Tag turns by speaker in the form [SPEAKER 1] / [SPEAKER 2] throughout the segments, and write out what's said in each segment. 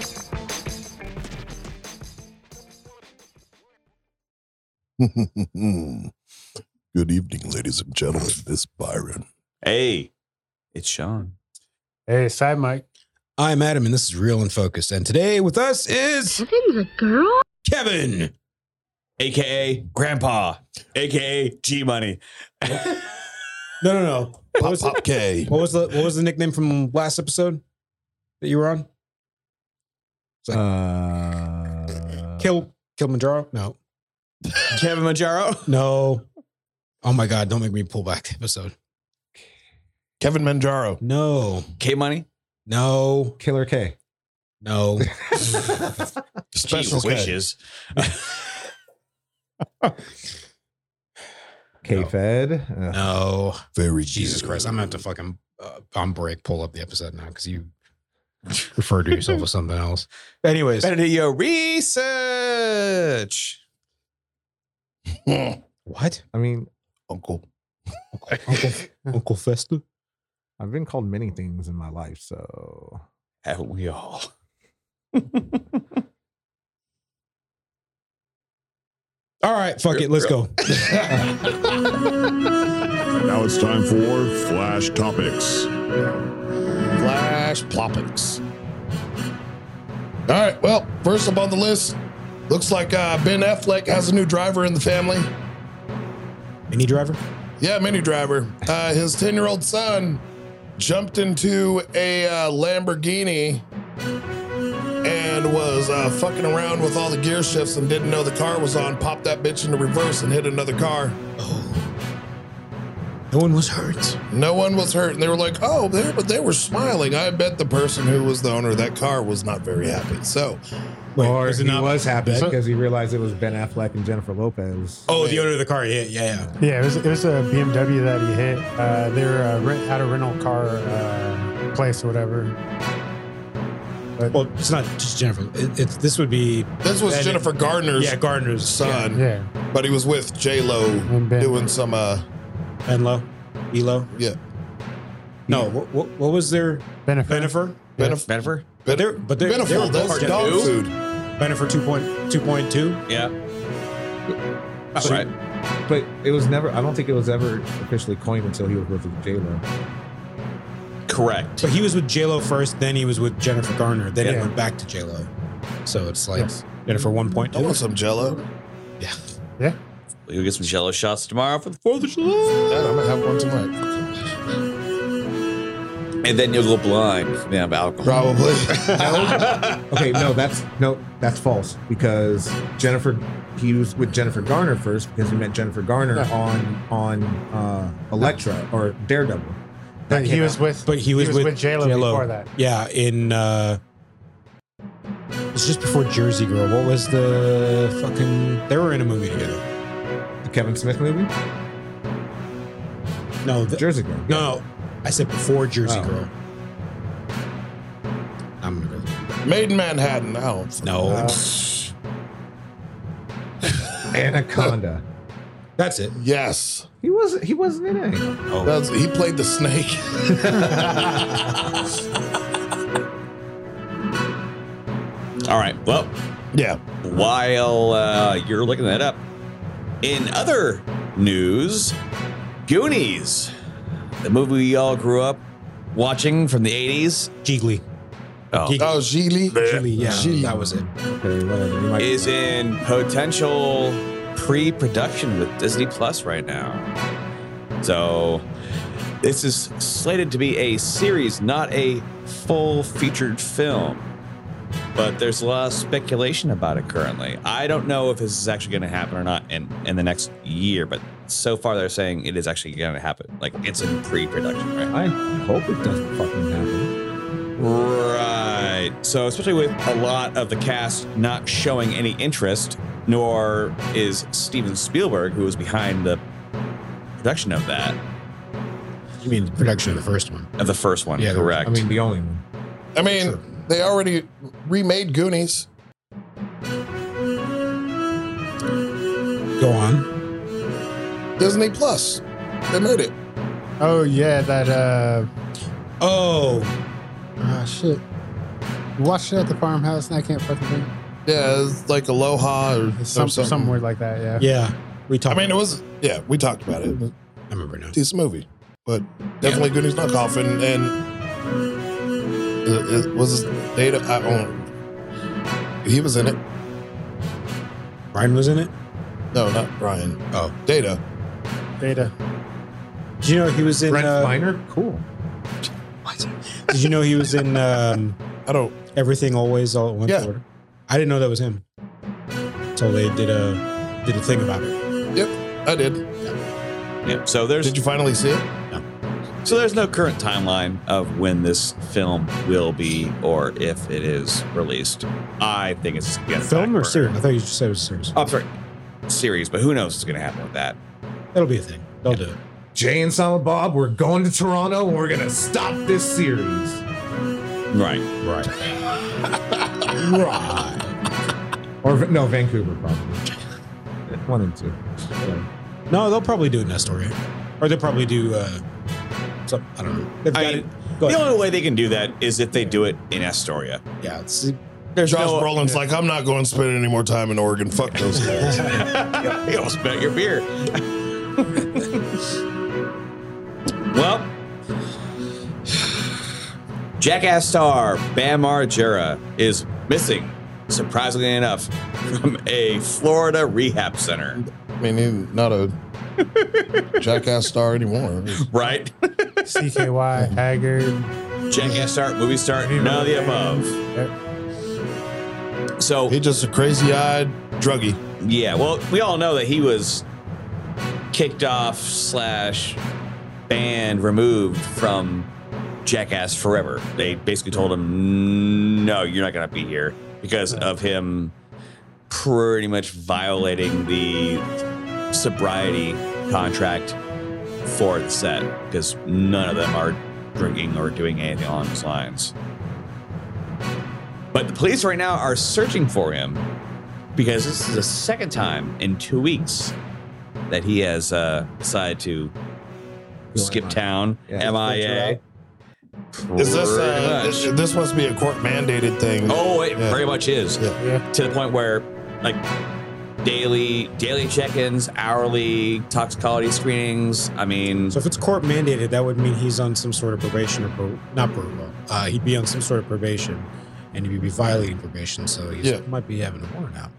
[SPEAKER 1] Good evening, ladies and gentlemen. This is Byron.
[SPEAKER 2] Hey, it's Sean.
[SPEAKER 3] Hey, side mic.
[SPEAKER 4] I'm Adam, and this is Real and Focused. And today with us is
[SPEAKER 5] Kevin's a girl?
[SPEAKER 4] Kevin.
[SPEAKER 2] AKA Grandpa. AKA G Money.
[SPEAKER 4] No, no, no. What
[SPEAKER 1] Pop
[SPEAKER 4] was,
[SPEAKER 1] Pop
[SPEAKER 4] it?
[SPEAKER 1] K.
[SPEAKER 4] what was the what was the nickname from last episode that you were on?
[SPEAKER 2] Uh,
[SPEAKER 4] Kill Kilimanjaro? No,
[SPEAKER 2] Kevin Majaro.
[SPEAKER 4] no. Oh my God! Don't make me pull back the episode.
[SPEAKER 1] Kevin Manjaro.
[SPEAKER 4] No,
[SPEAKER 2] K Money.
[SPEAKER 4] no,
[SPEAKER 6] Killer K.
[SPEAKER 4] no.
[SPEAKER 1] Special K.
[SPEAKER 2] Gee wishes.
[SPEAKER 6] K Fed.
[SPEAKER 4] No,
[SPEAKER 1] Very
[SPEAKER 4] Jesus
[SPEAKER 1] good.
[SPEAKER 4] Christ! I'm gonna have to fucking uh, on break pull up the episode now because you referred to yourself as something else. Anyways,
[SPEAKER 2] Better do your research.
[SPEAKER 4] what?
[SPEAKER 6] I mean,
[SPEAKER 1] Uncle.
[SPEAKER 4] Uncle, Uncle Festa?
[SPEAKER 6] I've been called many things in my life, so
[SPEAKER 2] Haven't we all?
[SPEAKER 4] All right, fuck it, let's go.
[SPEAKER 7] Now it's time for Flash Topics.
[SPEAKER 1] Flash Plopics. All right. Well, first up on the list, looks like uh, Ben Affleck has a new driver in the family.
[SPEAKER 4] Any driver?
[SPEAKER 1] Yeah, mini driver. Uh, his 10 year old son jumped into a uh, Lamborghini and was uh, fucking around with all the gear shifts and didn't know the car was on, popped that bitch into reverse and hit another car.
[SPEAKER 4] Oh. No one was hurt.
[SPEAKER 1] No one was hurt. And they were like, oh, they, but they were smiling. I bet the person who was the owner of that car was not very happy. So,
[SPEAKER 4] Wait,
[SPEAKER 6] or
[SPEAKER 4] is it
[SPEAKER 6] he
[SPEAKER 4] not-
[SPEAKER 6] was happy
[SPEAKER 4] So-
[SPEAKER 6] because he realized it was Ben Affleck and Jennifer Lopez.
[SPEAKER 4] Oh, the owner of the car. Yeah, yeah, yeah.
[SPEAKER 3] Yeah, it was, it was a BMW that he hit. Uh, they were uh, rent, at a rental car uh, place or whatever.
[SPEAKER 4] Well, it's not just Jennifer. It, it's this would be
[SPEAKER 1] this was
[SPEAKER 4] And-
[SPEAKER 1] Jennifer Gardner's
[SPEAKER 4] yeah Gardner's
[SPEAKER 1] son,
[SPEAKER 3] Yeah.
[SPEAKER 1] but he was with J Lo
[SPEAKER 3] And Ben.
[SPEAKER 1] doing some, uh,
[SPEAKER 4] yeah. Benlo, Elo.
[SPEAKER 1] yeah,
[SPEAKER 4] No, what, what, what was their
[SPEAKER 3] Benefit.
[SPEAKER 4] Benifer?
[SPEAKER 1] benef-
[SPEAKER 2] Bennifer?
[SPEAKER 4] But they're but they're, they were
[SPEAKER 1] Beneful,
[SPEAKER 4] both
[SPEAKER 1] that's
[SPEAKER 4] hard to
[SPEAKER 1] dog
[SPEAKER 4] do.
[SPEAKER 1] food.
[SPEAKER 4] Benifer two point two point two.
[SPEAKER 2] Yeah. That's
[SPEAKER 4] So-
[SPEAKER 2] right.
[SPEAKER 6] But it was never. I don't think it was ever officially coined until he was with J Lo.
[SPEAKER 2] Correct.
[SPEAKER 4] But he was with J Lo first, then he was with Jennifer Garner, then he
[SPEAKER 3] Yeah.
[SPEAKER 4] went back to J Lo. So it's like Jennifer one point
[SPEAKER 1] I
[SPEAKER 4] two.
[SPEAKER 1] want some Jello.
[SPEAKER 4] Yeah.
[SPEAKER 2] You'll get some jello shots tomorrow for the 4th of July.
[SPEAKER 1] Yeah, I'm gonna have one tonight.
[SPEAKER 2] And then you'll go blind from the amount of alcohol.
[SPEAKER 1] Probably.
[SPEAKER 6] Okay, no, that's no, that's false because Jennifer. He was with Jennifer Garner first because he met Jennifer Garner on on uh, Elektra or Daredevil.
[SPEAKER 3] But he
[SPEAKER 6] came
[SPEAKER 3] was
[SPEAKER 6] out.
[SPEAKER 3] with
[SPEAKER 4] But he was,
[SPEAKER 3] was
[SPEAKER 4] with,
[SPEAKER 3] with J-Lo before that.
[SPEAKER 4] Yeah, in uh it's just before Jersey Girl. What was the fucking? They were in a movie together.
[SPEAKER 6] the Kevin Smith movie,
[SPEAKER 4] No, the,
[SPEAKER 6] Jersey Girl.
[SPEAKER 4] no, no. I said before Jersey
[SPEAKER 6] Oh.
[SPEAKER 4] Girl. I'm gonna go.
[SPEAKER 1] Made in Manhattan. I don't.
[SPEAKER 4] No,
[SPEAKER 3] Uh,
[SPEAKER 6] Anaconda.
[SPEAKER 4] that's it.
[SPEAKER 1] Yes,
[SPEAKER 6] He was he wasn't in it.
[SPEAKER 2] Oh,
[SPEAKER 1] That's- he played the snake.
[SPEAKER 2] All right. Well,
[SPEAKER 1] yeah.
[SPEAKER 2] while uh, you're looking that up, in other news, Goonies, the movie we all grew up watching from the 80s.
[SPEAKER 4] Jiggly.
[SPEAKER 2] Oh.
[SPEAKER 1] Oh, Gili.
[SPEAKER 4] Jiggly. Yeah,
[SPEAKER 1] Jiggly.
[SPEAKER 4] that was it.
[SPEAKER 6] Okay, whatever. You might-
[SPEAKER 2] is in potential pre-production with Disney Plus right now. So this is slated to be a series, not a full featured film. But there's a lot of speculation about it currently. I don't know if this is actually going to happen or not in, in the next year, but so far they're saying it is actually going to happen. Like it's in pre-production right now.
[SPEAKER 6] I hope it doesn't fucking happen.
[SPEAKER 2] Right. So, especially with a lot of the cast not showing any interest, nor is Steven Spielberg, who was behind the production of that
[SPEAKER 4] You mean the production of the first one?
[SPEAKER 2] of the first one.
[SPEAKER 4] Yeah, the-
[SPEAKER 2] correct.
[SPEAKER 6] I mean, the only one.
[SPEAKER 1] I mean,
[SPEAKER 4] Sure.
[SPEAKER 1] they already remade Goonies.
[SPEAKER 4] Go on.
[SPEAKER 1] Disney Plus. They made it.
[SPEAKER 3] Oh yeah, that uh,
[SPEAKER 4] Oh,
[SPEAKER 3] ah, shit. Watched it at the farmhouse, and I can't fucking think.
[SPEAKER 1] Yeah, it's like Aloha or, or
[SPEAKER 3] It's Some,
[SPEAKER 1] something.
[SPEAKER 3] something weird like that. Yeah.
[SPEAKER 4] yeah. We
[SPEAKER 1] I
[SPEAKER 4] talked.
[SPEAKER 1] mean, it was, yeah, we talked about it. It was
[SPEAKER 4] I remember now.
[SPEAKER 1] a decent movie, but definitely Goonies Not Coffin. And it, it was Data. I don't He was in it.
[SPEAKER 4] Ryan was in it.
[SPEAKER 1] No, not Ryan.
[SPEAKER 4] Oh.
[SPEAKER 1] Data.
[SPEAKER 3] Data.
[SPEAKER 4] Did you know he was in?
[SPEAKER 6] Brent
[SPEAKER 4] Uh,
[SPEAKER 6] Spiner? Cool.
[SPEAKER 4] did you know he was in um,
[SPEAKER 1] I don't,
[SPEAKER 4] Everything Always All at Once?
[SPEAKER 1] Yeah.
[SPEAKER 4] Order? I didn't know that was him. So they did a did a thing about it.
[SPEAKER 1] I did.
[SPEAKER 2] Yep. So there's
[SPEAKER 1] Did you finally see it?
[SPEAKER 2] so there's no current timeline of when this film will be or if it is released. I think it's gonna
[SPEAKER 4] Film or
[SPEAKER 2] backburner.
[SPEAKER 4] series? I thought you just said it was a series.
[SPEAKER 2] Oh, I'm sorry, series. But who knows what's gonna happen with that?
[SPEAKER 4] That'll be a thing. They'll do it.
[SPEAKER 6] Jay and Silent Bob, we're going to Toronto and we're going to stop this series.
[SPEAKER 2] Right.
[SPEAKER 4] Right.
[SPEAKER 6] right. Or Va- no, Vancouver probably. One and two. So,
[SPEAKER 4] No, they'll probably do it in Astoria, or they'll probably do. Uh, some, I don't know. They've
[SPEAKER 2] I
[SPEAKER 4] got
[SPEAKER 2] mean,
[SPEAKER 4] it. Go
[SPEAKER 2] the
[SPEAKER 4] ahead.
[SPEAKER 2] only way they can do that is if they do it in Astoria.
[SPEAKER 4] yeah, it's, there's
[SPEAKER 1] Josh
[SPEAKER 4] no.
[SPEAKER 1] Brolin's like, I'm not going to spend any more time in Oregon. Fuck those guys.
[SPEAKER 2] you almost spit out your beer. well, Jackass star Bam Margera is missing, surprisingly enough, from a Florida rehab center.
[SPEAKER 1] I mean, he's not a jackass star anymore.
[SPEAKER 2] Right?
[SPEAKER 3] CKY Haggard.
[SPEAKER 2] Jackass star, movie star, none of the above. So
[SPEAKER 1] He's just a crazy eyed druggie.
[SPEAKER 2] Yeah, well, we all know that he was kicked off slash banned, removed from Jackass Forever. They basically told him, "No, you're not gonna be here because of him pretty much violating the sobriety contract for the set because none of them are drinking or doing anything along those lines." But the police right now are searching for him because this is the second time in two weeks that he has uh, decided to skip
[SPEAKER 6] MIA.
[SPEAKER 2] town,
[SPEAKER 6] Yeah.
[SPEAKER 2] MIA.
[SPEAKER 1] Is this
[SPEAKER 2] Pretty
[SPEAKER 1] uh,
[SPEAKER 2] much.
[SPEAKER 1] this, this must be a court mandated thing?
[SPEAKER 2] Oh, it
[SPEAKER 1] Yeah.
[SPEAKER 2] very much is
[SPEAKER 3] Yeah.
[SPEAKER 2] to the point where like daily daily check-ins, hourly toxicology screenings. I mean,
[SPEAKER 4] So if it's court mandated, that would mean he's on some sort of probation or pro, not parole. Uh, he'd be on some sort of probation, and he'd be violating probation, so he
[SPEAKER 1] Yeah.
[SPEAKER 4] might be having a warrant out.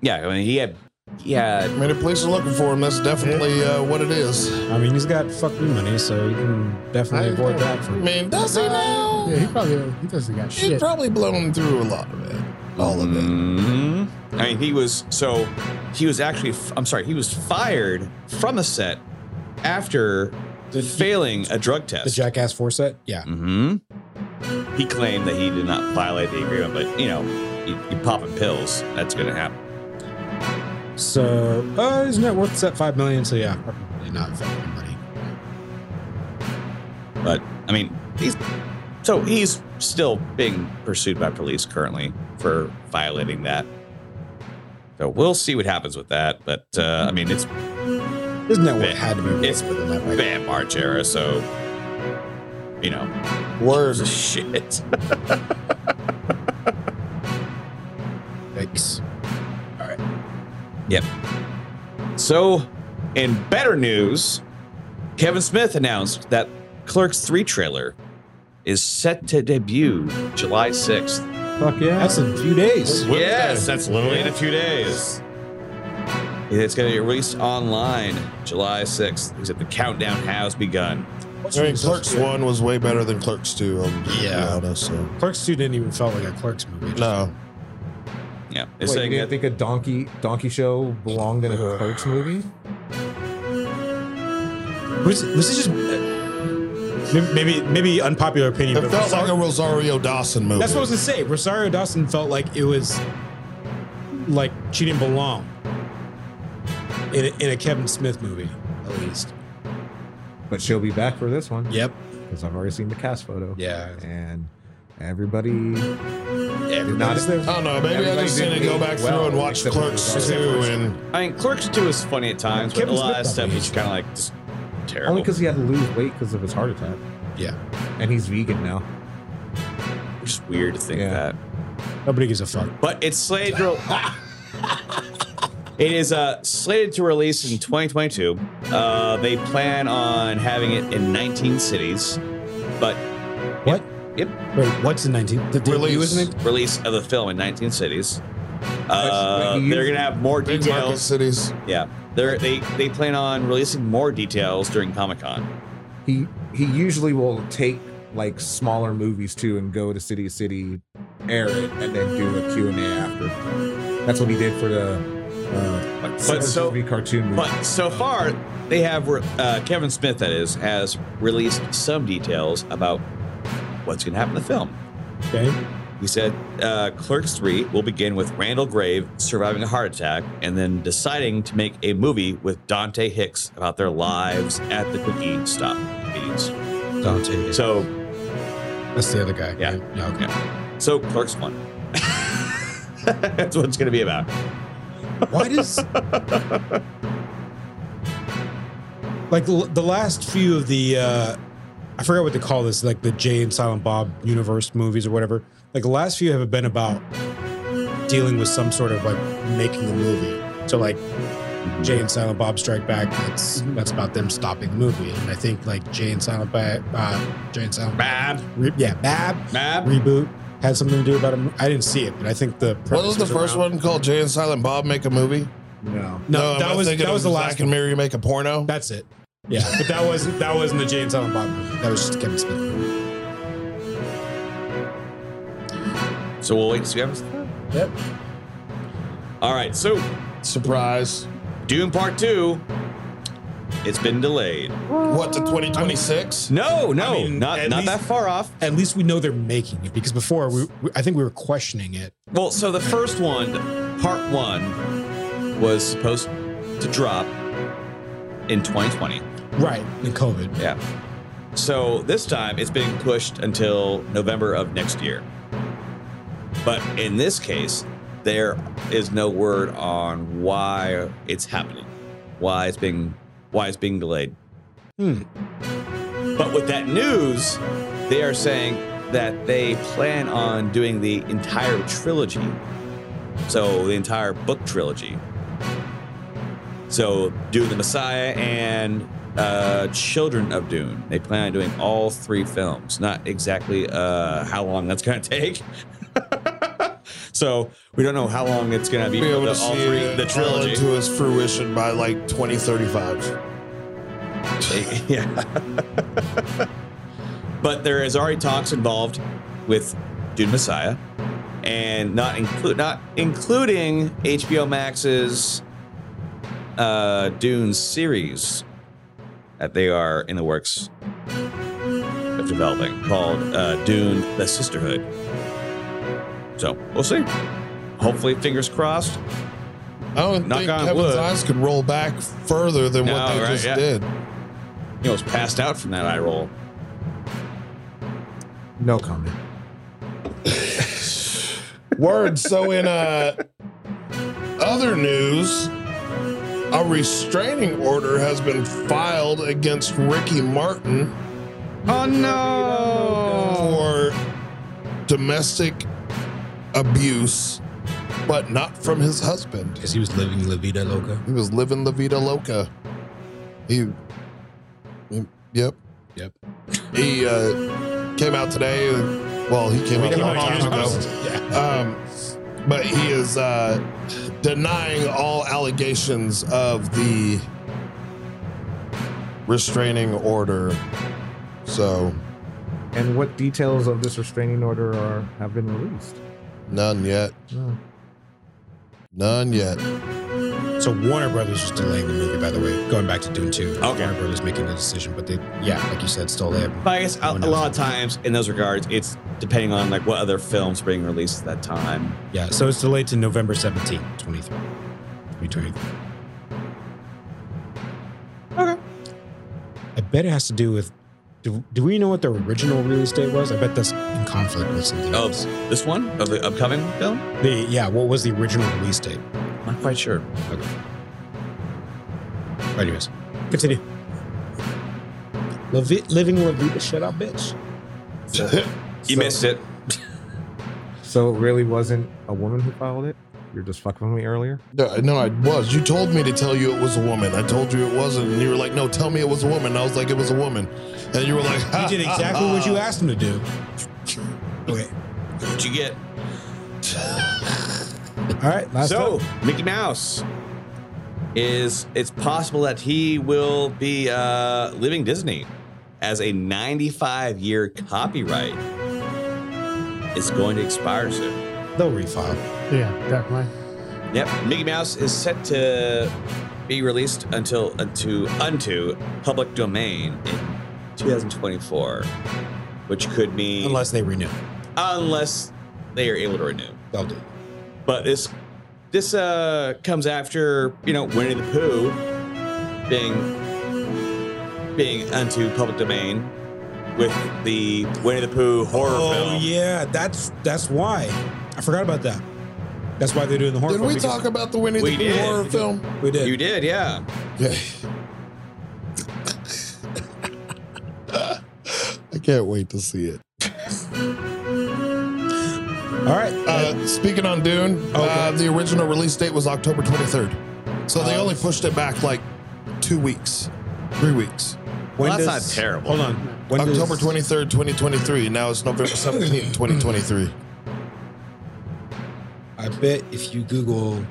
[SPEAKER 2] yeah, I mean he had yeah.
[SPEAKER 1] I mean, the police are looking for him. That's definitely uh, what it is.
[SPEAKER 4] I mean, he's got fucking money, so he can definitely
[SPEAKER 3] I-
[SPEAKER 4] avoid that.
[SPEAKER 1] I
[SPEAKER 4] From
[SPEAKER 1] mean, does he know?
[SPEAKER 3] Yeah, he probably he doesn't got
[SPEAKER 1] He's
[SPEAKER 3] shit.
[SPEAKER 1] probably blown through a lot of it. All of
[SPEAKER 4] Mm.
[SPEAKER 1] it.
[SPEAKER 2] Mhm. I mean, he was so he was actually. f- I'm sorry, he was fired from the set after failing a drug test.
[SPEAKER 4] the Jackass four set, yeah.
[SPEAKER 2] hmm He claimed that he did not violate the agreement, but you know, you, you popping pills, that's going to happen.
[SPEAKER 4] So uh, his net worth's at five million, so yeah, probably not fucking money.
[SPEAKER 2] But I mean, he's so he's still being pursued by police currently for violating that. So we'll see what happens with that. But uh, I mean, it's
[SPEAKER 4] His net worth
[SPEAKER 2] Bit.
[SPEAKER 4] had to be
[SPEAKER 2] It's-
[SPEAKER 4] worth more than that. Right?
[SPEAKER 2] Bam Margera, so you know,
[SPEAKER 1] Word.
[SPEAKER 2] shit.
[SPEAKER 4] Yikes.
[SPEAKER 2] So, in better news, Kevin Smith announced that Clerks 3 trailer is set to debut July 6th.
[SPEAKER 4] Fuck yeah. That's in a few days.
[SPEAKER 2] Yes, that's literally in a few days. It's going to be released online July 6th. Except the countdown has begun.
[SPEAKER 1] I mean, Clerks 1 was way better than Clerks 2. Um,
[SPEAKER 4] Yeah.
[SPEAKER 1] yeah. Honest, so.
[SPEAKER 4] Clerks 2 didn't even felt like a Clerks movie.
[SPEAKER 1] No.
[SPEAKER 2] Yeah,
[SPEAKER 6] Wait,
[SPEAKER 2] it's
[SPEAKER 6] you
[SPEAKER 2] saying that
[SPEAKER 6] didn't think a donkey donkey show belonged in a Clerks movie?
[SPEAKER 4] Was, was it just maybe, maybe maybe unpopular opinion?
[SPEAKER 1] It
[SPEAKER 4] but
[SPEAKER 1] felt like
[SPEAKER 4] Rosario-
[SPEAKER 1] a Rosario Dawson movie.
[SPEAKER 4] that's what I was gonna say. Rosario Dawson felt like it was like she didn't belong in a, in a Kevin Smith movie, at least.
[SPEAKER 6] But she'll be back for this one
[SPEAKER 4] Yep.
[SPEAKER 6] because I've already seen the cast photo.
[SPEAKER 4] Yeah.
[SPEAKER 6] And everybody did not
[SPEAKER 1] I don't know. Maybe I
[SPEAKER 6] Everybody
[SPEAKER 1] just
[SPEAKER 6] did
[SPEAKER 1] need to go
[SPEAKER 6] really
[SPEAKER 1] back
[SPEAKER 6] well,
[SPEAKER 1] through and watch
[SPEAKER 6] except for
[SPEAKER 1] Clerks
[SPEAKER 6] the
[SPEAKER 1] too.
[SPEAKER 6] guard.
[SPEAKER 1] And
[SPEAKER 2] I mean, Clerks 2 is funny at times, but the
[SPEAKER 4] Kevin Smith
[SPEAKER 2] last
[SPEAKER 4] got me.
[SPEAKER 2] episode's kind of like just terrible.
[SPEAKER 6] only because he had to lose weight because of his heart attack.
[SPEAKER 4] Yeah.
[SPEAKER 6] And he's vegan now.
[SPEAKER 2] Which is weird to think
[SPEAKER 6] Yeah.
[SPEAKER 2] that.
[SPEAKER 4] Nobody gives a fuck.
[SPEAKER 2] But it's slated to. it is uh, slated to release in 2022. Uh, they plan on having it in 19 cities, but
[SPEAKER 4] What?
[SPEAKER 2] Yep.
[SPEAKER 4] Wait, what's the 19th? The debut
[SPEAKER 1] Release.
[SPEAKER 4] isn't it?
[SPEAKER 2] release of the film in 19 cities. Uh,
[SPEAKER 6] But you-
[SPEAKER 2] they're gonna have more
[SPEAKER 1] big market
[SPEAKER 2] details.
[SPEAKER 1] cities.
[SPEAKER 2] Yeah, they're, they they plan on releasing more details during Comic Con.
[SPEAKER 6] He he usually will take like smaller movies too and go to city to city, air it, and then do a Q and A after. That's what he did for the uh,
[SPEAKER 2] But,
[SPEAKER 6] Star
[SPEAKER 2] but so
[SPEAKER 6] Movie cartoon movie.
[SPEAKER 2] But so far, they have re- uh, Kevin Smith, that is, has released some details about what's going to happen in the film.
[SPEAKER 4] Okay.
[SPEAKER 2] He said uh, Clerks 3 will begin with Randall Grave surviving a heart attack and then deciding to make a movie with Dante Hicks about their lives at the cookie stop meetings.
[SPEAKER 4] Dante.
[SPEAKER 2] So,
[SPEAKER 4] That's the other guy.
[SPEAKER 2] Yeah.
[SPEAKER 4] right? Yeah, okay.
[SPEAKER 2] so Clerks 1. That's what it's going to be about.
[SPEAKER 4] Why does like l- the last few of the uh I forgot what they call this, like the Jay and Silent Bob universe movies or whatever. Like the last few have been about dealing with some sort of like making a movie. So like Jay and Silent Bob Strike Back. That's
[SPEAKER 1] Mm-hmm.
[SPEAKER 4] that's about them stopping the movie. And I think like Jay and Silent Bob, uh, Jay and Silent
[SPEAKER 2] Bab,
[SPEAKER 4] Re- yeah, Bab
[SPEAKER 2] Bab.
[SPEAKER 4] reboot had something to do about him. I didn't see it, but I think the
[SPEAKER 1] What was
[SPEAKER 4] premise
[SPEAKER 1] the first
[SPEAKER 4] around-
[SPEAKER 1] one called? Jay and Silent Bob make a movie?
[SPEAKER 6] no.
[SPEAKER 4] No,
[SPEAKER 1] I'm
[SPEAKER 4] that
[SPEAKER 1] not
[SPEAKER 4] was
[SPEAKER 1] thinking
[SPEAKER 4] that
[SPEAKER 1] of
[SPEAKER 4] was the
[SPEAKER 1] Zack
[SPEAKER 4] last
[SPEAKER 1] and
[SPEAKER 4] one.
[SPEAKER 1] Mary make a porno.
[SPEAKER 4] That's it. Yeah, but that wasn't that wasn't the Jay and Silent Bob movie. That was just Kevin Smith. Movie.
[SPEAKER 2] So we'll wait to see what happens.
[SPEAKER 4] Yep.
[SPEAKER 2] All right, so
[SPEAKER 1] Surprise.
[SPEAKER 2] Doom Part 2, it's been delayed.
[SPEAKER 1] What to 2026?
[SPEAKER 2] No, no,
[SPEAKER 4] mean,
[SPEAKER 2] not
[SPEAKER 4] at
[SPEAKER 2] not
[SPEAKER 4] least-
[SPEAKER 2] that far off.
[SPEAKER 4] At least we know they're making it because before we, we I think we were questioning it.
[SPEAKER 2] Well, so the first one, part one, was supposed to drop in 2020.
[SPEAKER 4] Right. In COVID.
[SPEAKER 2] Yeah. So this time it's being pushed until November of next year. But in this case, there is no word on why it's happening, why it's being why it's being delayed.
[SPEAKER 4] Hmm.
[SPEAKER 2] But with that news, they are saying that they plan on doing the entire trilogy. So the entire book trilogy. So Dune the Messiah and uh, Children of Dune. They plan on doing all three films. Not exactly uh, how long that's going to take. so we don't know how long it's going to be,
[SPEAKER 1] Be
[SPEAKER 2] for
[SPEAKER 1] able
[SPEAKER 2] the,
[SPEAKER 1] to
[SPEAKER 2] all
[SPEAKER 1] see
[SPEAKER 2] three,
[SPEAKER 1] it
[SPEAKER 2] the
[SPEAKER 1] all
[SPEAKER 2] trilogy.
[SPEAKER 1] into its fruition by like 2035.
[SPEAKER 2] yeah. but there is already talks involved with Dune Messiah, and not include not including HBO Max's uh, Dune series that they are in the works of developing called uh, Dune: The Sisterhood. So we'll see. Hopefully, fingers crossed.
[SPEAKER 1] I don't
[SPEAKER 2] Knock
[SPEAKER 1] think
[SPEAKER 2] on
[SPEAKER 1] Kevin's
[SPEAKER 2] wood.
[SPEAKER 1] eyes could roll back further than
[SPEAKER 2] No,
[SPEAKER 1] what they
[SPEAKER 2] right,
[SPEAKER 1] just
[SPEAKER 2] yeah.
[SPEAKER 1] did.
[SPEAKER 2] He was passed out from that eye roll.
[SPEAKER 6] No comment.
[SPEAKER 1] Word. So in uh, other news, a restraining order has been filed against Ricky Martin
[SPEAKER 2] Oh no!
[SPEAKER 1] for domestic abuse, but not from his husband.
[SPEAKER 4] Because he was living La Vida Loca.
[SPEAKER 1] He was living La Vida Loca. He, he- yep.
[SPEAKER 4] Yep.
[SPEAKER 1] He uh, came out today. Well, he came out a long time ago.
[SPEAKER 4] Yeah.
[SPEAKER 1] Um, but he is uh, denying all allegations of the restraining order. So
[SPEAKER 6] And what details of this restraining order are have been released?
[SPEAKER 1] none yet.
[SPEAKER 6] No.
[SPEAKER 1] None yet.
[SPEAKER 4] So Warner Brothers was delaying the movie, by the way, going back to Dune 2.
[SPEAKER 2] Okay.
[SPEAKER 4] Warner Brothers making the decision, but they, yeah, like you said, still they have.
[SPEAKER 2] But I guess a,
[SPEAKER 4] No one
[SPEAKER 2] a lot of times in those regards, it's depending on like what other films are being released at that time.
[SPEAKER 4] Yeah, so it's delayed to November 17th, 23. 2023.
[SPEAKER 2] Okay.
[SPEAKER 4] I bet it has to do with. Do, do we know what the original release date was? I bet that's in conflict with something.
[SPEAKER 2] Oh, s- this one of the upcoming film?
[SPEAKER 4] The, yeah, what was the original release date?
[SPEAKER 2] Not quite sure.
[SPEAKER 4] Okay. Anyways, continue. Levi- living La Vida, shut up, bitch.
[SPEAKER 2] You missed it.
[SPEAKER 6] So it really wasn't a woman who filed it. You're just fucking with me earlier.
[SPEAKER 1] No, no, I was. You told me to tell you it was a woman. I told you it wasn't, and you were like, "No, tell me it was a woman." And I was like, "It was a woman," and you were like,
[SPEAKER 4] He did exactly what you asked him to do. Okay.
[SPEAKER 2] What'd you get?
[SPEAKER 4] All right. Last
[SPEAKER 2] so,
[SPEAKER 4] up.
[SPEAKER 2] Mickey Mouse is it's possible that he will be uh, leaving Disney as a 95 year copyright is going to expire soon.
[SPEAKER 4] they'll refile.
[SPEAKER 3] Yeah, definitely.
[SPEAKER 2] Yep, Mickey Mouse is set to be released until unto unto public domain in 2024, which could mean
[SPEAKER 4] Unless they renew.
[SPEAKER 2] unless they are able to renew.
[SPEAKER 4] They'll do.
[SPEAKER 2] But this this uh comes after, you know, Winnie the Pooh being being unto public domain with the Winnie the Pooh horror
[SPEAKER 4] Oh
[SPEAKER 2] film.
[SPEAKER 4] yeah, that's that's why. I forgot about that. That's why they're doing the horror
[SPEAKER 1] Did
[SPEAKER 4] film
[SPEAKER 1] we
[SPEAKER 4] because-
[SPEAKER 1] talk about the Winnie
[SPEAKER 2] We
[SPEAKER 1] the Pooh
[SPEAKER 2] did.
[SPEAKER 1] horror
[SPEAKER 2] We did.
[SPEAKER 1] film?
[SPEAKER 4] We did.
[SPEAKER 2] You did, yeah.
[SPEAKER 1] Yeah. I can't wait to see it.
[SPEAKER 4] All right.
[SPEAKER 1] Uh, speaking on Dune, uh,
[SPEAKER 4] Okay. Uh,
[SPEAKER 1] the original release date was October 23rd, so they only pushed it back like two weeks, three weeks.
[SPEAKER 4] When
[SPEAKER 2] that's not terrible.
[SPEAKER 4] Hold on. When does-
[SPEAKER 1] October 23rd, 2023. Now it's November 17th, 2023.
[SPEAKER 4] I bet if you Google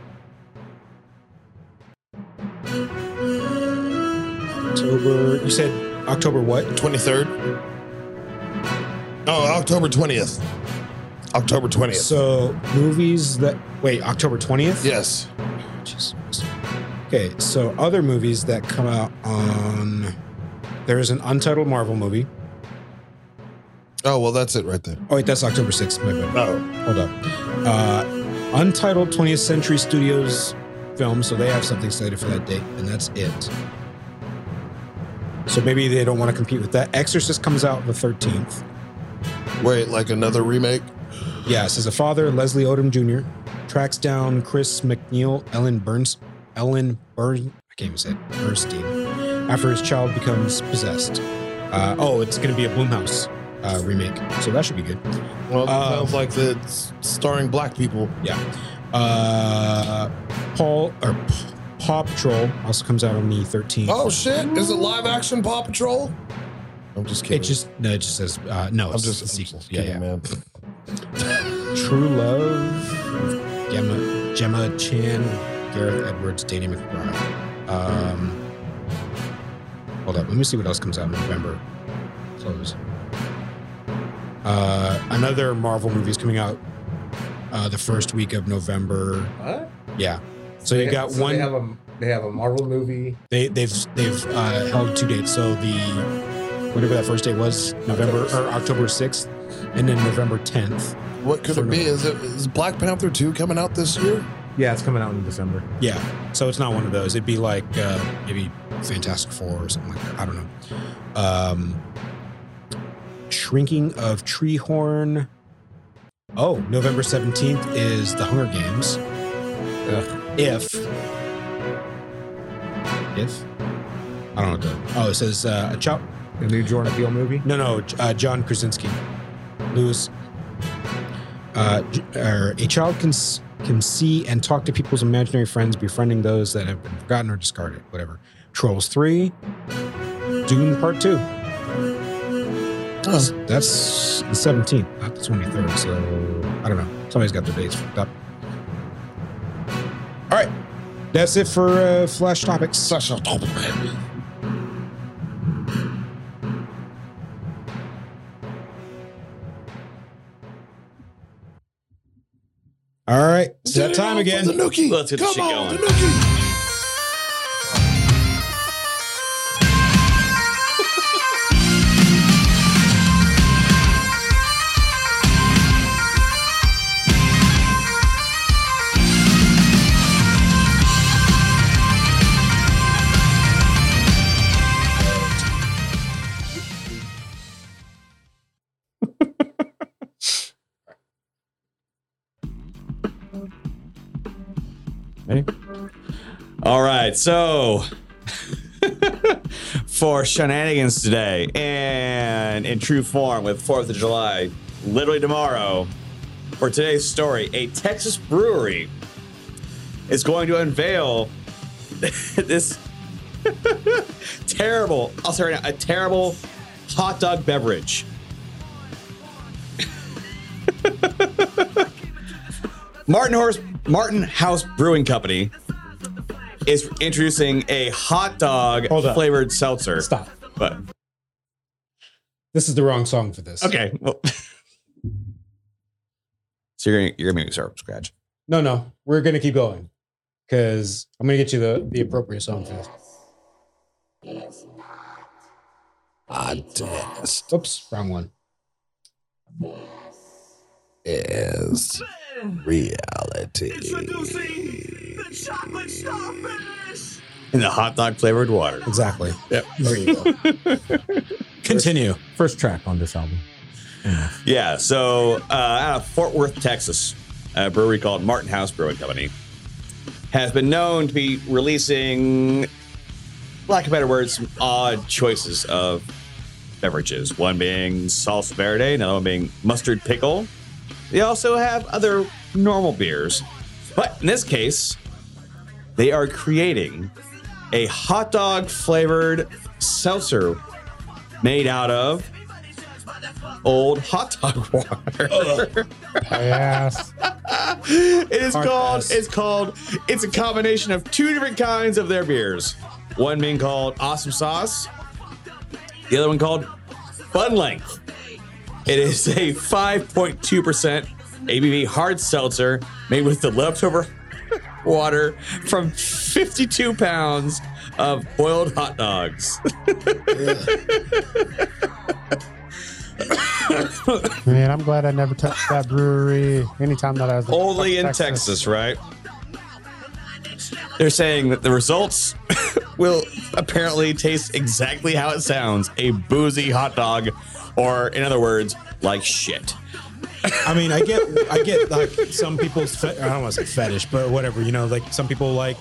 [SPEAKER 4] October, you said October what?
[SPEAKER 1] 23rd. Oh, October 20th. October 20th.
[SPEAKER 4] So movies that wait October twentieth.
[SPEAKER 1] yes.
[SPEAKER 4] Jesus. Okay, so other movies that come out on there is an untitled Marvel movie.
[SPEAKER 1] Oh, well, that's it right there.
[SPEAKER 4] Oh wait, that's October sixth. My bad.
[SPEAKER 1] Oh.
[SPEAKER 4] Hold up. Uh, untitled 20th Century Studios film, so they have something slated for that date, and that's it. So maybe they don't want to compete with that. Exorcist comes out the 13th.
[SPEAKER 1] Wait, like another remake?
[SPEAKER 4] Yes, as a father, Leslie Odom Jr. tracks down Chris McNeil, Ellen Burns, Ellen Burns, I can't even say it, Bernstein, after his child becomes possessed. Uh, oh, it's going to be a Bloomhouse uh, remake, so that should be good.
[SPEAKER 1] Well, it
[SPEAKER 4] Uh,
[SPEAKER 1] sounds like it's starring black people.
[SPEAKER 4] Uh, Paul or P- Paw Patrol also comes out on the 13th.
[SPEAKER 1] Oh, shit. Is it live action Paw Patrol? I'm just kidding.
[SPEAKER 4] it just no, it just says uh, no.
[SPEAKER 1] I'm
[SPEAKER 4] It's
[SPEAKER 1] just,
[SPEAKER 4] just a sequel.
[SPEAKER 1] I'm just
[SPEAKER 4] Yeah,
[SPEAKER 1] kidding,
[SPEAKER 4] yeah.
[SPEAKER 1] man.
[SPEAKER 4] True Love, Gemma Gemma Chan, Gareth Edwards, Danny McBride. Um, hold up, let me see what else comes out in November. Close. Uh, another Marvel movie is coming out uh, the first week of November.
[SPEAKER 6] What?
[SPEAKER 4] Yeah. So you got one.
[SPEAKER 6] They have a they have a Marvel movie.
[SPEAKER 4] They they've they've uh, held two dates. So the whatever that first date was, November or October sixth, and then November tenth.
[SPEAKER 1] What could
[SPEAKER 4] For
[SPEAKER 1] it be?
[SPEAKER 4] now.
[SPEAKER 1] Is it is Black Panther 2 coming out this year?
[SPEAKER 6] Yeah, it's coming out in December.
[SPEAKER 4] Yeah. So it's not one of those. It'd be like uh, maybe Fantastic Four or something like that. I don't know. Um, Shrinking of Treehorn. Oh, November seventeenth is the Hunger Games. If if I don't know. What the, oh, it says uh, a chop.
[SPEAKER 6] The new Jordan Peele movie.
[SPEAKER 4] No, no, uh, John Krasinski, Lewis. Uh, j- or a child can s- can see and talk to people's imaginary friends, befriending those that have been forgotten or discarded. Whatever. Trolls three, Dune Part two.
[SPEAKER 1] Oh.
[SPEAKER 4] That's the seventeenth, not the twenty third. So I don't know. Somebody's got their dates fucked up. All right, that's it for uh, flash topics.
[SPEAKER 1] Oh,
[SPEAKER 4] All right, it's that time again.
[SPEAKER 1] The Nookie.
[SPEAKER 2] Let's get this
[SPEAKER 1] Come
[SPEAKER 2] shit
[SPEAKER 1] on,
[SPEAKER 2] going.
[SPEAKER 1] the Nookie.
[SPEAKER 2] All right, so for shenanigans today, and in true form with Fourth of July, literally tomorrow, for today's story, a Texas brewery is going to unveil this terrible, I'll say right now, a terrible hot dog beverage. Martin Horse Martin House Brewing Company is introducing a hot dog
[SPEAKER 4] Hold up.
[SPEAKER 2] flavored seltzer.
[SPEAKER 4] Stop.
[SPEAKER 2] But
[SPEAKER 4] This is the wrong song for this.
[SPEAKER 2] okay, well. So you're gonna, you're gonna make me start from scratch.
[SPEAKER 4] No, no, we're gonna keep going because I'm gonna get you the the appropriate song for this.
[SPEAKER 1] Podcast
[SPEAKER 4] Oops, wrong one.
[SPEAKER 1] is reality.
[SPEAKER 5] Introducing the chocolate starfish.
[SPEAKER 2] In the hot dog flavored water.
[SPEAKER 4] Exactly.
[SPEAKER 2] Yep.
[SPEAKER 4] There you go. Continue.
[SPEAKER 6] First track on this album.
[SPEAKER 2] Yeah, so uh, out of Fort Worth, Texas, a brewery called Martin House Brewing Company has been known to be releasing, lack of better words, some odd choices of beverages. One being salsa verde, another one being mustard pickle. They also have other normal beers, but in this case, they are creating a hot dog flavored seltzer made out of old hot dog water.
[SPEAKER 3] Yes.
[SPEAKER 2] it is
[SPEAKER 4] Hard
[SPEAKER 2] called.
[SPEAKER 4] pass.
[SPEAKER 2] It's called. It's a combination of two different kinds of their beers. One being called Awesome Sauce. The other one called Bun Length. It is a 5.2% ABV hard seltzer made with the leftover water from 52 pounds of boiled hot dogs.
[SPEAKER 3] Man, I'm glad I never touched that brewery anytime that I was
[SPEAKER 2] only in Texas, right? They're saying that the results will apparently taste exactly how it sounds a boozy hot dog, or in other words, like shit.
[SPEAKER 4] I mean, I get, I get like some people's. Fe- I don't want to say fetish, but whatever. You know, like some people like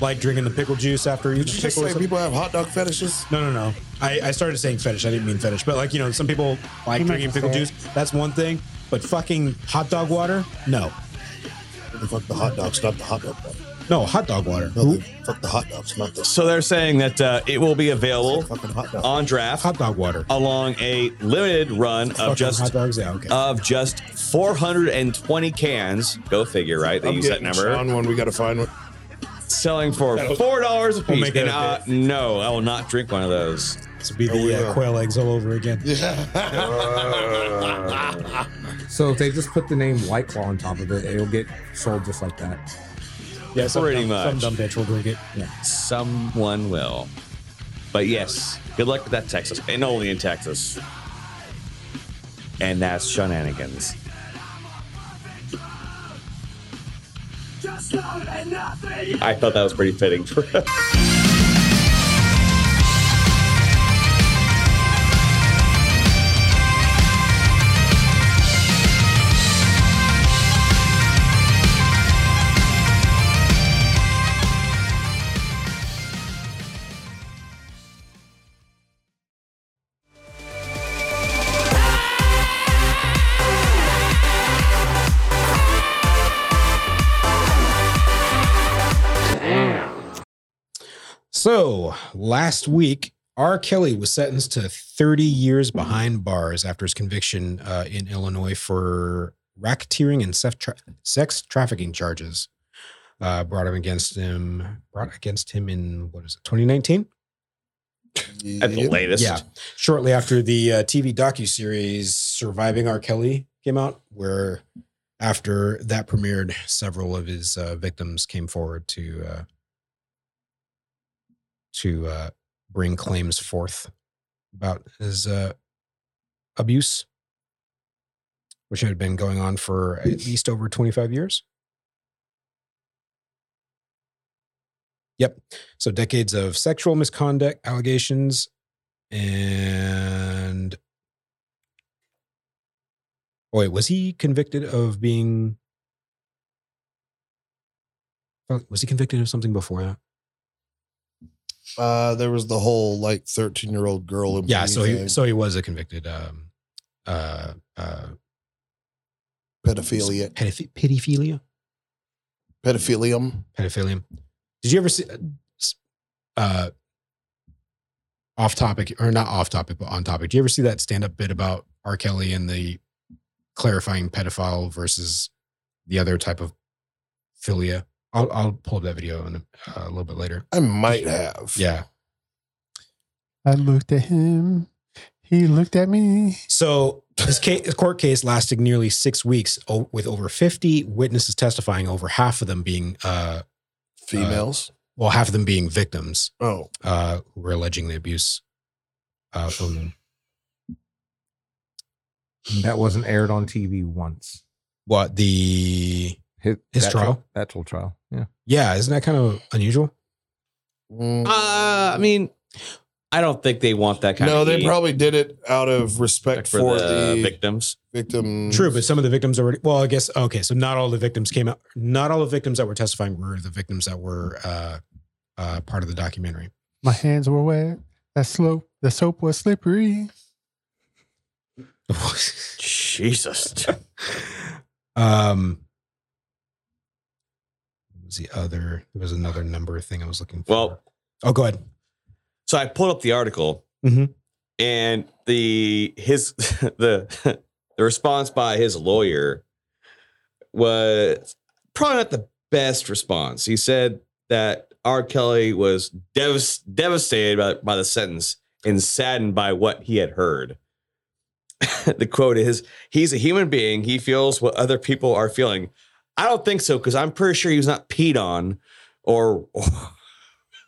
[SPEAKER 4] like drinking the pickle juice after eating
[SPEAKER 1] Did you
[SPEAKER 4] the
[SPEAKER 1] just
[SPEAKER 4] pickle. or
[SPEAKER 1] say
[SPEAKER 4] something.
[SPEAKER 1] people have hot dog fetishes?
[SPEAKER 4] No, no, no. I, I started saying fetish. I didn't mean fetish, but like you know, some people like
[SPEAKER 3] You might
[SPEAKER 4] drinking pickle
[SPEAKER 3] say
[SPEAKER 4] juice.
[SPEAKER 3] it.
[SPEAKER 4] That's one thing. But fucking hot dog water? No,
[SPEAKER 1] They fuck the hot dogs, not the hot dog. water.
[SPEAKER 4] no hot dog water.
[SPEAKER 1] No, they fuck the hot dogs, not the
[SPEAKER 2] So they're saying that uh, it will be available
[SPEAKER 1] fucking hot dog.
[SPEAKER 2] on draft
[SPEAKER 4] Hot dog water.
[SPEAKER 2] along a limited run
[SPEAKER 4] Fucking
[SPEAKER 2] of Uh, just uh,
[SPEAKER 4] hot dogs. Yeah, okay.
[SPEAKER 2] of just 420 cans. Go figure, right? They
[SPEAKER 1] I'm
[SPEAKER 2] use that
[SPEAKER 1] getting
[SPEAKER 2] number.
[SPEAKER 1] Sean one. We gotta find one.
[SPEAKER 2] Selling for four dollars a piece.
[SPEAKER 4] make it
[SPEAKER 2] and,
[SPEAKER 4] a
[SPEAKER 2] uh, no, I will not drink one of those.
[SPEAKER 4] this would be the uh, quail eggs all over again.
[SPEAKER 6] So if they just put the name White Claw on top of it, it'll get sold just like that.
[SPEAKER 4] Yeah, some
[SPEAKER 2] Pretty
[SPEAKER 4] dumb,
[SPEAKER 2] much.
[SPEAKER 4] Some dumb bitch will drink it. Yeah.
[SPEAKER 2] Someone will. But yes, good luck with that, Texas, and only in Texas. And that's shenanigans.
[SPEAKER 5] Just love and nothing.
[SPEAKER 2] I thought that was pretty fitting for us.
[SPEAKER 4] So last week, R. Kelly was sentenced to 30 years behind bars after his conviction uh, in Illinois for racketeering and sef- tra- sex trafficking charges uh, brought him against him brought against him in what is it 2019?
[SPEAKER 2] At the latest.
[SPEAKER 4] Yeah, shortly after the uh, TV docu series "Surviving R. Kelly" came out, where after that premiered, several of his uh, victims came forward to uh, to uh, bring claims forth about his uh, abuse, which had been going on for at least over twenty five years. Yep. So decades of sexual misconduct allegations and boy, was he convicted of being
[SPEAKER 8] Oh, Was he convicted of something before that?
[SPEAKER 1] Uh, there was the whole like 13 year old girl.
[SPEAKER 8] Yeah, so
[SPEAKER 1] thing,
[SPEAKER 8] he so he was a convicted um, uh, uh,
[SPEAKER 1] pedophilia,
[SPEAKER 8] pedoph- pedophilia,
[SPEAKER 1] pedophilium.
[SPEAKER 8] pedophilia. Did you ever see? Uh, off topic or not off topic, but on topic. Do you ever see that stand up bit about R. Kelly and the clarifying pedophile versus the other type of philia? I'll I'll pull up that video in a, a little bit later.
[SPEAKER 1] I might have.
[SPEAKER 8] Yeah.
[SPEAKER 3] I looked at him. He looked at me.
[SPEAKER 4] So his, case, his court case lasted nearly six weeks, o- with over 50 witnesses testifying, over half of them being, uh,
[SPEAKER 1] Females.
[SPEAKER 8] well, half of them being victims
[SPEAKER 1] oh,
[SPEAKER 8] uh, who were alleging the abuse uh, from them.
[SPEAKER 6] That wasn't aired on TV once.
[SPEAKER 8] What the?
[SPEAKER 6] His,
[SPEAKER 8] His
[SPEAKER 6] that
[SPEAKER 8] trial?
[SPEAKER 6] That whole trial. Yeah.
[SPEAKER 8] Yeah, isn't that kind of unusual?
[SPEAKER 1] Mm.
[SPEAKER 2] Uh, I mean, I don't think they want that kind
[SPEAKER 1] no,
[SPEAKER 2] of
[SPEAKER 1] they
[SPEAKER 2] heat
[SPEAKER 1] probably did it out of respect
[SPEAKER 2] for,
[SPEAKER 1] for,
[SPEAKER 2] the,
[SPEAKER 1] the,
[SPEAKER 2] victims.
[SPEAKER 1] victim.
[SPEAKER 4] True, but some of the victims already. Well, I guess okay. So not all the victims came out. Not all the victims that were testifying were the victims that were uh, uh, part of the documentary.
[SPEAKER 3] My hands were wet. That slope, the soap was slippery.
[SPEAKER 2] Jesus.
[SPEAKER 4] um, what was the other? There was another number thing I was looking for.
[SPEAKER 2] Well-
[SPEAKER 4] oh, go ahead.
[SPEAKER 2] So I pulled up the article,
[SPEAKER 4] Mhm.
[SPEAKER 2] and the his the the response by his lawyer was probably not the best response. He said that R. Kelly was devas- devastated by, by the sentence and saddened by what he had heard. the quote is He's a human being. He feels what other people are feeling. I don't think so because I'm pretty sure he was not peed on or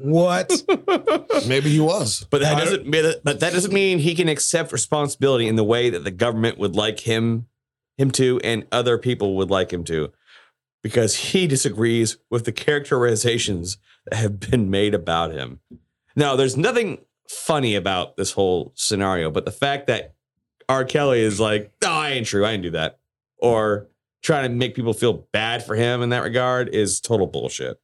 [SPEAKER 4] What?
[SPEAKER 1] Maybe he was.
[SPEAKER 2] But that
[SPEAKER 4] I
[SPEAKER 2] doesn't. mean that- But that doesn't mean he can accept responsibility in the way that the government would like him, him to, and other people would like him to, because he disagrees with the characterizations that have been made about him. Now, there's nothing funny about this whole scenario, but the fact that R. Kelly is like, "No, I ain't true. I didn't do that," or trying to make people feel bad for him in that regard is total bullshit.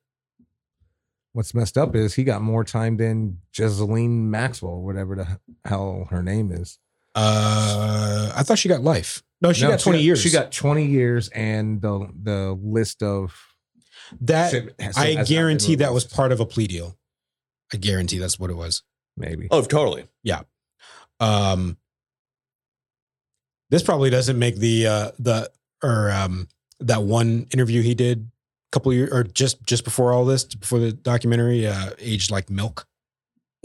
[SPEAKER 6] What's messed up is he got more time than Jezeline Maxwell, whatever the hell her name is.
[SPEAKER 4] Uh, I thought she got life. No, she
[SPEAKER 6] No,
[SPEAKER 4] got twenty years.
[SPEAKER 6] She got 20 years and the the list of
[SPEAKER 4] that.
[SPEAKER 6] shit has- has
[SPEAKER 4] I
[SPEAKER 6] not been
[SPEAKER 4] guarantee that was
[SPEAKER 6] released.
[SPEAKER 4] part of a plea deal. I guarantee that's what it was.
[SPEAKER 6] maybe.
[SPEAKER 2] Oh, totally.
[SPEAKER 4] Um, this probably doesn't make the uh, the or um, that one interview he did a couple years or just just before all this before the documentary uh, aged like milk.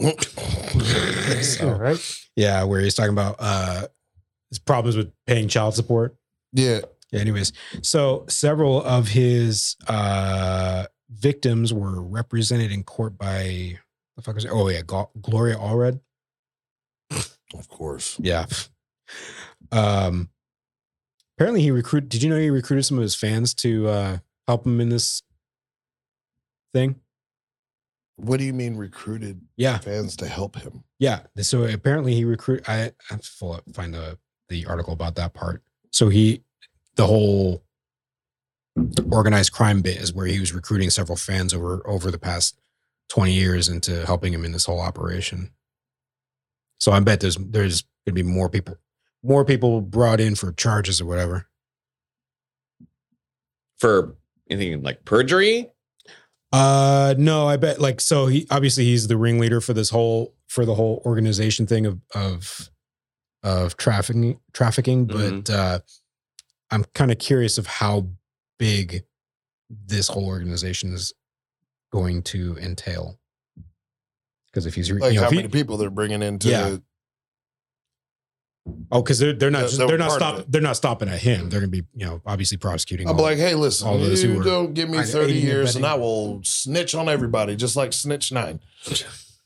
[SPEAKER 3] All
[SPEAKER 4] So,
[SPEAKER 3] right.
[SPEAKER 4] yeah, where he's talking about uh, his problems with paying child support.
[SPEAKER 1] yeah.
[SPEAKER 4] Yeah, anyways, so several of his uh, victims were represented in court by the fuck was it? Oh yeah, Glo- Gloria Allred.
[SPEAKER 1] Of course.
[SPEAKER 4] Yeah. Um apparently he recruited did you know he recruited some of his fans to uh help him in this thing?
[SPEAKER 1] What do you mean recruited
[SPEAKER 4] Yeah.
[SPEAKER 1] fans to help him?
[SPEAKER 4] Yeah. So apparently he recruit. I, I have to full find the the article about that part. So he the whole organized crime bit is where he was recruiting several fans over over the past twenty years into helping him in this whole operation. So I bet there's there's gonna be more people more people brought in for charges or whatever.
[SPEAKER 2] For anything like perjury,
[SPEAKER 4] Uh no, I bet like so he obviously he's the ringleader for this whole for the whole organization thing of of of trafficking trafficking,
[SPEAKER 2] Mhm.
[SPEAKER 4] but uh I'm kind of curious of how big this whole organization is going to entail. Because if he's re-
[SPEAKER 1] Like
[SPEAKER 4] you know,
[SPEAKER 1] how
[SPEAKER 4] if he-
[SPEAKER 1] many people they're bringing into?
[SPEAKER 4] Yeah. oh, because they're they're not
[SPEAKER 1] That-
[SPEAKER 4] just,
[SPEAKER 1] that
[SPEAKER 4] they're
[SPEAKER 1] were
[SPEAKER 4] not
[SPEAKER 1] part of
[SPEAKER 4] stop
[SPEAKER 1] it.
[SPEAKER 4] they're not stopping at him. They're gonna be you know obviously prosecuting.
[SPEAKER 1] I'm
[SPEAKER 4] all-
[SPEAKER 1] like, hey, listen,
[SPEAKER 4] All those who
[SPEAKER 1] you
[SPEAKER 4] were-
[SPEAKER 1] don't give me
[SPEAKER 4] I-
[SPEAKER 1] 30
[SPEAKER 4] aiding and
[SPEAKER 1] years and I
[SPEAKER 4] abetting.
[SPEAKER 1] will snitch on everybody, just like Snitch Nine.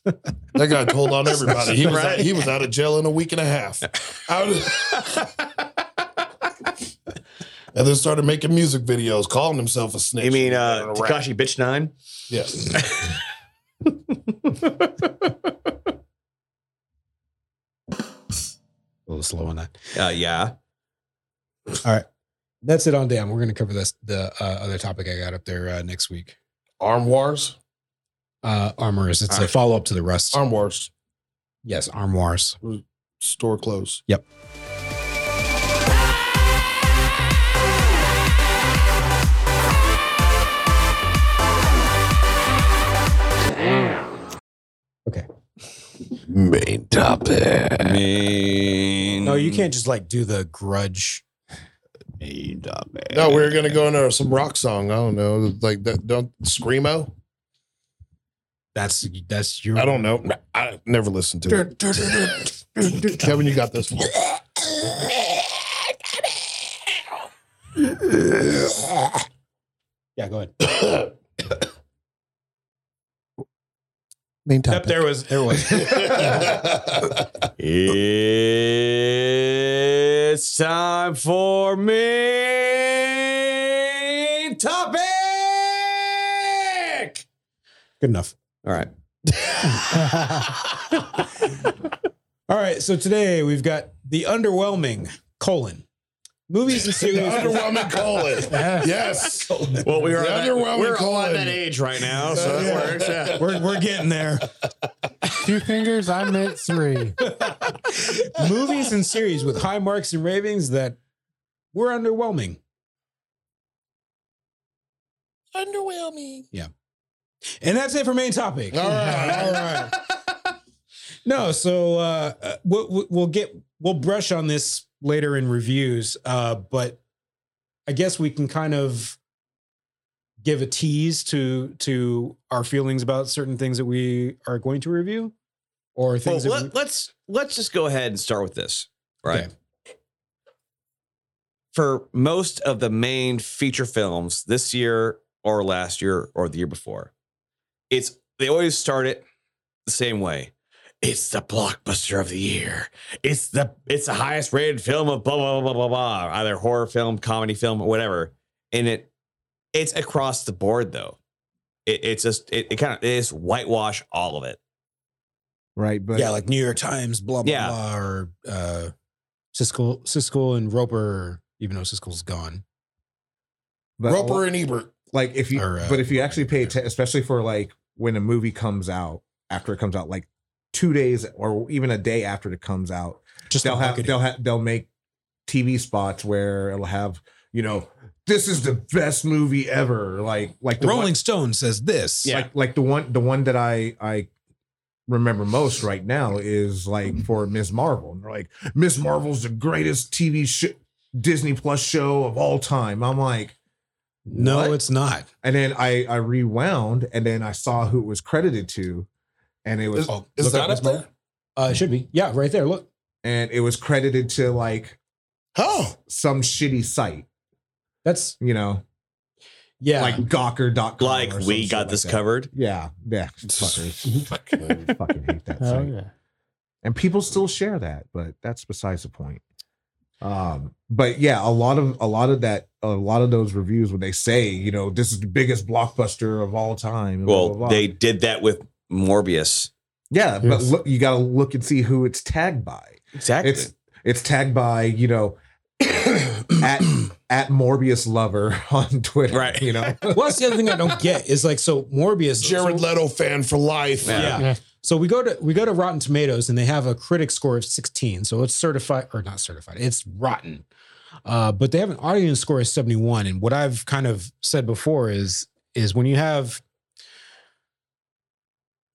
[SPEAKER 1] that guy told on everybody. He was, out, he was out of jail in a week and a half. Out of- and then started making music videos, calling himself a snitch.
[SPEAKER 2] you mean uh,
[SPEAKER 1] And a rat.
[SPEAKER 2] Takashi Bitch Nine?
[SPEAKER 1] Yes.
[SPEAKER 4] a little slow on that.
[SPEAKER 2] Uh, yeah.
[SPEAKER 4] All right. That's it on damn. We're going to cover this the uh, other topic I got up there uh, next week.
[SPEAKER 1] Armoires?
[SPEAKER 8] Uh, armors. It's a
[SPEAKER 2] Alright.
[SPEAKER 8] follow up to the rust.
[SPEAKER 1] Armoires.
[SPEAKER 8] yes, armoires.
[SPEAKER 1] Store close. Main topic.
[SPEAKER 2] mean,
[SPEAKER 4] No, you
[SPEAKER 1] Mm.
[SPEAKER 4] can't just like do the grudge.
[SPEAKER 1] No, we are gonna go into some rock song. I don't know, like that. Don't screamo.
[SPEAKER 4] That's that's your.
[SPEAKER 1] I don't know. I never listened to it. Kevin, you got this one.
[SPEAKER 4] Yeah, go ahead.
[SPEAKER 6] Main
[SPEAKER 4] Yep, there was there was.
[SPEAKER 2] It's time for main topic.
[SPEAKER 4] Good enough.
[SPEAKER 2] All right.
[SPEAKER 4] All right, so today we've got the underwhelming colon movies and series.
[SPEAKER 1] underwhelming colon. Yes.
[SPEAKER 2] Well, we
[SPEAKER 1] The underwhelming colon.
[SPEAKER 2] age right now,
[SPEAKER 1] Yeah.
[SPEAKER 2] Yeah.
[SPEAKER 4] we're, we're getting there.
[SPEAKER 3] Two fingers, I meant three.
[SPEAKER 4] movies and series with high marks and ratings that were underwhelming.
[SPEAKER 1] Underwhelming.
[SPEAKER 4] And that's it for main topic.
[SPEAKER 1] All right.
[SPEAKER 4] All right. No, so uh, uh, we'll, we'll- we'll get we'll brush on this later in reviews, uh, but I guess we can kind of give a tease to to our feelings about certain things that we are going to review, or
[SPEAKER 2] Well,
[SPEAKER 4] things that we,
[SPEAKER 2] let, let's let's just go ahead and start with this, right?
[SPEAKER 4] Okay.
[SPEAKER 2] For most of the main feature films this year, or last year, or the year before, it's they always start it the same way. It's the blockbuster of the year. It's the it's the highest rated film of blah blah blah blah blah, blah either horror film, comedy film, or whatever. And it it's across the board though. It, it's just it, it kind of it is whitewash all of it.
[SPEAKER 6] Right, but
[SPEAKER 4] yeah, like New York Times, blah blah
[SPEAKER 2] Yeah.
[SPEAKER 4] blah, or uh, Siskel Siskel and Roper, even though Siskel's gone.
[SPEAKER 6] but a
[SPEAKER 1] Roper
[SPEAKER 6] lot-
[SPEAKER 1] and Ebert.
[SPEAKER 6] like if you,
[SPEAKER 4] or, uh,
[SPEAKER 6] but if you actually pay attention, especially for like when a movie comes out after it comes out, like two days or even a day after it comes out,
[SPEAKER 4] Just
[SPEAKER 6] they'll
[SPEAKER 4] the
[SPEAKER 6] have
[SPEAKER 4] marketing.
[SPEAKER 6] they'll have they'll make TV spots where it'll have you know this is the best movie ever, like like the
[SPEAKER 8] Rolling
[SPEAKER 6] one,
[SPEAKER 8] Stone says this.
[SPEAKER 2] Yeah.
[SPEAKER 6] like like the one the one that I I remember most right now is
[SPEAKER 4] Mm-hmm.
[SPEAKER 6] like for Ms. Marvel, and they're like Ms. Marvel's the greatest TV sh- Disney Plus show of all time. I'm like.
[SPEAKER 4] No,
[SPEAKER 6] What?
[SPEAKER 4] it's not.
[SPEAKER 6] And then I I rewound and then I saw who it was credited to and it was
[SPEAKER 1] Is, is
[SPEAKER 4] look
[SPEAKER 1] that
[SPEAKER 4] up
[SPEAKER 1] up
[SPEAKER 4] this moment.
[SPEAKER 1] there?
[SPEAKER 4] Uh, it should be. Yeah, right there. Look.
[SPEAKER 6] and it was credited to like
[SPEAKER 1] Oh,
[SPEAKER 6] some shitty site,
[SPEAKER 4] That's
[SPEAKER 6] you know,
[SPEAKER 4] yeah.
[SPEAKER 6] like gawker.com.
[SPEAKER 2] Like
[SPEAKER 6] or some
[SPEAKER 2] we
[SPEAKER 6] shit
[SPEAKER 2] got
[SPEAKER 6] like
[SPEAKER 2] this
[SPEAKER 6] that.
[SPEAKER 2] covered.
[SPEAKER 6] Yeah, yeah. Fuckers.
[SPEAKER 1] Fucking-
[SPEAKER 6] fucking hate that
[SPEAKER 3] Oh
[SPEAKER 6] site.
[SPEAKER 3] yeah.
[SPEAKER 6] And people still share that, but that's besides the point. Um, but yeah, a lot of a lot of that a lot of those reviews when they say, you know, this is the biggest blockbuster of all time. and blah,
[SPEAKER 2] Well,
[SPEAKER 6] blah, blah.
[SPEAKER 2] they did that with Morbius.
[SPEAKER 6] yeah, but
[SPEAKER 3] Yes.
[SPEAKER 6] look you gotta look and see who it's tagged by.
[SPEAKER 2] Exactly.
[SPEAKER 6] it's it's tagged by you know at at Morbius lover on Twitter,
[SPEAKER 2] Right.
[SPEAKER 6] You know,
[SPEAKER 4] well, that's the other thing I don't get is like so Morbius.
[SPEAKER 1] Jared
[SPEAKER 4] so,
[SPEAKER 1] Leto fan for life.
[SPEAKER 2] Yeah.
[SPEAKER 4] yeah.
[SPEAKER 3] Yeah.
[SPEAKER 4] So we go to we go to Rotten Tomatoes and they have a critic score of 16. So it's certified or not certified. It's rotten. Uh, but they have an audience score of 71. And what I've kind of said before is is when you have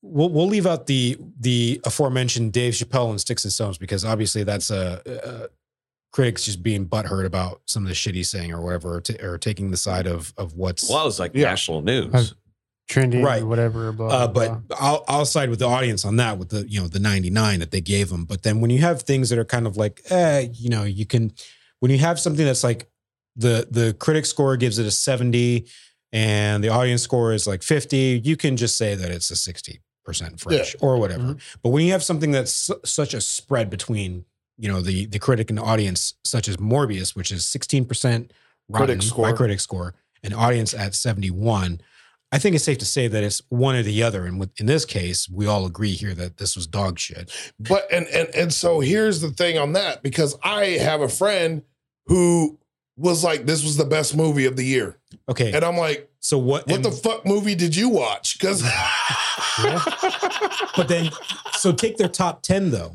[SPEAKER 4] we'll, we'll leave out the the aforementioned Dave Chappelle and Sticks and Stones because obviously that's a, a critics just being butthurt about some of the shit he's saying or whatever or, ta- or taking the side of of what's
[SPEAKER 2] well, it was like
[SPEAKER 1] Yeah.
[SPEAKER 2] national news.
[SPEAKER 3] I've- Trendy,
[SPEAKER 4] Right.
[SPEAKER 3] right? Whatever. Blah,
[SPEAKER 4] uh,
[SPEAKER 3] blah,
[SPEAKER 4] but I'll, I'll side with the audience on that with the you know the 99 that they gave them but then when you have things that are kind of like eh, you know you can when you have something that's like the the critic score gives it a 70 and the audience score is like 50 you can just say that it's a 60 percent fresh or whatever
[SPEAKER 1] Mm-hmm.
[SPEAKER 4] but when you have something that's su- such a spread between you know the the critic and the audience such as morbius which is 16 percent
[SPEAKER 1] Critic
[SPEAKER 4] by
[SPEAKER 1] score.
[SPEAKER 4] critic score and audience at 71 I think it's safe to say that it's one or the other. And with, in this case, we all agree here that this was dog shit.
[SPEAKER 1] But and and and so here's the thing on that because I have a friend who was like, "This was the best movie of the year,"
[SPEAKER 4] Okay.
[SPEAKER 1] and I'm like,
[SPEAKER 4] So what?
[SPEAKER 1] What
[SPEAKER 4] and-
[SPEAKER 1] the fuck movie did you watch? Because
[SPEAKER 4] but then, so take their top ten though.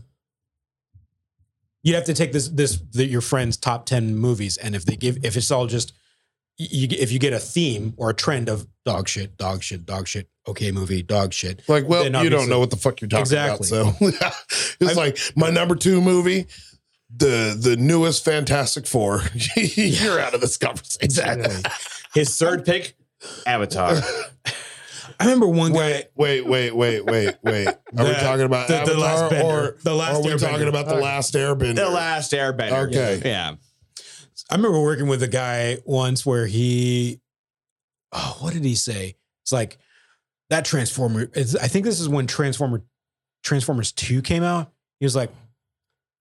[SPEAKER 4] You have to take this this the, your friend's top ten movies, and if they give if it's all just you if you get a theme or a trend of dog shit, dog shit, dog shit, okay movie, dog shit.
[SPEAKER 1] like, well,
[SPEAKER 4] Then
[SPEAKER 1] you don't
[SPEAKER 4] obviously-
[SPEAKER 1] know what the fuck you're talking
[SPEAKER 4] Exactly.
[SPEAKER 1] about. So it's
[SPEAKER 4] I'm-
[SPEAKER 1] like my number two movie, the the newest Fantastic Four. you're out of this conversation.
[SPEAKER 4] Exactly. His third pick.
[SPEAKER 2] Avatar.
[SPEAKER 4] I remember one guy.
[SPEAKER 1] Wait, wait, wait, wait, wait, wait. Are we
[SPEAKER 4] The-
[SPEAKER 1] talking about
[SPEAKER 4] the- the
[SPEAKER 1] Avatar
[SPEAKER 4] Last Bender.
[SPEAKER 1] or
[SPEAKER 4] The Last
[SPEAKER 1] are we
[SPEAKER 4] Airbender.
[SPEAKER 1] talking about the last Airbender?
[SPEAKER 2] the last airbender.
[SPEAKER 1] Okay.
[SPEAKER 2] Yeah.
[SPEAKER 4] I remember working with a guy once where he, oh, what did he say? It's like that Transformer. It's, I think this is when Transformer Transformers Two came out. He was like,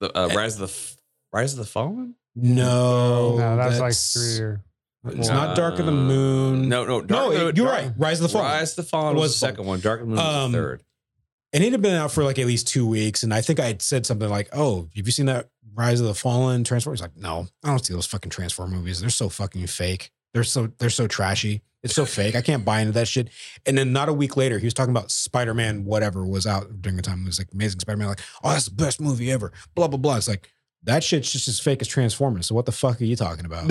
[SPEAKER 2] The uh, Rise of the F- Rise of the Fallen?
[SPEAKER 4] "No,
[SPEAKER 3] no, that's, like
[SPEAKER 4] oh, that's-
[SPEAKER 3] three or
[SPEAKER 4] It's not Dark of the Moon.
[SPEAKER 2] Uh, No, no,
[SPEAKER 4] Mm. no,
[SPEAKER 2] Dark, no,
[SPEAKER 4] you're
[SPEAKER 2] Dark-
[SPEAKER 4] right. Rise of the Fallen.
[SPEAKER 2] Rise of the Fallen
[SPEAKER 4] It
[SPEAKER 2] was,
[SPEAKER 4] was
[SPEAKER 2] the
[SPEAKER 4] Fallen.
[SPEAKER 2] second one. Dark of the Moon was
[SPEAKER 4] Um,
[SPEAKER 2] the third.
[SPEAKER 4] and it had been out for like at least two weeks. And I think I had said something like, "Oh, have you seen that Rise of the Fallen Transformers?" He's like, "No, I don't see those fucking Transform movies. They're so fucking fake. They're so they're so trashy. It's so fake. I can't buy into that shit." And then not a week later, he was talking about Spider Man. Whatever was out during the time it was like Amazing Spider Man. Like, oh, that's the best movie ever. Blah blah blah. It's like that shit's just as fake as Transformers. So what the fuck are you talking about?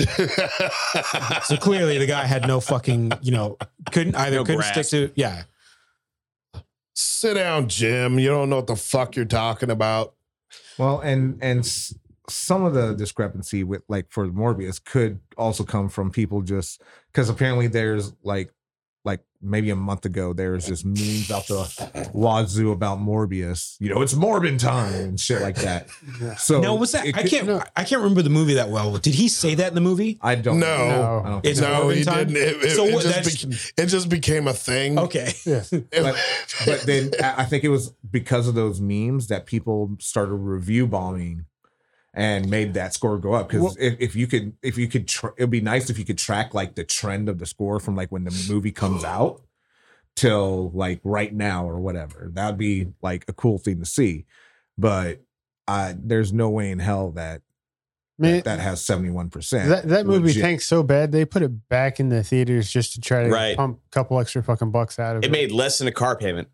[SPEAKER 4] so clearly, the guy had no fucking you know couldn't either
[SPEAKER 2] No
[SPEAKER 4] couldn't
[SPEAKER 2] grasp.
[SPEAKER 4] stick to yeah.
[SPEAKER 1] Sit down, Jim. You don't know what the fuck you're talking about.
[SPEAKER 6] Well, and and s- some of the discrepancy with like for Morbius could also come from people just because apparently there's like like maybe a month ago there was just memes out the wazoo about Morbius. You know, it's Morbin time and shit like that. So
[SPEAKER 4] No, was that?
[SPEAKER 6] it
[SPEAKER 4] I
[SPEAKER 6] could-
[SPEAKER 4] can't. I can't remember the movie that well. Did he say that in the movie?
[SPEAKER 6] I don't.
[SPEAKER 1] No.
[SPEAKER 6] know. I don't
[SPEAKER 4] It's
[SPEAKER 6] think
[SPEAKER 1] no,
[SPEAKER 4] Corbin
[SPEAKER 1] he
[SPEAKER 4] time?
[SPEAKER 1] didn't. It, it-
[SPEAKER 4] So
[SPEAKER 1] it
[SPEAKER 4] what-
[SPEAKER 1] just
[SPEAKER 4] that's-
[SPEAKER 1] be, it just became a thing.
[SPEAKER 4] Okay.
[SPEAKER 6] But- but then I I think it was because of those memes that people started review bombing and made that score go up because
[SPEAKER 3] Well-
[SPEAKER 6] if, if you could if you could tr- it'd be nice if you could track like the trend of the score from like when the movie comes out till like right now or whatever that would be like a cool thing to see but I there's no way in hell that
[SPEAKER 3] Man,
[SPEAKER 6] that has 71%
[SPEAKER 3] That, that movie
[SPEAKER 6] legit.
[SPEAKER 3] tanked so bad they put it back in the theaters just to try to
[SPEAKER 2] Right.
[SPEAKER 3] pump a couple extra fucking bucks out of it.
[SPEAKER 2] It made less than a car payment.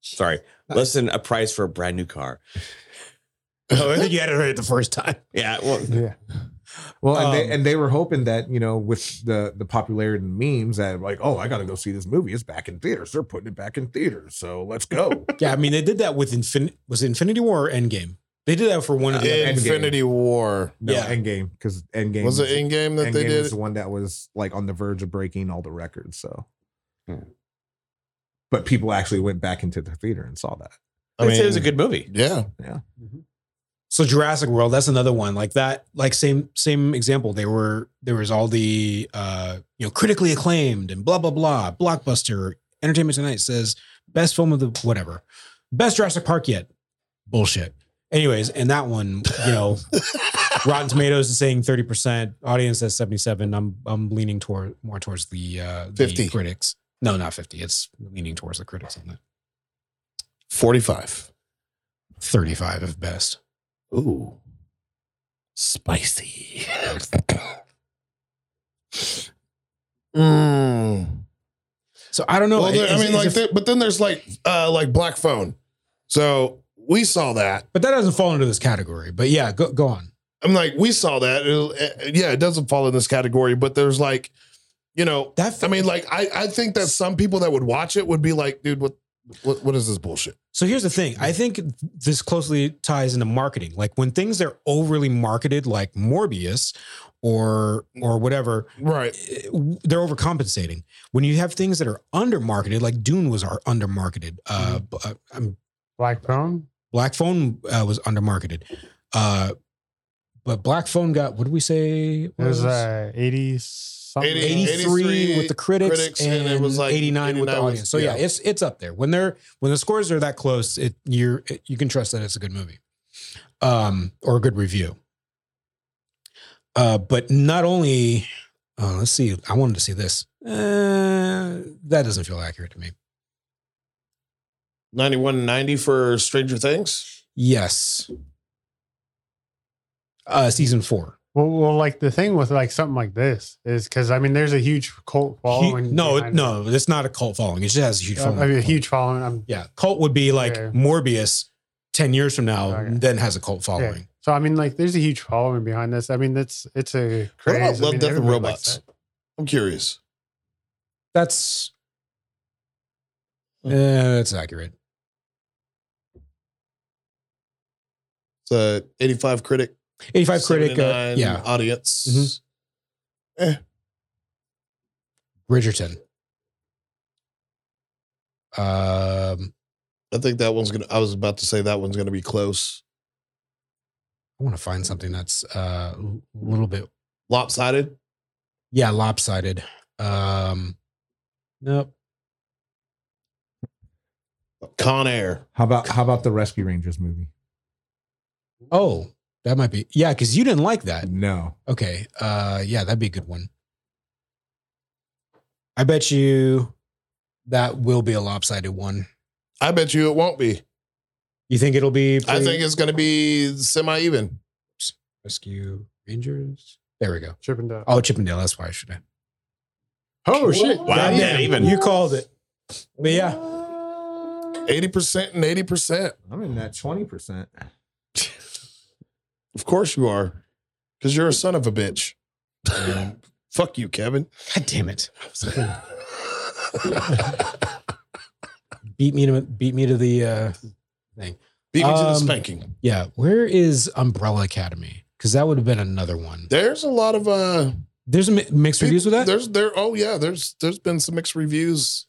[SPEAKER 2] Sorry. Less than a price for a brand new car.
[SPEAKER 4] Oh, I think you had it right the first time.
[SPEAKER 2] Yeah. Well,
[SPEAKER 3] yeah,
[SPEAKER 6] Well, and, they,
[SPEAKER 4] Um,
[SPEAKER 6] and they were hoping that you know, with the the popularity and memes, that like, oh, I got to go see this movie. It's back in theaters. They're putting it back in theaters, so let's go.
[SPEAKER 4] Yeah, I mean they did that with Infin was it Infinity War or Endgame. They did that for one of the
[SPEAKER 6] Yeah.
[SPEAKER 4] other-
[SPEAKER 1] Infinity War.
[SPEAKER 6] No,
[SPEAKER 4] Yeah.
[SPEAKER 6] Endgame because Endgame
[SPEAKER 1] Was it in game that
[SPEAKER 6] Endgame
[SPEAKER 1] they
[SPEAKER 6] was
[SPEAKER 1] did?
[SPEAKER 6] the one that was like on the verge of breaking all the records. So, but people actually went back into the theater and saw that.
[SPEAKER 1] I
[SPEAKER 2] it was a
[SPEAKER 1] mean,
[SPEAKER 2] good movie.
[SPEAKER 1] Yeah.
[SPEAKER 4] So Jurassic World, that's another one like that. Like same same example. They were there was all the uh you know critically acclaimed and blah blah blah blockbuster. Entertainment Tonight says best film of the whatever, best Jurassic Park yet. Bullshit. Anyways, and that one you know Rotten Tomatoes is saying 30%, audience says 77. I'm I'm leaning toward more towards the uh the
[SPEAKER 1] 50.
[SPEAKER 4] critics. No, not 50. It's leaning towards the critics on that.
[SPEAKER 1] 45.
[SPEAKER 4] 35 of best.
[SPEAKER 1] Ooh. Spicy. mm.
[SPEAKER 4] So I don't know.
[SPEAKER 1] well, there- I
[SPEAKER 4] Is-
[SPEAKER 1] mean,
[SPEAKER 4] is
[SPEAKER 1] like,
[SPEAKER 4] it-
[SPEAKER 1] there- but then there's like, uh, like Black Phone. So we saw that.
[SPEAKER 4] but that doesn't fall into this category. But yeah, go go on.
[SPEAKER 1] I'm like, we saw that. It- uh, yeah, it doesn't fall in this category, but there's like, you know,
[SPEAKER 4] That
[SPEAKER 1] I mean, like, I, I think that some people that would watch it would be like, dude, what, what, what is this bullshit?
[SPEAKER 4] So here's the thing. I think this closely ties into marketing. Like when things are overly marketed, like Morbius or or whatever, eh,
[SPEAKER 1] Right.
[SPEAKER 4] they're overcompensating. When you have things that are under marketed, like Dune was our under marketed.
[SPEAKER 3] Mm-hmm.
[SPEAKER 4] Uh, b- uh, I'm
[SPEAKER 3] Black Phone.
[SPEAKER 4] Black Phone uh, was undermarketed. Uh, but Black Phone got what did we say?
[SPEAKER 3] It was uh, eighty something.
[SPEAKER 1] 80
[SPEAKER 4] 83, with the critics,
[SPEAKER 1] critics,
[SPEAKER 4] and, it was like 89, with the
[SPEAKER 1] 89 was-
[SPEAKER 4] audience. so yeah.
[SPEAKER 1] yeah.
[SPEAKER 4] it's it's up there. When they're when the scores are that close, it you're it, you can trust that it's a good movie. Um or a good review. Uh but not only uh, let's see I wanted to see this. Uh, that doesn't feel accurate to me.
[SPEAKER 1] 9190 for Stranger Things.
[SPEAKER 4] Yes. Uh season 4.
[SPEAKER 3] Well, well, like the thing with like something like this is because I mean, there's a huge cult following.
[SPEAKER 4] He- no, it,
[SPEAKER 3] behind
[SPEAKER 4] no, it's not a cult following. It just has a
[SPEAKER 3] it.
[SPEAKER 4] huge
[SPEAKER 3] Uh,
[SPEAKER 4] following.
[SPEAKER 3] I mean, a huge following. I'm,
[SPEAKER 4] yeah, cult would be like
[SPEAKER 3] Okay.
[SPEAKER 4] Morbius ten years from now,
[SPEAKER 3] Okay.
[SPEAKER 4] and then has a cult following.
[SPEAKER 3] yeah. So I mean, like, there's a huge following behind this. I mean, that's it's a
[SPEAKER 1] What
[SPEAKER 3] craze. I
[SPEAKER 1] about Love,
[SPEAKER 3] mean,
[SPEAKER 1] Death, and
[SPEAKER 3] everybody likes
[SPEAKER 1] Robots?
[SPEAKER 3] that.
[SPEAKER 1] I'm curious.
[SPEAKER 4] That's
[SPEAKER 1] Hmm.
[SPEAKER 4] eh, that's accurate.
[SPEAKER 1] It's a 85 critic, Mm-hmm.
[SPEAKER 4] Eighty-five critic, uh,
[SPEAKER 1] 79
[SPEAKER 4] yeah,
[SPEAKER 1] audience.
[SPEAKER 4] Mhm.
[SPEAKER 8] Bridgerton. Um,
[SPEAKER 1] I think that one's gonna. I was about to say that one's gonna be close,
[SPEAKER 8] I want to find something that's uh, a little bit
[SPEAKER 1] lopsided.
[SPEAKER 8] yeah lopsided. Um, nope.
[SPEAKER 1] Con Air.
[SPEAKER 6] How about how about the Rescue Rangers movie?
[SPEAKER 8] Oh, that might be yeah because you didn't like that.
[SPEAKER 6] No,
[SPEAKER 8] Okay. Uh, yeah, that'd be a good one. I bet you that will be a lopsided one.
[SPEAKER 1] I bet you it won't be.
[SPEAKER 4] you think it'll be?
[SPEAKER 1] I
[SPEAKER 4] pretty-
[SPEAKER 1] think it's gonna be semi even.
[SPEAKER 8] Rescue Rangers. There we go.
[SPEAKER 3] Chippendale.
[SPEAKER 8] Oh, Chippendale. That's why I should have.
[SPEAKER 3] Oh shit!
[SPEAKER 2] Wow,
[SPEAKER 4] Goddamn,
[SPEAKER 2] not even.
[SPEAKER 4] you called it. But yeah,
[SPEAKER 1] Eighty percent and eighty percent.
[SPEAKER 6] I'm in that twenty percent.
[SPEAKER 1] Of course you are, because you're a son of a bitch. Fuck you, Kevin.
[SPEAKER 8] God damn it! Beat me to beat me to the. Uh,
[SPEAKER 1] Beat me to the
[SPEAKER 8] Um,
[SPEAKER 1] spanking.
[SPEAKER 8] yeah, where is Umbrella Academy? Because that would have been another one.
[SPEAKER 1] There's a lot of uh
[SPEAKER 8] There's a mi- mixed reviews with that.
[SPEAKER 1] There's there. Oh yeah, there's there's been some mixed reviews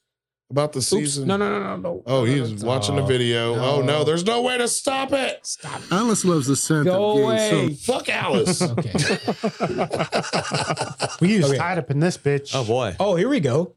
[SPEAKER 1] about the
[SPEAKER 8] Oops.
[SPEAKER 1] season.
[SPEAKER 8] No, no, no, no, no.
[SPEAKER 1] Oh,
[SPEAKER 8] No, no,
[SPEAKER 1] he's
[SPEAKER 8] no.
[SPEAKER 1] watching the
[SPEAKER 8] Oh,
[SPEAKER 1] video. Oh no,
[SPEAKER 8] no.
[SPEAKER 1] there's no way to stop it. Stop.
[SPEAKER 9] Alice loves the scent
[SPEAKER 8] Go
[SPEAKER 9] of gay
[SPEAKER 8] away.
[SPEAKER 1] Fuck Alice.
[SPEAKER 8] Okay.
[SPEAKER 1] it's
[SPEAKER 3] We used
[SPEAKER 4] Okay.
[SPEAKER 3] tied up in this bitch.
[SPEAKER 2] Oh boy.
[SPEAKER 4] Oh, here we go.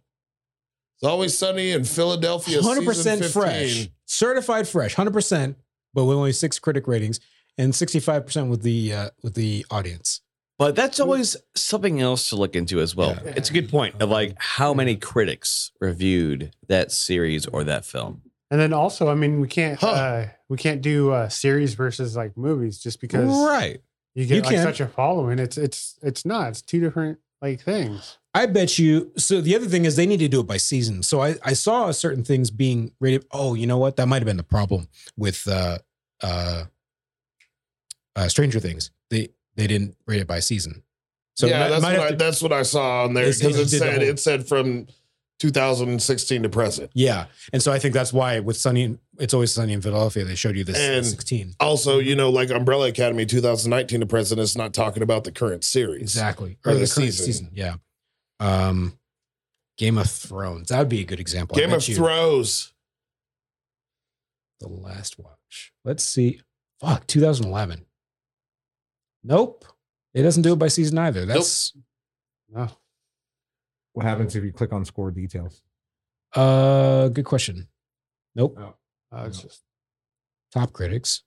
[SPEAKER 1] always sunny in Philadelphia.
[SPEAKER 4] Hundred
[SPEAKER 1] 100%
[SPEAKER 4] percent fresh, certified fresh, hundred percent. But with only six critic ratings and sixty-five percent with the uh, with the audience.
[SPEAKER 2] But that's always something else to look into as well.
[SPEAKER 8] Yeah.
[SPEAKER 2] It's a good point of like how many critics reviewed that series or that film.
[SPEAKER 3] And then also, I mean, we can't
[SPEAKER 1] Huh.
[SPEAKER 3] uh, we can't do uh, series versus like movies just because
[SPEAKER 2] Right.
[SPEAKER 3] you get
[SPEAKER 4] You
[SPEAKER 3] like
[SPEAKER 4] can.
[SPEAKER 3] such a following. It's it's it's not. It's two different like things.
[SPEAKER 4] I bet you. So the other thing is they need to do it by season. So I, I saw certain things being rated. Oh, you know what? That might have been the problem with uh, uh, uh, Stranger Things. They they didn't rate it by season. So
[SPEAKER 1] yeah,
[SPEAKER 4] it
[SPEAKER 1] that's
[SPEAKER 4] might
[SPEAKER 1] what,
[SPEAKER 4] have
[SPEAKER 1] I,
[SPEAKER 4] to-
[SPEAKER 1] that's what I saw on there
[SPEAKER 4] They said
[SPEAKER 1] because
[SPEAKER 4] you
[SPEAKER 1] it
[SPEAKER 4] did the
[SPEAKER 1] said
[SPEAKER 4] whole-
[SPEAKER 1] it said from 2016 to present.
[SPEAKER 4] yeah, and so I think that's why with Sunny, and- it's always Sunny in Philadelphia. They showed you this
[SPEAKER 1] And-
[SPEAKER 4] sixteen.
[SPEAKER 1] Also,
[SPEAKER 8] Mm-hmm.
[SPEAKER 1] you know, like Umbrella Academy 2019 to present, it's not talking about the current series.
[SPEAKER 8] Exactly.
[SPEAKER 1] Or
[SPEAKER 8] Or
[SPEAKER 1] the
[SPEAKER 8] the, current
[SPEAKER 1] season.
[SPEAKER 8] season. Yeah. Um, Game of Thrones. That would be a good example. I
[SPEAKER 1] Game
[SPEAKER 8] bet
[SPEAKER 1] of
[SPEAKER 8] you
[SPEAKER 1] Thrones.
[SPEAKER 8] The last watch. Let's see. Fuck, 2011. Nope. It doesn't do it by season either. That's
[SPEAKER 3] No.
[SPEAKER 6] What happens if you click on score details?
[SPEAKER 8] uh good question. Nope.
[SPEAKER 3] Uh, it's just
[SPEAKER 8] Top critics.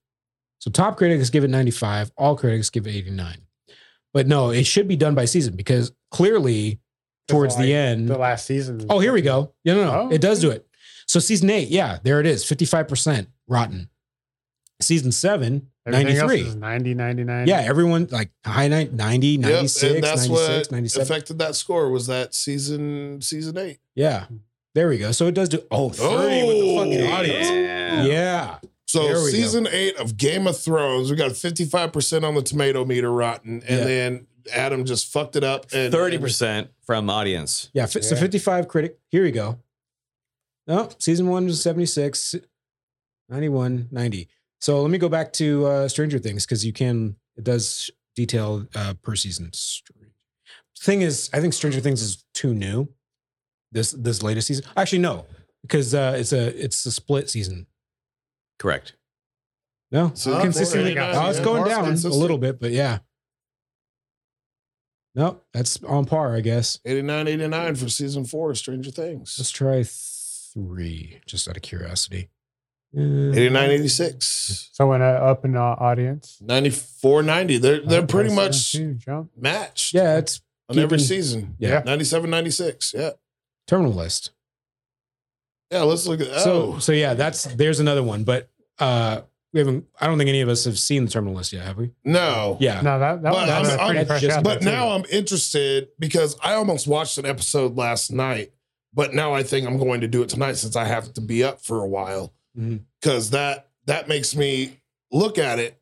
[SPEAKER 8] So top critics give it 95, all critics give it 89. But no, it should be done by season because clearly towards
[SPEAKER 3] like
[SPEAKER 8] the end.
[SPEAKER 3] the last season.
[SPEAKER 8] Oh, here we go. Yeah, no, no,
[SPEAKER 3] Oh,
[SPEAKER 8] it does do it. So season eight, yeah, there it is, fifty-five percent rotten. Season seven,
[SPEAKER 3] Everything else
[SPEAKER 8] 93.
[SPEAKER 3] is 90, 99.
[SPEAKER 8] yeah, everyone like high ni- 90,
[SPEAKER 1] Yep,
[SPEAKER 8] 96,
[SPEAKER 1] and that's
[SPEAKER 8] 96,
[SPEAKER 1] what
[SPEAKER 8] 97.
[SPEAKER 1] affected that score was that season season eight.
[SPEAKER 8] yeah, there we go. So it does do. Oh, 30 with the fucking
[SPEAKER 1] Oh,
[SPEAKER 8] audience.
[SPEAKER 2] Yeah.
[SPEAKER 8] Yeah, There
[SPEAKER 1] So
[SPEAKER 8] we go.
[SPEAKER 1] season eight of Game of Thrones, we got 55% on the tomato meter rotten, and
[SPEAKER 8] Yeah.
[SPEAKER 1] then Adam just fucked it up and
[SPEAKER 2] 30% from audience.
[SPEAKER 8] yeah. fi- So
[SPEAKER 3] Yeah.
[SPEAKER 8] fifty-five critic. Here we go. No, season one was 76, 91, 90. So let me go back to uh, Stranger Things because you can, it does detail uh, per season. Str- Thing is, I think Stranger Things is too new. This this latest season, actually no, because uh, it's a it's a split season.
[SPEAKER 2] Correct.
[SPEAKER 8] No,
[SPEAKER 1] So
[SPEAKER 8] so
[SPEAKER 1] it
[SPEAKER 8] consistently,
[SPEAKER 1] goes,
[SPEAKER 8] oh, it's
[SPEAKER 1] yeah,
[SPEAKER 8] going
[SPEAKER 1] more
[SPEAKER 8] down
[SPEAKER 1] consistent.
[SPEAKER 8] a little bit, but yeah. No, that's on par, I guess.
[SPEAKER 1] 89, 89 for season four of Stranger
[SPEAKER 8] Let's
[SPEAKER 1] Things.
[SPEAKER 8] try three, just out of curiosity.
[SPEAKER 1] 89, 86.
[SPEAKER 3] So when uh, up in the audience,
[SPEAKER 1] 94, 90. They're, they're
[SPEAKER 3] Uh,
[SPEAKER 1] pretty
[SPEAKER 3] price
[SPEAKER 1] much
[SPEAKER 3] seventeen, jump.
[SPEAKER 1] matched
[SPEAKER 8] Yeah, it's
[SPEAKER 1] on every
[SPEAKER 8] keeping-
[SPEAKER 1] season.
[SPEAKER 8] Yeah.
[SPEAKER 1] 97, 96. Yeah.
[SPEAKER 8] terminal list.
[SPEAKER 1] Yeah, let's look at
[SPEAKER 8] So
[SPEAKER 1] oh.
[SPEAKER 8] so yeah, that's there's another one. But uh
[SPEAKER 4] we haven't. I don't think any of us have seen the terminal list yet, have we?
[SPEAKER 1] No.
[SPEAKER 4] Yeah.
[SPEAKER 3] No, that
[SPEAKER 1] But
[SPEAKER 3] that was
[SPEAKER 1] I'm-
[SPEAKER 3] that's
[SPEAKER 1] I'm-
[SPEAKER 3] pretty fresh
[SPEAKER 4] just-
[SPEAKER 3] out
[SPEAKER 1] But
[SPEAKER 3] there,
[SPEAKER 1] now
[SPEAKER 3] too.
[SPEAKER 1] I'm interested because I almost watched an episode last night, but now I think I'm going to do it tonight since I have to be up for a while.
[SPEAKER 8] Mm-hmm.
[SPEAKER 4] Mhm.
[SPEAKER 1] Cause that that makes me look at it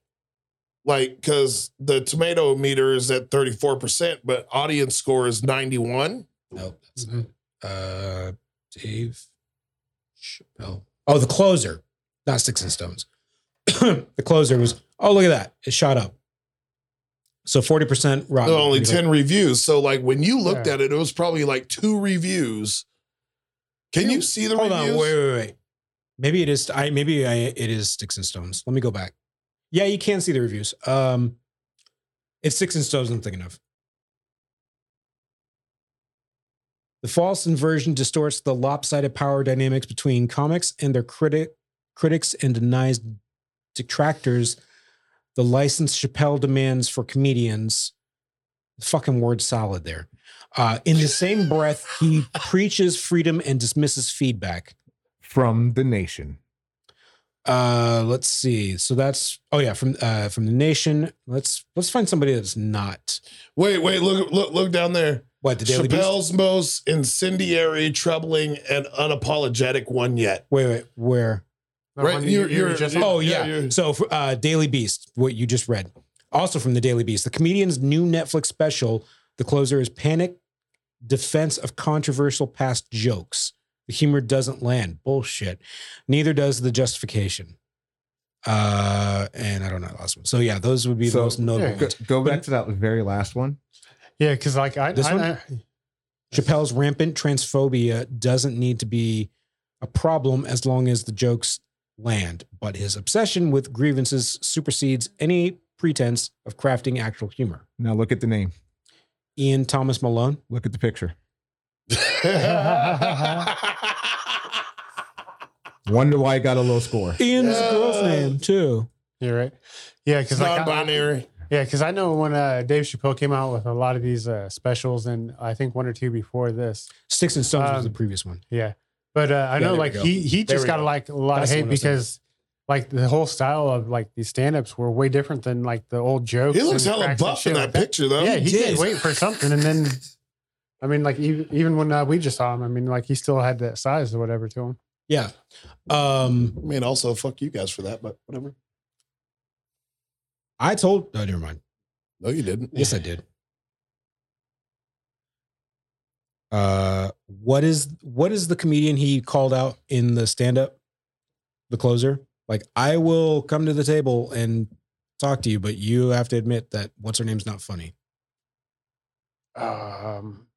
[SPEAKER 1] like because the tomato meter is at 34%, but audience score is 91.
[SPEAKER 8] No, that's not. Uh, Dave Chappelle. Oh, the closer, not Sticks and Stones. the closer was. Oh, look at that! It shot up. So forty percent rotten.
[SPEAKER 1] There are only
[SPEAKER 8] He's
[SPEAKER 1] 10 reviews. So like when you looked
[SPEAKER 3] Yeah.
[SPEAKER 1] at it, it was probably like two reviews. Can you see the
[SPEAKER 4] Hold
[SPEAKER 1] reviews?
[SPEAKER 4] on. Wait, wait, wait. Maybe it is. I maybe I, it is sticks and stones. Let me go back. Yeah, you can see the reviews. Um, it's sticks and stones. I'm thinking of. The false inversion distorts the lopsided power dynamics between comics and their critic critics and denies detractors the license Chappelle demands for comedians. Fucking word solid there. Uh, in the same breath, he preaches freedom and dismisses feedback.
[SPEAKER 6] from the nation.
[SPEAKER 4] Uh, let's see. So that's oh yeah from uh, from the nation. Let's let's find somebody that's not
[SPEAKER 1] Wait, wait, look, look, look down there.
[SPEAKER 4] what the Daily Beast.
[SPEAKER 1] Chappelle's most incendiary, troubling, and unapologetic one yet.
[SPEAKER 4] Wait, wait, where?
[SPEAKER 3] That
[SPEAKER 1] right,
[SPEAKER 3] one
[SPEAKER 1] you're-
[SPEAKER 3] were
[SPEAKER 1] you're-
[SPEAKER 3] just-
[SPEAKER 1] you're-
[SPEAKER 4] Oh
[SPEAKER 1] yeah,
[SPEAKER 4] yeah.
[SPEAKER 1] yeah.
[SPEAKER 4] So uh, Daily Beast, what you just read, also from the Daily Beast. The comedian's new Netflix special, the closer is panic, defense of controversial past jokes. The humor doesn't land. Bullshit. Neither does the justification. Uh, and I don't know the last one. So yeah, those would be
[SPEAKER 6] So-
[SPEAKER 4] the most notable.
[SPEAKER 3] Yeah,
[SPEAKER 6] Go,
[SPEAKER 4] ones.
[SPEAKER 6] go back to that very last one.
[SPEAKER 3] yeah, because like I,
[SPEAKER 4] This
[SPEAKER 3] I-
[SPEAKER 4] one?
[SPEAKER 3] I-
[SPEAKER 4] Chappelle's rampant transphobia doesn't need to be a problem as long as the jokes land, but his obsession with grievances supersedes any pretense of crafting actual humor.
[SPEAKER 6] Now look at the name.
[SPEAKER 4] Ian Thomas Malone.
[SPEAKER 6] Look at the picture. Wonder why I got a low score.
[SPEAKER 4] Ian's
[SPEAKER 1] Yeah.
[SPEAKER 4] girl's name too.
[SPEAKER 3] you're right. Yeah, because
[SPEAKER 1] It's
[SPEAKER 3] like I-
[SPEAKER 1] non-binary.
[SPEAKER 3] Yeah, because I know when uh, Dave Chappelle came out with a lot of these uh, specials, and I think one or two before this.
[SPEAKER 4] Sticks and Stones was the
[SPEAKER 3] Um,
[SPEAKER 4] previous one.
[SPEAKER 3] Yeah, but uh, I
[SPEAKER 4] Yeah, there
[SPEAKER 3] know
[SPEAKER 4] we
[SPEAKER 3] like
[SPEAKER 4] go.
[SPEAKER 3] he he
[SPEAKER 4] There
[SPEAKER 3] just
[SPEAKER 4] we
[SPEAKER 3] got
[SPEAKER 4] go.
[SPEAKER 3] like a lot
[SPEAKER 4] That's the
[SPEAKER 3] of hate
[SPEAKER 4] one I said.
[SPEAKER 3] because like the whole style of like these stand-ups were way different than like the old jokes.
[SPEAKER 1] He looks
[SPEAKER 3] and
[SPEAKER 1] hella
[SPEAKER 3] cracks and
[SPEAKER 1] buff
[SPEAKER 3] shit
[SPEAKER 1] in
[SPEAKER 3] like
[SPEAKER 1] that picture, though.
[SPEAKER 3] Yeah, he
[SPEAKER 4] He
[SPEAKER 3] did
[SPEAKER 4] did.
[SPEAKER 3] wait for something, and then I mean, like even even when uh, we just saw him, I mean, like he still had that size or whatever to him.
[SPEAKER 4] Yeah. Um,
[SPEAKER 1] I mean, also fuck you guys for that, but whatever.
[SPEAKER 4] I told oh never mind.
[SPEAKER 1] No, you didn't.
[SPEAKER 4] Yes, I did. Uh, what is what is the comedian he called out in the stand up, the closer? Like, I will come to the table and talk to you, but you have to admit that what's her name's not funny.
[SPEAKER 3] Um,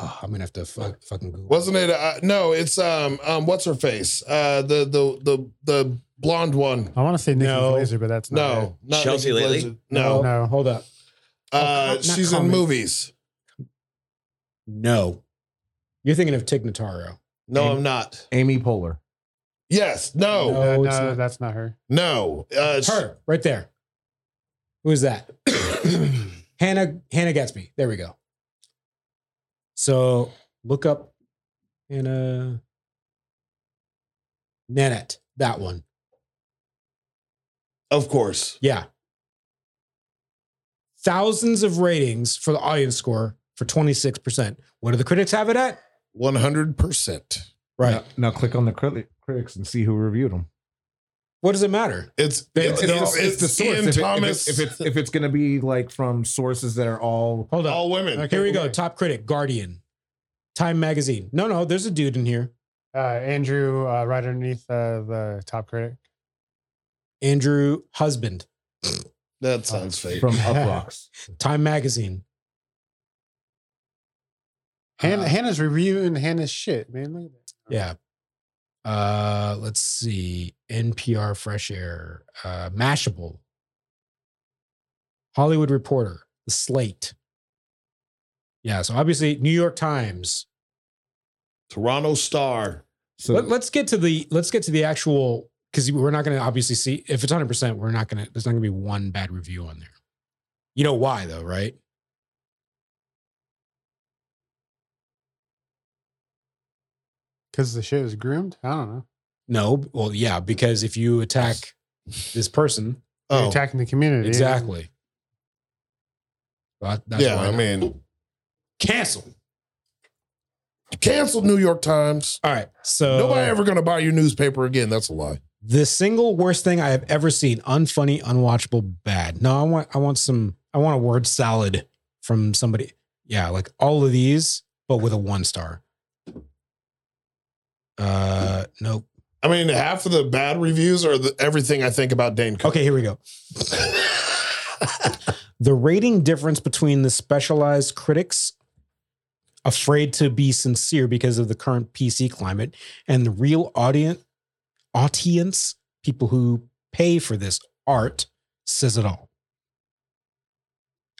[SPEAKER 4] Oh, I'm gonna have to fuck, fucking Google.
[SPEAKER 1] Wasn't it? Uh, no, it's um um. What's her face? Uh, the the the the blonde one.
[SPEAKER 3] I want to say Nikki
[SPEAKER 4] No.
[SPEAKER 3] Glaser, but that's Oh, not
[SPEAKER 1] No, not
[SPEAKER 2] Chelsea
[SPEAKER 1] Nikki
[SPEAKER 2] Lately?
[SPEAKER 1] Blizzard. No,
[SPEAKER 3] No.
[SPEAKER 4] hold up.
[SPEAKER 1] uh,
[SPEAKER 4] not
[SPEAKER 1] she's in
[SPEAKER 4] Carmen.
[SPEAKER 1] movies.
[SPEAKER 4] No, you're thinking of Tig Notaro.
[SPEAKER 1] No, I'm not.
[SPEAKER 6] Amy Polar.
[SPEAKER 1] Yes,
[SPEAKER 3] it.
[SPEAKER 1] no,
[SPEAKER 3] No,
[SPEAKER 4] No,
[SPEAKER 3] no,
[SPEAKER 4] it's not.
[SPEAKER 3] that's not her.
[SPEAKER 1] no. Uh,
[SPEAKER 4] Her right there. Who is that? Hannah Hannah Gatsby. There we go. So look up Hannah Nanette. That one.
[SPEAKER 1] Of course.
[SPEAKER 4] Yeah. Thousands of ratings for the audience score for 26%. What do the critics have it at?
[SPEAKER 1] One hundred percent.
[SPEAKER 4] Right.
[SPEAKER 6] Now, now click on the crit- critics and see who reviewed them.
[SPEAKER 4] What does it matter?
[SPEAKER 1] It's it's,
[SPEAKER 6] It's, it's,
[SPEAKER 1] it's,
[SPEAKER 6] it's the source.
[SPEAKER 1] Ian
[SPEAKER 6] If, it- if it-
[SPEAKER 1] Thomas.
[SPEAKER 6] if it's if it's gonna be like from sources that are all
[SPEAKER 4] Hold on.
[SPEAKER 1] all women.
[SPEAKER 4] Here we go. Top critic, Guardian, Time Magazine. No, no, there's a dude in here.
[SPEAKER 3] Uh, Andrew, uh, right underneath uh, the top critic.
[SPEAKER 4] Andrew Husband,
[SPEAKER 1] That sounds fake.
[SPEAKER 6] uh, from Uprocks.
[SPEAKER 4] Time Magazine.
[SPEAKER 3] Hannah,
[SPEAKER 4] Uh,
[SPEAKER 3] Hannah's reviewing Hannah's shit, man. Look at that.
[SPEAKER 4] Yeah. Uh, let's see. NPR Fresh Air, uh, Mashable, Hollywood Reporter, The Slate. Yeah. So obviously, New York Times.
[SPEAKER 1] Toronto Star.
[SPEAKER 6] So
[SPEAKER 4] Let, let's get to the let's get to the actual because we're not going to obviously see if it's hundred percent. We're not going to. There's not going to be one bad review on there. You know why though, right?
[SPEAKER 3] Because the shit was groomed. I don't know.
[SPEAKER 4] No, well, yeah, because if you attack this person,
[SPEAKER 3] You're
[SPEAKER 1] Oh,
[SPEAKER 3] attacking the community.
[SPEAKER 4] exactly. That- that's
[SPEAKER 1] yeah.
[SPEAKER 4] why
[SPEAKER 1] I mean,
[SPEAKER 4] cancel.
[SPEAKER 1] canceled New York Times.
[SPEAKER 4] All right, so
[SPEAKER 1] Nobody ever going to buy your newspaper again. That's a lie.
[SPEAKER 4] the single worst thing I have ever seen. Unfunny, unwatchable, bad. No, I want I want some I want a word salad from somebody. Yeah, like all of these, but with a one star. Uh nope.
[SPEAKER 1] I mean, half of the bad reviews are the, everything I think about Dane Cook.
[SPEAKER 4] Okay, here we go. the rating difference between the specialized critics afraid to be sincere because of the current PC climate and the real audience audience people who pay for this art says it all.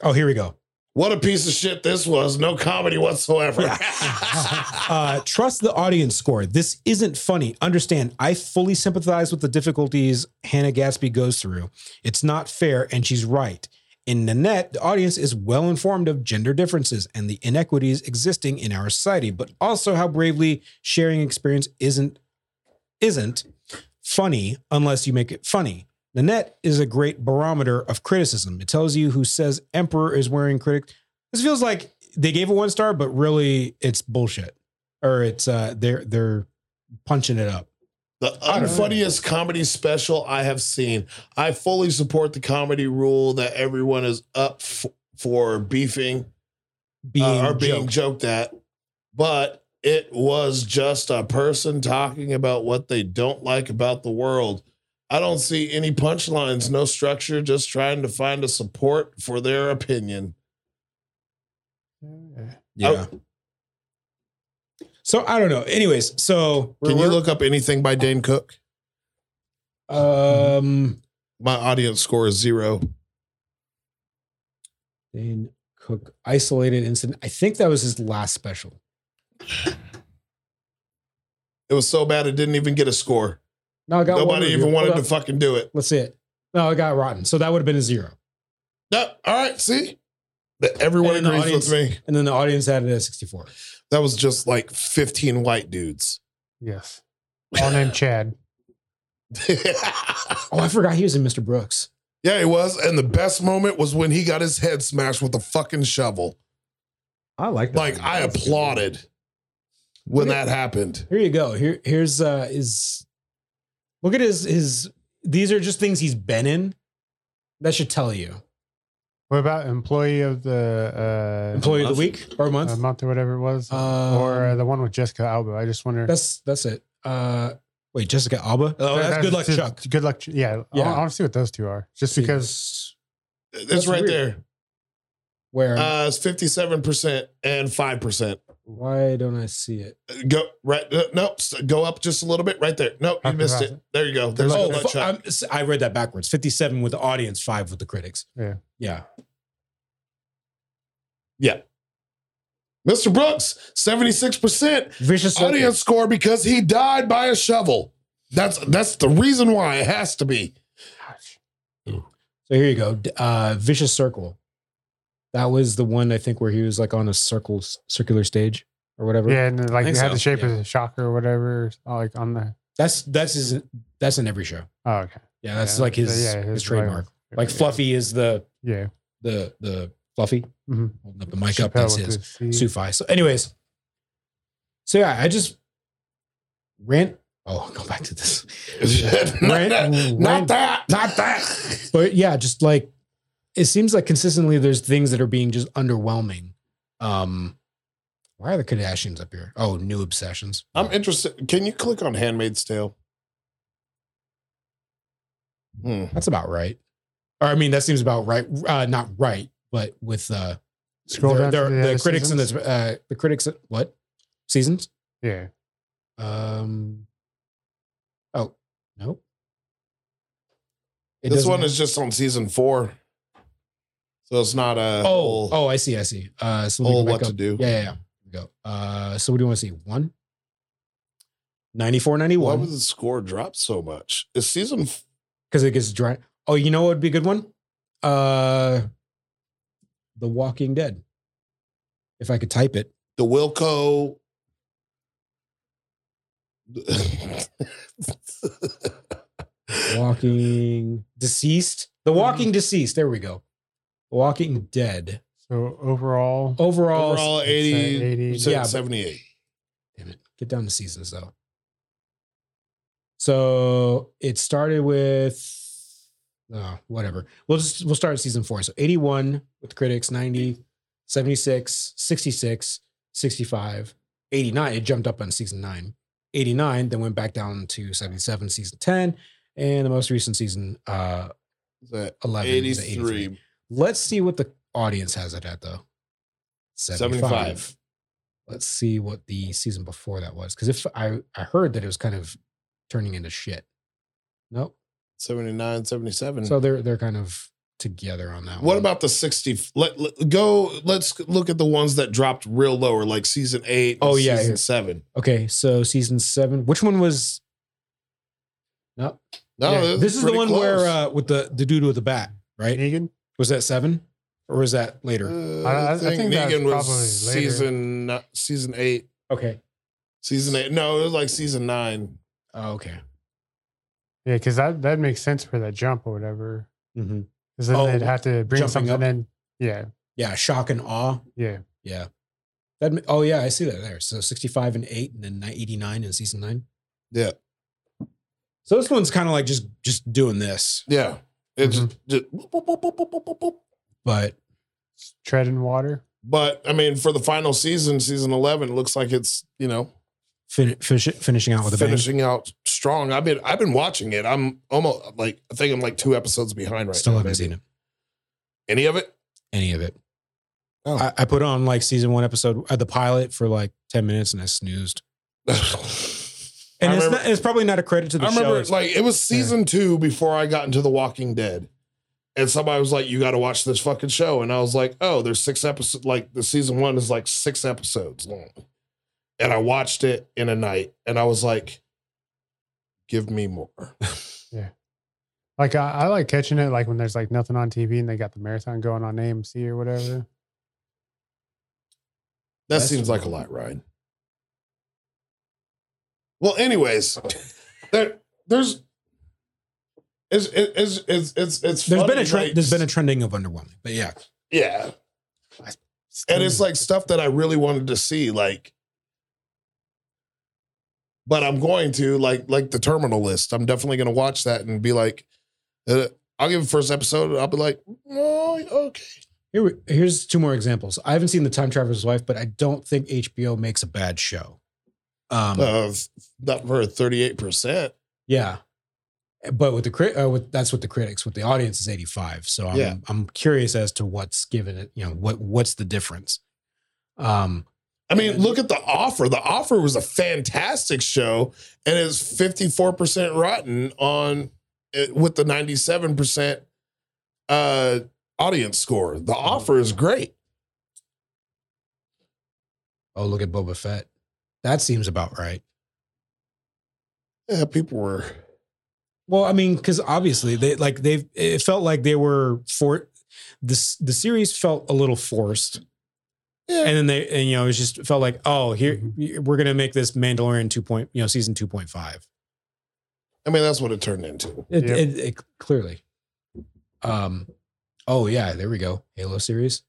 [SPEAKER 4] Oh, here we go.
[SPEAKER 1] What a piece of shit this was. No comedy whatsoever.
[SPEAKER 4] uh, trust the audience score. This isn't funny. Understand, I fully sympathize with the difficulties Hannah Gatsby goes through. It's not fair, and she's right. In Nanette, the audience is well informed of gender differences and the inequities existing in our society, but also how bravely sharing experience isn't isn't funny unless you make it funny. Nanette is a great barometer of criticism. It tells you who says emperor is wearing critic. This feels like they gave it one star, but really it's bullshit, or it's uh they're they're punching it
[SPEAKER 1] Uh,
[SPEAKER 4] up.
[SPEAKER 1] The unfunniest comedy special I have seen. I fully support the comedy rule that everyone is up f- for beefing
[SPEAKER 4] Being
[SPEAKER 1] uh, or being
[SPEAKER 4] joked.
[SPEAKER 1] joked at, but it was just a person talking about what they don't like about the world. I don't see any punchlines, no structure, just trying to find a support for their opinion.
[SPEAKER 4] yeah. So I don't know. Anyways, so
[SPEAKER 1] Can you look up anything by Dane Cook?
[SPEAKER 4] um
[SPEAKER 1] My audience score is zero.
[SPEAKER 4] Dane Cook isolated incident. I think that was his last special.
[SPEAKER 1] It was so bad it didn't even get a score.
[SPEAKER 4] No, I got one
[SPEAKER 1] Nobody
[SPEAKER 4] review.
[SPEAKER 1] even wanted
[SPEAKER 4] Hold
[SPEAKER 1] to
[SPEAKER 4] up.
[SPEAKER 1] fucking do it.
[SPEAKER 4] Let's see it. No, I got rotten. So that would have been a zero.
[SPEAKER 1] No, all right, see? That everyone
[SPEAKER 4] And in the
[SPEAKER 1] agrees
[SPEAKER 4] audience-
[SPEAKER 1] with me.
[SPEAKER 4] And then the audience had it at 64.
[SPEAKER 1] That was just like 15 white dudes.
[SPEAKER 3] Yes. All named Chad.
[SPEAKER 4] Oh, I forgot he was in Mr. Brooks.
[SPEAKER 1] Yeah, he was. And the best moment was when he got his head smashed with a fucking shovel.
[SPEAKER 6] I like that.
[SPEAKER 1] Like
[SPEAKER 6] one.
[SPEAKER 1] I
[SPEAKER 6] That's good.
[SPEAKER 1] applauded when that happened.
[SPEAKER 4] Here you go. Here, here's uh his look at his his these are just things he's been in. That should tell you.
[SPEAKER 3] What about employee of the uh,
[SPEAKER 4] Employee of the
[SPEAKER 10] month?
[SPEAKER 4] week or a
[SPEAKER 3] uh,
[SPEAKER 4] month.
[SPEAKER 3] month or whatever it was,
[SPEAKER 4] Um,
[SPEAKER 3] or uh, the one with Jessica Alba? I just wonder.
[SPEAKER 4] that's that's it. Uh wait, Jessica Alba. Oh, that's, good luck,
[SPEAKER 3] just-
[SPEAKER 4] Chuck.
[SPEAKER 3] Good luck. Ch- Yeah, I-
[SPEAKER 4] Yeah.
[SPEAKER 3] I want to see what those two are, just
[SPEAKER 4] See.
[SPEAKER 3] because.
[SPEAKER 1] It's
[SPEAKER 4] That's
[SPEAKER 1] right
[SPEAKER 4] weird.
[SPEAKER 1] there.
[SPEAKER 4] Where
[SPEAKER 1] Uh, it's fifty-seven percent and five percent.
[SPEAKER 4] why don't I see it?
[SPEAKER 1] Go right. Uh, nope. s- Go up just a little bit. Right there. Nope. You
[SPEAKER 3] Okay,
[SPEAKER 1] missed
[SPEAKER 3] right.
[SPEAKER 1] it. There you go. There's
[SPEAKER 4] oh,
[SPEAKER 1] good luck,
[SPEAKER 4] fu-
[SPEAKER 1] Chuck.
[SPEAKER 4] I'm- I read that backwards. Fifty-seven with the audience, five with the critics.
[SPEAKER 3] Yeah.
[SPEAKER 4] yeah.
[SPEAKER 1] Mr. Brooks, seventy-six percent
[SPEAKER 4] Vicious Circle.
[SPEAKER 1] audience score because he died by a shovel. That's that's the reason why it has to be.
[SPEAKER 4] So here you go. D- Uh, Vicious Circle. That was the one I think where he was like on a circle, circular stage or whatever.
[SPEAKER 3] Yeah, and uh, like
[SPEAKER 10] think
[SPEAKER 3] they had
[SPEAKER 10] so,
[SPEAKER 3] the shape
[SPEAKER 10] yeah.
[SPEAKER 3] of the shocker or whatever, uh, like on the.
[SPEAKER 4] That's that's his, that's in every show.
[SPEAKER 3] Oh, okay.
[SPEAKER 4] Yeah, that's
[SPEAKER 3] Yeah,
[SPEAKER 4] like his,
[SPEAKER 3] yeah,
[SPEAKER 4] his,
[SPEAKER 3] his
[SPEAKER 4] trademark.
[SPEAKER 3] vibe.
[SPEAKER 4] Like Fluffy is the
[SPEAKER 3] Yeah.
[SPEAKER 4] the the Fluffy
[SPEAKER 3] Mhm.
[SPEAKER 4] holding up the mic
[SPEAKER 3] Chappelle
[SPEAKER 4] up. That's
[SPEAKER 3] with
[SPEAKER 4] his
[SPEAKER 3] the C.
[SPEAKER 4] Sufi. So, anyways, so yeah, I just ran. Oh, I'll go back to this.
[SPEAKER 1] not,
[SPEAKER 4] Ran-
[SPEAKER 1] that,
[SPEAKER 4] ran-
[SPEAKER 1] not that. Not that.
[SPEAKER 4] but yeah, just like it seems like consistently there's things that are being just underwhelming. Um why are the Kardashians up here? Oh, new obsessions.
[SPEAKER 1] I'm interested. Can you click on Handmaid's Tale? Hmm.
[SPEAKER 4] That's about right. Or I mean, that seems about right. Uh not right, but with uh
[SPEAKER 3] Scroll
[SPEAKER 4] there-
[SPEAKER 3] down to
[SPEAKER 4] there-
[SPEAKER 3] the
[SPEAKER 4] the,
[SPEAKER 3] other
[SPEAKER 4] critics and
[SPEAKER 3] seasons?
[SPEAKER 4] the uh the critics what? Seasons?
[SPEAKER 3] Yeah.
[SPEAKER 4] Um Oh, no. It
[SPEAKER 1] This
[SPEAKER 4] doesn't
[SPEAKER 1] one
[SPEAKER 4] have-
[SPEAKER 1] is just on season four, so it's not a
[SPEAKER 4] Oh,
[SPEAKER 1] whole-
[SPEAKER 4] oh, I see, I see. Uh, so let me
[SPEAKER 1] whole
[SPEAKER 4] go back
[SPEAKER 1] what to do.
[SPEAKER 4] up. Yeah, yeah, yeah. We go. Uh, so what do you want to see? One. 94,
[SPEAKER 1] Why
[SPEAKER 4] 91.
[SPEAKER 1] would the score drop so much? Is season f-
[SPEAKER 4] Because it gets dry. Oh, you know what would be a good one? Uh, The Walking Dead. If I could type it.
[SPEAKER 1] the Wilco
[SPEAKER 4] Walking deceased. The
[SPEAKER 1] Hmm.
[SPEAKER 4] Walking deceased. There we go. Walking Dead.
[SPEAKER 3] So overall,
[SPEAKER 4] Overall,
[SPEAKER 1] Overall,
[SPEAKER 3] it's, uh,
[SPEAKER 1] 80,
[SPEAKER 3] 80.
[SPEAKER 1] so
[SPEAKER 4] Yeah, but-
[SPEAKER 1] 78.
[SPEAKER 4] Damn it. Get down to seasons though. So it started with oh, whatever. We'll just we'll start at season four. So 81 with critics, 90, 76, 66, 65, 89. It jumped up on season nine. 89, then went back down to 77 season 10. And the most recent season, uh
[SPEAKER 1] Is that
[SPEAKER 4] 11 is
[SPEAKER 1] 83.
[SPEAKER 4] Let's see what the audience has it at though.
[SPEAKER 1] 75.
[SPEAKER 4] Let's see what the season before that was. Cause if I, I heard that it was kind of turning into shit. Nope.
[SPEAKER 1] 79, 77.
[SPEAKER 4] So they're they're kind of together on that
[SPEAKER 1] what
[SPEAKER 4] one.
[SPEAKER 1] about the 60? Let, let- go. Let's look at the ones that dropped real lower, like season eight. and
[SPEAKER 4] Oh, yeah,
[SPEAKER 1] Season
[SPEAKER 4] yeah.
[SPEAKER 1] seven.
[SPEAKER 4] Okay, so season seven. Which one was no?
[SPEAKER 1] No,
[SPEAKER 4] yeah,
[SPEAKER 1] it was
[SPEAKER 4] this is the
[SPEAKER 1] pretty
[SPEAKER 4] one where
[SPEAKER 1] close. Mm-hmm.
[SPEAKER 4] uh with the, the dude with the bat, right?
[SPEAKER 3] Negan.
[SPEAKER 4] Was that seven? Or was that later?
[SPEAKER 1] Uh,
[SPEAKER 3] I-
[SPEAKER 1] I,
[SPEAKER 3] I
[SPEAKER 1] think,
[SPEAKER 3] think that's
[SPEAKER 1] Negan was
[SPEAKER 3] probably later.
[SPEAKER 1] season ni- season eight,
[SPEAKER 4] Okay.
[SPEAKER 1] season eight. No, it was like season nine.
[SPEAKER 4] Oh, okay.
[SPEAKER 3] Yeah, because that that makes sense for that jump or whatever.
[SPEAKER 4] Mm-hmm.
[SPEAKER 3] Because then
[SPEAKER 4] Oh,
[SPEAKER 3] they'd have to bring
[SPEAKER 4] jumping
[SPEAKER 3] something
[SPEAKER 4] up?
[SPEAKER 3] in. Yeah,
[SPEAKER 4] Yeah, shock and awe.
[SPEAKER 3] yeah.
[SPEAKER 4] Yeah. That ma- oh yeah, I see that there. So 65 and 8 and then ni- 89 in season 9.
[SPEAKER 1] Yeah,
[SPEAKER 4] So this one's kind of like just just doing this,
[SPEAKER 1] yeah. It's
[SPEAKER 4] Mm-hmm.
[SPEAKER 1] just, boop, boop, boop, boop, boop, boop, boop, boop.
[SPEAKER 4] but
[SPEAKER 3] Treading water.
[SPEAKER 1] but I mean, for the final season, season eleven, it looks like it's you know
[SPEAKER 4] fin- finish, finishing out with a
[SPEAKER 1] finishing out strong. I've been I've been watching it. I'm almost like I think I'm like two episodes behind right
[SPEAKER 4] bang. Still
[SPEAKER 1] now.
[SPEAKER 4] haven't
[SPEAKER 1] maybe.
[SPEAKER 4] seen it,
[SPEAKER 1] Any of it?
[SPEAKER 4] any of it.
[SPEAKER 1] Oh.
[SPEAKER 4] I, I put on like season one episode, uh, the pilot for like 10 minutes and I snoozed. And
[SPEAKER 1] I
[SPEAKER 4] it's,
[SPEAKER 1] remember-
[SPEAKER 4] not, it's probably not a credit to the
[SPEAKER 1] I
[SPEAKER 4] show.
[SPEAKER 1] remember
[SPEAKER 4] It's-
[SPEAKER 1] like it was season two before I got into The Walking Dead. And somebody was like, You gotta watch this fucking show. And I was like, Oh, there's six episodes like the season one is like six episodes long. And I watched it in a night and I was like, Give me more.
[SPEAKER 3] Like I, I like catching it. Like when there's like nothing on TV and they got the marathon going on AMC or whatever.
[SPEAKER 1] That
[SPEAKER 4] That's
[SPEAKER 1] seems like a lot, Ryan. Well, anyways, there, there's it's it's it's it's it's
[SPEAKER 4] there's been
[SPEAKER 1] funny,
[SPEAKER 4] a tre-
[SPEAKER 1] like-
[SPEAKER 4] there's been a trending of underwhelming, but yeah,
[SPEAKER 1] yeah, and it's like stuff that I really wanted to see, like. But I'm going to like like the Terminal List. I'm definitely going to watch that and be like, uh, I'll give the first episode. I'll be like, oh, okay.
[SPEAKER 4] Here, we- here's two more examples. I haven't seen The Time Traveler's Wife, but I don't think HBO makes a bad show. Um,
[SPEAKER 1] Uh, not for thirty eight percent.
[SPEAKER 4] Yeah, but with the crit, uh, with that's with the critics. With the audience is eighty five. So I'm
[SPEAKER 1] Yeah.
[SPEAKER 4] I'm curious as to what's given it. You know what what's the difference? Um,
[SPEAKER 1] I mean, look at the offer. The offer was a fantastic show, and it's fifty four percent rotten on it- with the ninety seven percent uh audience score. The offer is great.
[SPEAKER 4] oh look at Boba Fett. That seems about right.
[SPEAKER 1] Yeah, people were.
[SPEAKER 4] Well, I mean, because obviously they like they've it felt like they were for this the series felt a little forced.
[SPEAKER 1] Yeah. Mm-hmm.
[SPEAKER 4] And then they and you know it just felt like oh here we're gonna make this Mandalorian two point you know season two point five.
[SPEAKER 1] I mean, that's what it turned into.
[SPEAKER 4] It,
[SPEAKER 3] Yep.
[SPEAKER 4] it, it clearly. Um, oh yeah, there we go. Halo series.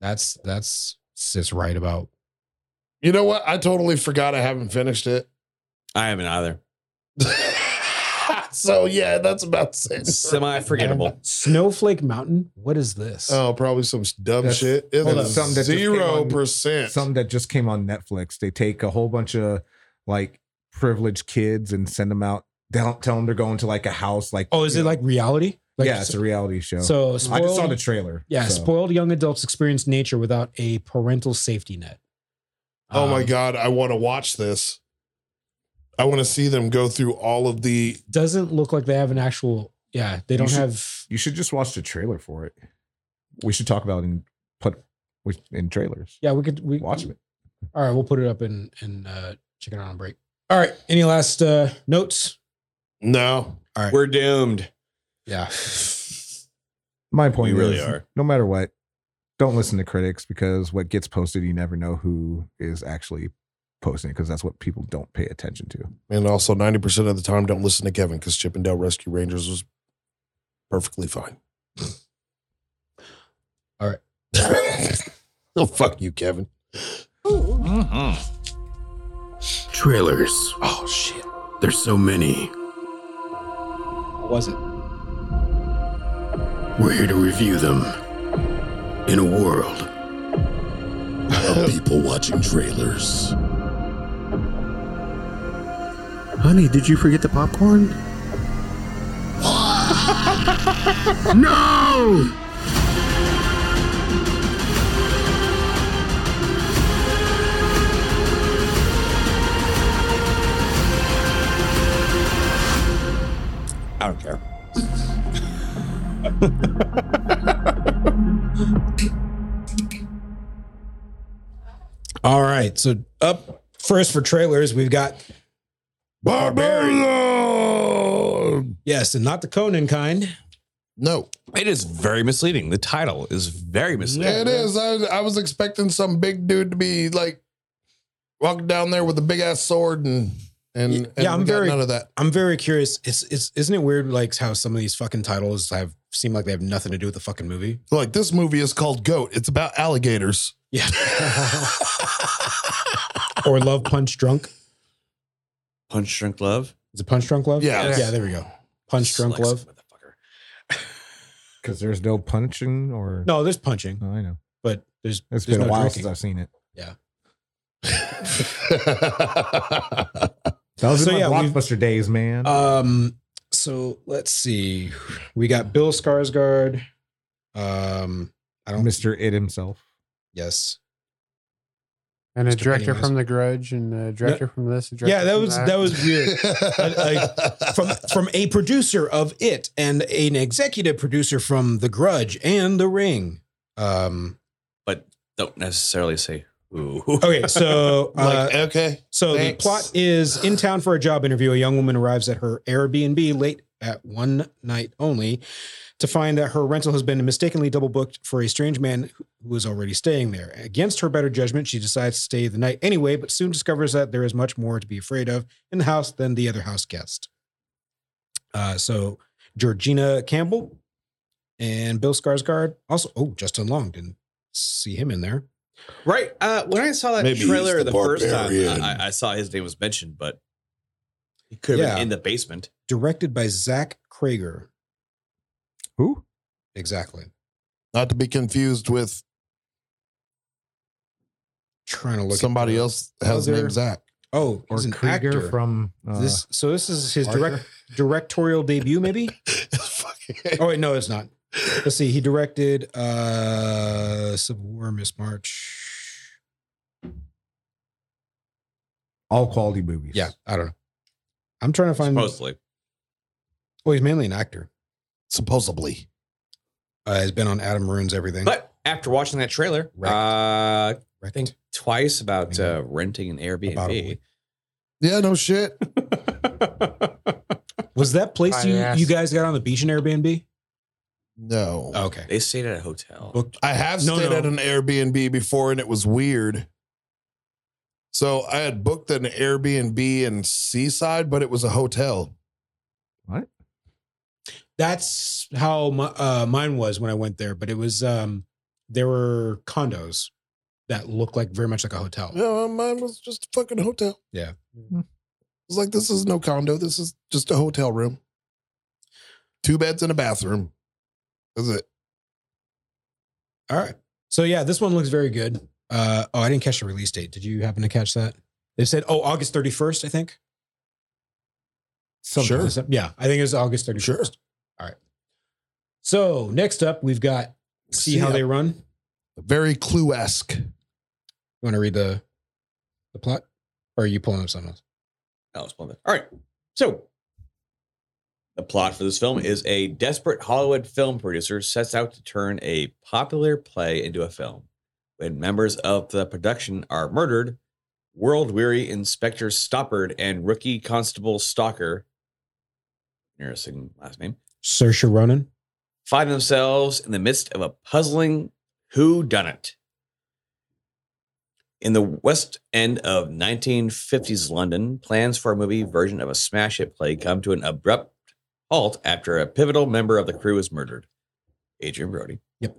[SPEAKER 4] That's that's sits right about.
[SPEAKER 1] You know what? I totally forgot. I haven't finished it.
[SPEAKER 2] I haven't either.
[SPEAKER 1] so yeah, that's about six.
[SPEAKER 2] Semi forgettable.
[SPEAKER 4] Snowflake Mountain. What is this?
[SPEAKER 1] Oh, probably some dumb
[SPEAKER 6] That's-
[SPEAKER 1] shit. It
[SPEAKER 6] hold
[SPEAKER 1] is
[SPEAKER 6] up. Something that just came
[SPEAKER 1] zero
[SPEAKER 6] on-
[SPEAKER 1] percent.
[SPEAKER 6] Some that just came on Netflix. They take a whole bunch of like privileged kids and send them out. They don't tell them they're going to like a house. Like
[SPEAKER 4] oh, is
[SPEAKER 6] you
[SPEAKER 4] it
[SPEAKER 6] know,
[SPEAKER 4] like reality? Like,
[SPEAKER 6] yeah, it's a reality show. So
[SPEAKER 4] so
[SPEAKER 6] I
[SPEAKER 4] spoiled,
[SPEAKER 6] just saw the trailer.
[SPEAKER 4] yeah,
[SPEAKER 6] so.
[SPEAKER 4] spoiled young adults experience nature without a parental safety net.
[SPEAKER 1] Oh my
[SPEAKER 4] Um,
[SPEAKER 1] god, I want to watch this. I want to see them go through all of the
[SPEAKER 4] Doesn't look like they have an actual. Yeah, they don't
[SPEAKER 6] should-
[SPEAKER 4] have.
[SPEAKER 6] You should just watch the trailer for it. We should talk about it in put with- in trailers.
[SPEAKER 4] Yeah, we could we
[SPEAKER 6] Watch it.
[SPEAKER 4] All right, we'll put it up and and uh, check it out on break. All right, any last uh, notes?
[SPEAKER 1] no.
[SPEAKER 2] We're doomed.
[SPEAKER 4] Yeah.
[SPEAKER 6] My point
[SPEAKER 2] We really
[SPEAKER 6] is,
[SPEAKER 2] are.
[SPEAKER 6] no matter what, don't listen to critics because what gets posted, you never know who is actually posting because that's what people don't pay attention to.
[SPEAKER 1] And also, 90% of the time, don't listen to Kevin because Chippendale Rescue Rangers was perfectly fine.
[SPEAKER 8] All right.
[SPEAKER 1] oh, fuck you, Kevin.
[SPEAKER 5] Trailers. Oh, shit. There's so many.
[SPEAKER 8] What was it?
[SPEAKER 5] We're here to review them in a world of people watching trailers. Honey, did you forget the popcorn? no!
[SPEAKER 2] I don't care.
[SPEAKER 4] All right. So up first for trailers, we've got
[SPEAKER 1] Barbarian!
[SPEAKER 4] yes, and not the Conan kind.
[SPEAKER 1] No,
[SPEAKER 2] It is very misleading. The title is very misleading.
[SPEAKER 1] it is. I, I was expecting some big dude to be like walking down there with a big ass sword and and, and
[SPEAKER 4] Yeah, I'm
[SPEAKER 1] we got
[SPEAKER 4] very-
[SPEAKER 1] none of that.
[SPEAKER 4] I'm very curious. It's it's isn't it weird like how some of these fucking titles have seem like they have nothing to do with the fucking movie?
[SPEAKER 1] Like this movie is called Goat. It's about alligators.
[SPEAKER 4] Yeah. or Love Punch Drunk.
[SPEAKER 2] Punch Drunk Love.
[SPEAKER 4] Is it Punch Drunk Love?
[SPEAKER 1] Yeah.
[SPEAKER 2] Yes.
[SPEAKER 4] Yeah, there we go. Punch Drunk
[SPEAKER 2] Dyslexic
[SPEAKER 4] Love.
[SPEAKER 2] motherfucker.
[SPEAKER 6] Because there's no punching or
[SPEAKER 4] No, there's punching,
[SPEAKER 6] No, I know.
[SPEAKER 4] but there's
[SPEAKER 6] It's
[SPEAKER 4] there's
[SPEAKER 6] been a
[SPEAKER 4] no
[SPEAKER 6] while
[SPEAKER 4] drinking.
[SPEAKER 6] since I've seen it.
[SPEAKER 1] I
[SPEAKER 6] That was
[SPEAKER 4] So,
[SPEAKER 6] in my
[SPEAKER 4] yeah, we've-
[SPEAKER 6] blockbuster days, man.
[SPEAKER 8] Uh,
[SPEAKER 4] Um, so let's see. We got Bill Skarsgård. Um, I don't.
[SPEAKER 6] Mr. It himself.
[SPEAKER 4] Yes.
[SPEAKER 3] And a
[SPEAKER 4] Mr.
[SPEAKER 3] director
[SPEAKER 4] Pennywise.
[SPEAKER 3] from The Grudge and a director from this. A director
[SPEAKER 4] Yeah, that
[SPEAKER 3] from
[SPEAKER 4] was that was weird. from from a producer of it and an executive producer from The Grudge and The Ring. Um.
[SPEAKER 2] Don't necessarily say who.
[SPEAKER 4] Okay, so uh,
[SPEAKER 1] like okay,
[SPEAKER 4] So
[SPEAKER 1] Thanks.
[SPEAKER 4] the plot is in town for a job interview. A young woman arrives at her Airbnb late at one night only to find that her rental has been mistakenly double booked for a strange man who is already staying there. Against her better judgment, she decides to stay the night anyway, but soon discovers that there is much more to be afraid of in the house than the other house guest. Uh, so Georgina Campbell and Bill Skarsgård also. Oh, Justin Long didn't see him in there.
[SPEAKER 2] Right. Uh, when I saw that
[SPEAKER 1] Maybe he's
[SPEAKER 2] trailer the,
[SPEAKER 1] the
[SPEAKER 2] first time,
[SPEAKER 1] barbarian.
[SPEAKER 2] I, I saw his name was mentioned, but he could have
[SPEAKER 4] Yeah.
[SPEAKER 2] been in the basement.
[SPEAKER 4] Directed by Zach Krager.
[SPEAKER 6] Who?
[SPEAKER 4] Exactly.
[SPEAKER 1] not to be confused with
[SPEAKER 4] trying to look at
[SPEAKER 1] somebody
[SPEAKER 4] the-
[SPEAKER 1] else has the
[SPEAKER 4] other-
[SPEAKER 1] name Zach.
[SPEAKER 4] Oh,
[SPEAKER 6] Or
[SPEAKER 4] he's an
[SPEAKER 6] Krieger
[SPEAKER 4] actor.
[SPEAKER 6] from uh,
[SPEAKER 4] this. So this is his
[SPEAKER 6] Arthur?
[SPEAKER 4] direct directorial debut, maybe.
[SPEAKER 1] Fucking-
[SPEAKER 4] oh wait, no, it's not. Let's see. He directed uh Civil War, Miss March.
[SPEAKER 6] all quality movies.
[SPEAKER 4] Yeah, I don't know. I'm trying to find.
[SPEAKER 2] supposedly.
[SPEAKER 4] Oh, he's mainly an actor.
[SPEAKER 1] supposedly.
[SPEAKER 4] Uh, he's been on Adam Ruins Everything.
[SPEAKER 2] But after watching that trailer,
[SPEAKER 4] Wrecked.
[SPEAKER 2] uh,
[SPEAKER 4] Wrecked.
[SPEAKER 2] think twice about
[SPEAKER 4] Yeah.
[SPEAKER 2] uh, renting an
[SPEAKER 4] About a
[SPEAKER 2] Airbnb.
[SPEAKER 4] week.
[SPEAKER 1] Yeah, no shit.
[SPEAKER 4] was that place
[SPEAKER 3] I
[SPEAKER 4] you,
[SPEAKER 3] asked-
[SPEAKER 4] you guys got on the beach in Airbnb?
[SPEAKER 1] No.
[SPEAKER 4] Okay.
[SPEAKER 2] They stayed at a hotel.
[SPEAKER 4] Booked.
[SPEAKER 1] I have
[SPEAKER 4] No,
[SPEAKER 1] stayed
[SPEAKER 4] no.
[SPEAKER 1] at an Airbnb before and it was weird. So I had booked an Airbnb in Seaside, but it was a hotel.
[SPEAKER 4] That's how my, uh, mine was when I went there. But it was um, there were condos that looked like very much like a hotel.
[SPEAKER 1] No, mine was just a fucking hotel.
[SPEAKER 4] Yeah.
[SPEAKER 1] I was like, this is no condo. This is just a hotel room. Two beds and a bathroom. That's it.
[SPEAKER 4] All right. So yeah, this one looks very good. Uh, oh, I didn't catch the release date. Did you happen to catch that? They said, oh, August 31st, I think.
[SPEAKER 1] Something. Sure.
[SPEAKER 4] Some- Yeah, I think it was August 31st.
[SPEAKER 1] Sure.
[SPEAKER 4] All right. So next up, we've got See, How They Run. You
[SPEAKER 1] Very clue esque.
[SPEAKER 4] want to read the the plot? Or are you pulling up something else?
[SPEAKER 2] That was one of it. All right. So the plot for this film is a desperate Hollywood film producer sets out to turn a popular play into a film. When members of the production are murdered, world weary Inspector Stoppard and rookie Constable Stalker, interesting last name,
[SPEAKER 4] Saoirse Ronan.
[SPEAKER 2] find themselves in the midst of a puzzling who done it. In the West End of 1950s London, plans for a movie version of a smash hit play come to an abrupt halt after a pivotal member of the crew is murdered. Adrian Brody.
[SPEAKER 8] Yep.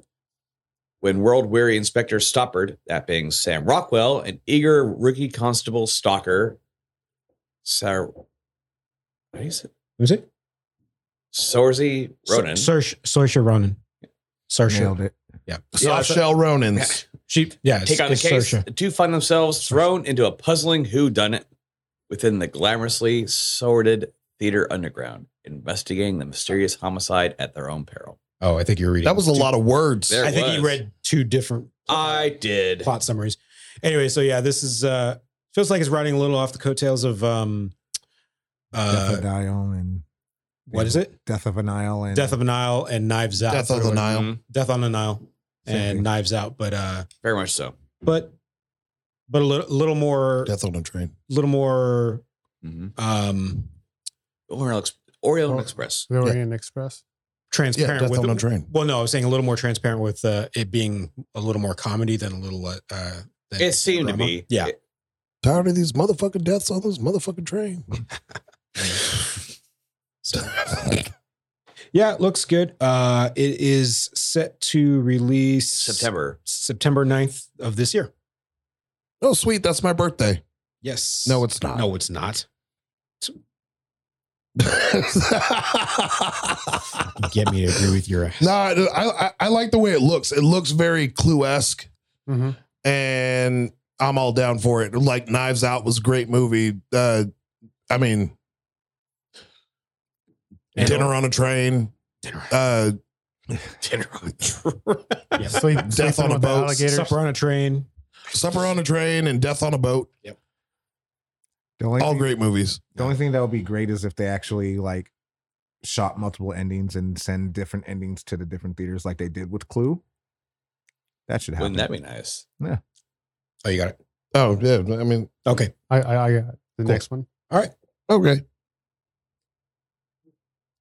[SPEAKER 2] When world weary Inspector Stoppard, that being Sam Rockwell, an eager rookie constable stalker, Sar- how do you say-
[SPEAKER 8] Was it?
[SPEAKER 2] Sorzy Ronan.
[SPEAKER 8] Saoirse Saoirse Ronan. Saoirse.
[SPEAKER 6] Nailed it.
[SPEAKER 2] Yeah, I
[SPEAKER 1] Soft
[SPEAKER 2] thought-
[SPEAKER 1] shell Ronins.
[SPEAKER 8] She, yeah. it's-
[SPEAKER 2] take on the
[SPEAKER 8] it's
[SPEAKER 2] case.
[SPEAKER 8] Saoirse.
[SPEAKER 2] The two find themselves thrown into a puzzling whodunit within the glamorously sordid theater underground, investigating the mysterious homicide at their own peril.
[SPEAKER 8] Oh, I think you're reading.
[SPEAKER 1] That was a lot of words.
[SPEAKER 2] There
[SPEAKER 8] I think
[SPEAKER 2] was.
[SPEAKER 8] you read two different
[SPEAKER 2] I did.
[SPEAKER 8] plot summaries. Anyway, so yeah, this is uh feels like it's riding a little off the coattails of um
[SPEAKER 6] Death
[SPEAKER 8] uh
[SPEAKER 6] of Nile and
[SPEAKER 8] what is it?
[SPEAKER 6] Death of a Nile and
[SPEAKER 8] Death of a Nile and Knives Out.
[SPEAKER 1] Death of the Nile.
[SPEAKER 2] Mhm.
[SPEAKER 8] Death on the Nile
[SPEAKER 6] Same
[SPEAKER 8] and
[SPEAKER 6] thing.
[SPEAKER 8] Knives Out, but uh
[SPEAKER 2] Very much so.
[SPEAKER 8] but but a little little more
[SPEAKER 1] Death on a train.
[SPEAKER 8] little more
[SPEAKER 2] Mm-hmm.
[SPEAKER 8] um
[SPEAKER 2] Oriole, Ex- Oriole
[SPEAKER 3] Oh.
[SPEAKER 2] Express.
[SPEAKER 3] The Orient Express.
[SPEAKER 1] Yeah,
[SPEAKER 8] transparent
[SPEAKER 1] death
[SPEAKER 8] with
[SPEAKER 1] on a train.
[SPEAKER 8] well no, I was saying a little more transparent with uh, it being a little more comedy than a little uh uh, than
[SPEAKER 2] It seemed to
[SPEAKER 8] drama.
[SPEAKER 2] be.
[SPEAKER 8] Yeah.
[SPEAKER 2] It-
[SPEAKER 1] Tired of these motherfucking deaths on this motherfucking train. uh,
[SPEAKER 8] Yeah, it looks good. Uh it is set to release
[SPEAKER 2] September.
[SPEAKER 8] September 9th of this year.
[SPEAKER 1] Oh, sweet. That's my birthday.
[SPEAKER 8] Yes.
[SPEAKER 1] No, it's not.
[SPEAKER 8] No, it's not. Get me to agree with your ass.
[SPEAKER 1] No, I, I, I like the way it looks. It looks very clue esque,
[SPEAKER 4] Mm-hmm.
[SPEAKER 3] Mhm.
[SPEAKER 1] and I'm all down for it. Like Knives Out was a great movie. Uh, I mean,
[SPEAKER 8] And-
[SPEAKER 1] Dinner on a Train,
[SPEAKER 8] Dinner.
[SPEAKER 1] uh,
[SPEAKER 2] Dinner on Tr-
[SPEAKER 8] Yeah.
[SPEAKER 3] Sleep,
[SPEAKER 1] Death
[SPEAKER 3] sleeping
[SPEAKER 1] on a
[SPEAKER 3] with the
[SPEAKER 1] Boat.
[SPEAKER 3] Alligators.
[SPEAKER 8] Supper on a train.
[SPEAKER 1] Supper on a Train, and Death on a Boat.
[SPEAKER 6] the only,
[SPEAKER 1] All
[SPEAKER 6] thing,
[SPEAKER 1] great movies.
[SPEAKER 6] the only thing that would be great is if they actually like shot multiple endings and send different endings to the different theaters like they did with Clue. That should happen.
[SPEAKER 2] Wouldn't that be nice?
[SPEAKER 8] Oh, you got it.
[SPEAKER 1] Oh yeah, I mean,
[SPEAKER 8] Okay.
[SPEAKER 3] I, I, I got the next one.
[SPEAKER 1] okay.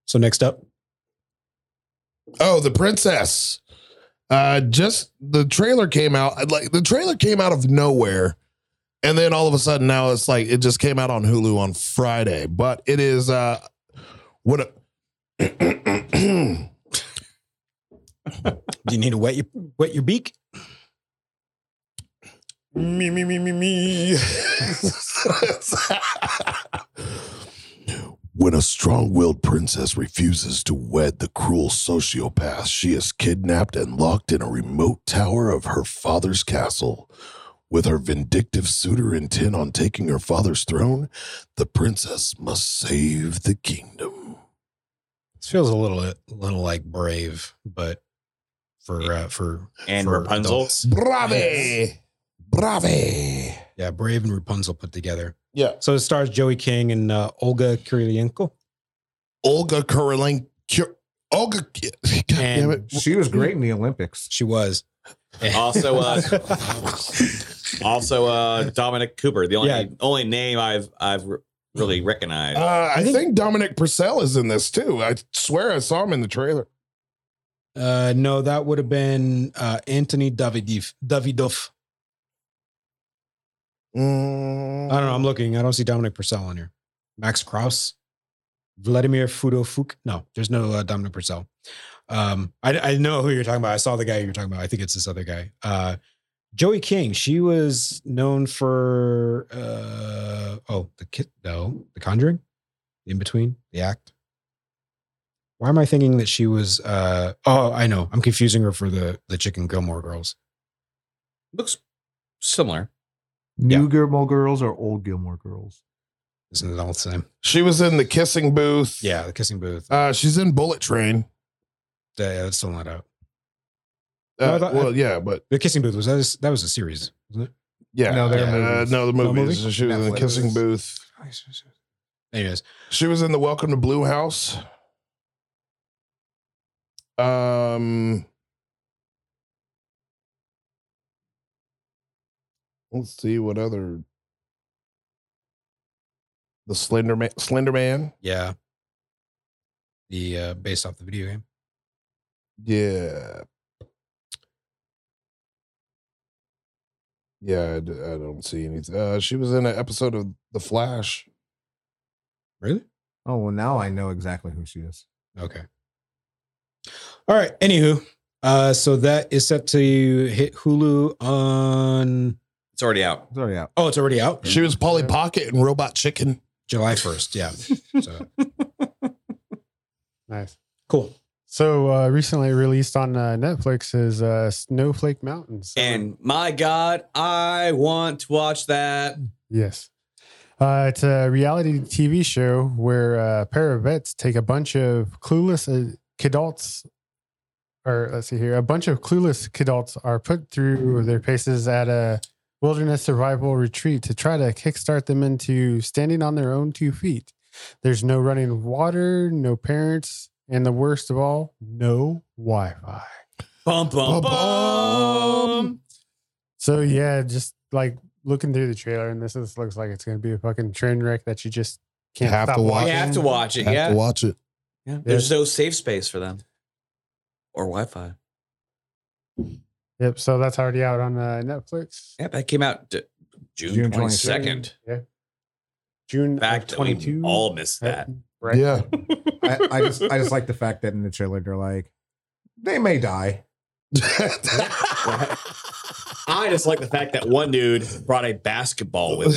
[SPEAKER 8] So next up,
[SPEAKER 1] Oh, the princess. Uh, just the trailer came out uh, like the trailer came out of nowhere, and then all of a sudden now it's like it just came out on Hulu on Friday. But it is uh, what a
[SPEAKER 8] do you need to wet your wet your beak?
[SPEAKER 1] me me me me me.
[SPEAKER 7] When a strong willed princess refuses to wed the cruel sociopath, she is kidnapped and locked in a remote tower of her father's castle. With her vindictive suitor intent on taking her father's throne, the princess must save the kingdom.
[SPEAKER 8] This feels a little a little like brave, but for uh for
[SPEAKER 2] And
[SPEAKER 8] for
[SPEAKER 2] Rapunzel.
[SPEAKER 8] adults.
[SPEAKER 1] Brave, brave.
[SPEAKER 8] Yeah, Brave and Rapunzel put together.
[SPEAKER 1] Yeah,
[SPEAKER 8] So it stars Joey King and uh, Olga Kurylenko.
[SPEAKER 1] Olga Kurylenko. Olga, God damn it.
[SPEAKER 6] she was great in the Olympics.
[SPEAKER 8] She was.
[SPEAKER 2] Also, uh, also uh, Dominic Cooper, the only
[SPEAKER 8] Yeah.
[SPEAKER 2] only name I've I've re- really recognized.
[SPEAKER 1] Uh, I
[SPEAKER 8] I think-
[SPEAKER 1] think Dominic Purcell is in this too. I swear I saw him in the trailer.
[SPEAKER 8] Uh, no, that would have been uh, Anthony Davidiv, Davidov.
[SPEAKER 6] Mm.
[SPEAKER 8] I don't know. I'm looking. I don't see Dominic Purcell on here. Max Kraus, Vladimir Fudofuk. No, there's no uh, Dominic Purcell. Um, I, I know who you're talking about. I saw the guy you're talking about. I think it's this other guy. Uh, Joey King. She was known for uh, oh the kid no the Conjuring, in between the act. Why am I thinking that she was? Uh, oh, I know. I'm confusing her for the the Chicken Gilmore Girls.
[SPEAKER 2] Looks similar.
[SPEAKER 6] New Gilmore Girls or old Gilmore Girls?
[SPEAKER 8] Isn't it all the same?
[SPEAKER 1] She was in the kissing booth.
[SPEAKER 8] Yeah, the Kissing Booth.
[SPEAKER 1] Uh, she's in Bullet Train.
[SPEAKER 8] Yeah, that's still not out.
[SPEAKER 1] Uh,
[SPEAKER 8] No, I thought-
[SPEAKER 1] well, yeah, but
[SPEAKER 8] The Kissing Booth was that was, that was a series, wasn't it?
[SPEAKER 1] yeah,
[SPEAKER 6] No, they're
[SPEAKER 1] uh,
[SPEAKER 6] movies.
[SPEAKER 1] no, the
[SPEAKER 6] No
[SPEAKER 1] movies.
[SPEAKER 6] movie?
[SPEAKER 1] She was in the
[SPEAKER 6] Netflix.
[SPEAKER 1] kissing booth.
[SPEAKER 8] Anyways,
[SPEAKER 1] She was in the Welcome to Blue House. Um, let's see what other the Slender Man. Slender Man.
[SPEAKER 8] yeah, the uh, based off the video game.
[SPEAKER 1] Yeah. Yeah, I, d- I don't see anything. Uh, she was in an episode of The Flash.
[SPEAKER 4] Really?
[SPEAKER 6] Oh well, now I know exactly who she is.
[SPEAKER 4] Okay. All right. Anywho, uh, so that is set to hit Hulu on.
[SPEAKER 2] It's already out.
[SPEAKER 6] It's already out.
[SPEAKER 4] Oh, it's already out.
[SPEAKER 2] Mm-hmm.
[SPEAKER 1] She was Polly Pocket and Robot Chicken.
[SPEAKER 4] July first. Yeah. So
[SPEAKER 3] Nice.
[SPEAKER 4] cool.
[SPEAKER 3] So uh, recently released on uh, Netflix is uh, Snowflake Mountains.
[SPEAKER 2] And my God, I want to watch that.
[SPEAKER 3] Yes. Uh, it's a reality TV show where uh, a pair of vets take a bunch of clueless uh, kidults, or let's see here, a bunch of clueless kidults are put through their paces at a wilderness survival retreat to try to kickstart them into standing on their own two feet. There's no running water, no parents, and the worst of all, no Wi Fi.
[SPEAKER 2] Bum
[SPEAKER 1] Bum,
[SPEAKER 2] bum bum.
[SPEAKER 1] bum.
[SPEAKER 3] So yeah, just like looking through the trailer, and this is, looks like it's gonna be a fucking train wreck that you just can't
[SPEAKER 1] Have
[SPEAKER 3] stop
[SPEAKER 1] to watch.
[SPEAKER 2] You
[SPEAKER 3] watching.
[SPEAKER 2] have to watch it.
[SPEAKER 1] Have
[SPEAKER 2] yeah.
[SPEAKER 1] to watch it.
[SPEAKER 2] yeah. There's no safe space for them or Wi Fi.
[SPEAKER 3] Yep. So that's already out on uh, Netflix.
[SPEAKER 2] Yeah, that came out d- June,
[SPEAKER 6] June
[SPEAKER 2] 22nd.
[SPEAKER 3] June Uh,
[SPEAKER 2] Back
[SPEAKER 3] Back
[SPEAKER 2] to we
[SPEAKER 3] 22.
[SPEAKER 2] all missed that.
[SPEAKER 3] Right.
[SPEAKER 1] Yeah.
[SPEAKER 6] I, I just I just like the fact that in the trailer they're like, they may die.
[SPEAKER 2] I just like the fact that one dude brought a basketball with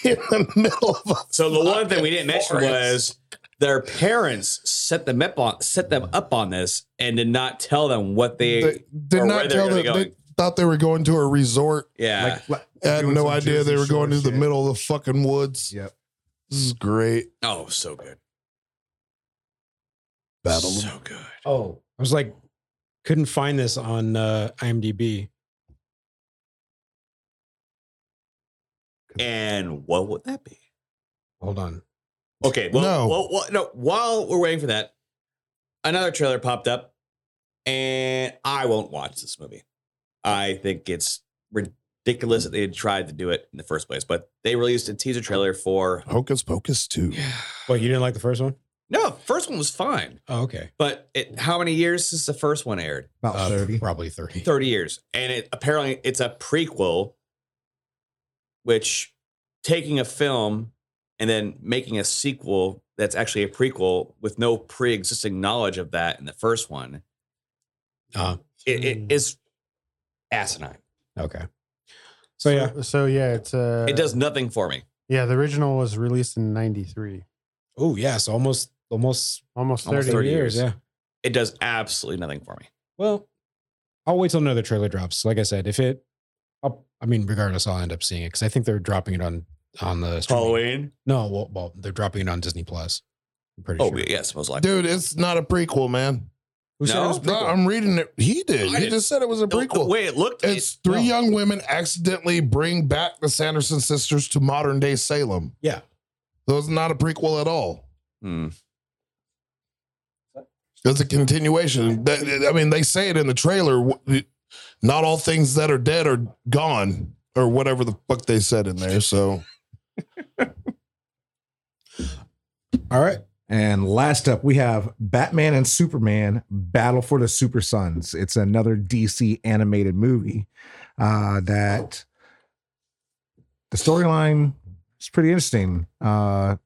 [SPEAKER 2] him.
[SPEAKER 1] in the middle of a
[SPEAKER 2] So the one thing we didn't mention was
[SPEAKER 1] Forest.
[SPEAKER 2] their parents set them up on set them up on this and did not tell them what they,
[SPEAKER 1] they did
[SPEAKER 2] or where
[SPEAKER 1] not
[SPEAKER 2] they're
[SPEAKER 1] tell
[SPEAKER 2] gonna
[SPEAKER 1] them
[SPEAKER 2] go.
[SPEAKER 1] they thought they were going to a resort.
[SPEAKER 2] yeah.
[SPEAKER 6] Like, like
[SPEAKER 1] I had
[SPEAKER 6] doing
[SPEAKER 1] no
[SPEAKER 6] some
[SPEAKER 1] idea
[SPEAKER 6] Jersey
[SPEAKER 1] they were going to
[SPEAKER 6] Shore
[SPEAKER 1] the
[SPEAKER 6] shit.
[SPEAKER 1] middle of the fucking woods.
[SPEAKER 6] Yep.
[SPEAKER 1] This is great.
[SPEAKER 2] oh, so good.
[SPEAKER 1] Battle of-
[SPEAKER 2] So good.
[SPEAKER 4] Oh, I was like, couldn't find this on uh, IMDb.
[SPEAKER 2] And what would that be?
[SPEAKER 4] Hold on.
[SPEAKER 2] Okay, well,
[SPEAKER 1] No.
[SPEAKER 2] well, well, no. While we're waiting for that, another trailer popped up, and I won't watch this movie. I think it's ridiculous that they had tried to do it in the first place. But they released a teaser trailer for.
[SPEAKER 1] Hocus Pocus 2.
[SPEAKER 4] What you didn't like the first one?
[SPEAKER 2] No, first one was fine,
[SPEAKER 4] Oh, okay.
[SPEAKER 2] but it, how many years since the first one aired?
[SPEAKER 6] about
[SPEAKER 8] Uh,
[SPEAKER 6] thirty.
[SPEAKER 8] Probably 30.
[SPEAKER 2] Thirty years, and it apparently it's a prequel, which taking a film and then making a sequel that's actually a prequel with no pre-existing knowledge of that in the first one
[SPEAKER 8] Uh,
[SPEAKER 2] it, it is asinine.
[SPEAKER 8] okay.
[SPEAKER 4] So yeah,
[SPEAKER 3] So yeah, it's uh,
[SPEAKER 2] It does nothing for me.
[SPEAKER 3] Yeah, the original was released in '93,
[SPEAKER 4] Oh yeah, so almost almost
[SPEAKER 3] almost 30,
[SPEAKER 2] Almost 30
[SPEAKER 3] years.
[SPEAKER 2] years.
[SPEAKER 4] Yeah.
[SPEAKER 2] It does absolutely nothing for me.
[SPEAKER 4] Well,
[SPEAKER 8] I'll wait till another trailer drops. Like I said, if it, I'll, I mean, regardless, I'll end up seeing it because I think they're dropping it on on the streaming-
[SPEAKER 2] Halloween.
[SPEAKER 8] No, well, well, they're dropping it on Disney Plus. I'm pretty
[SPEAKER 2] Oh
[SPEAKER 8] sure.
[SPEAKER 2] yes, most likely.
[SPEAKER 1] Dude, it's not a prequel, man.
[SPEAKER 4] who said it
[SPEAKER 2] No.
[SPEAKER 4] was?
[SPEAKER 1] No, I'm reading it. He did.
[SPEAKER 2] I
[SPEAKER 1] He
[SPEAKER 2] didn't-
[SPEAKER 1] just said it was a
[SPEAKER 2] The- The
[SPEAKER 1] prequel.
[SPEAKER 2] way it looked, it-
[SPEAKER 1] It's three young women accidentally bring back the Sanderson sisters to modern day Salem.
[SPEAKER 4] Yeah.
[SPEAKER 1] So it's not a prequel at all.
[SPEAKER 2] Hmm.
[SPEAKER 1] It's a continuation. That- I mean, they say it in the trailer. Not all things that are dead are gone, or whatever the fuck they said in there. So
[SPEAKER 4] All right.
[SPEAKER 6] And last up, we have Batman and Superman Battle for the Super Sons. It's another DC animated movie uh, that the storyline is pretty interesting. Uh,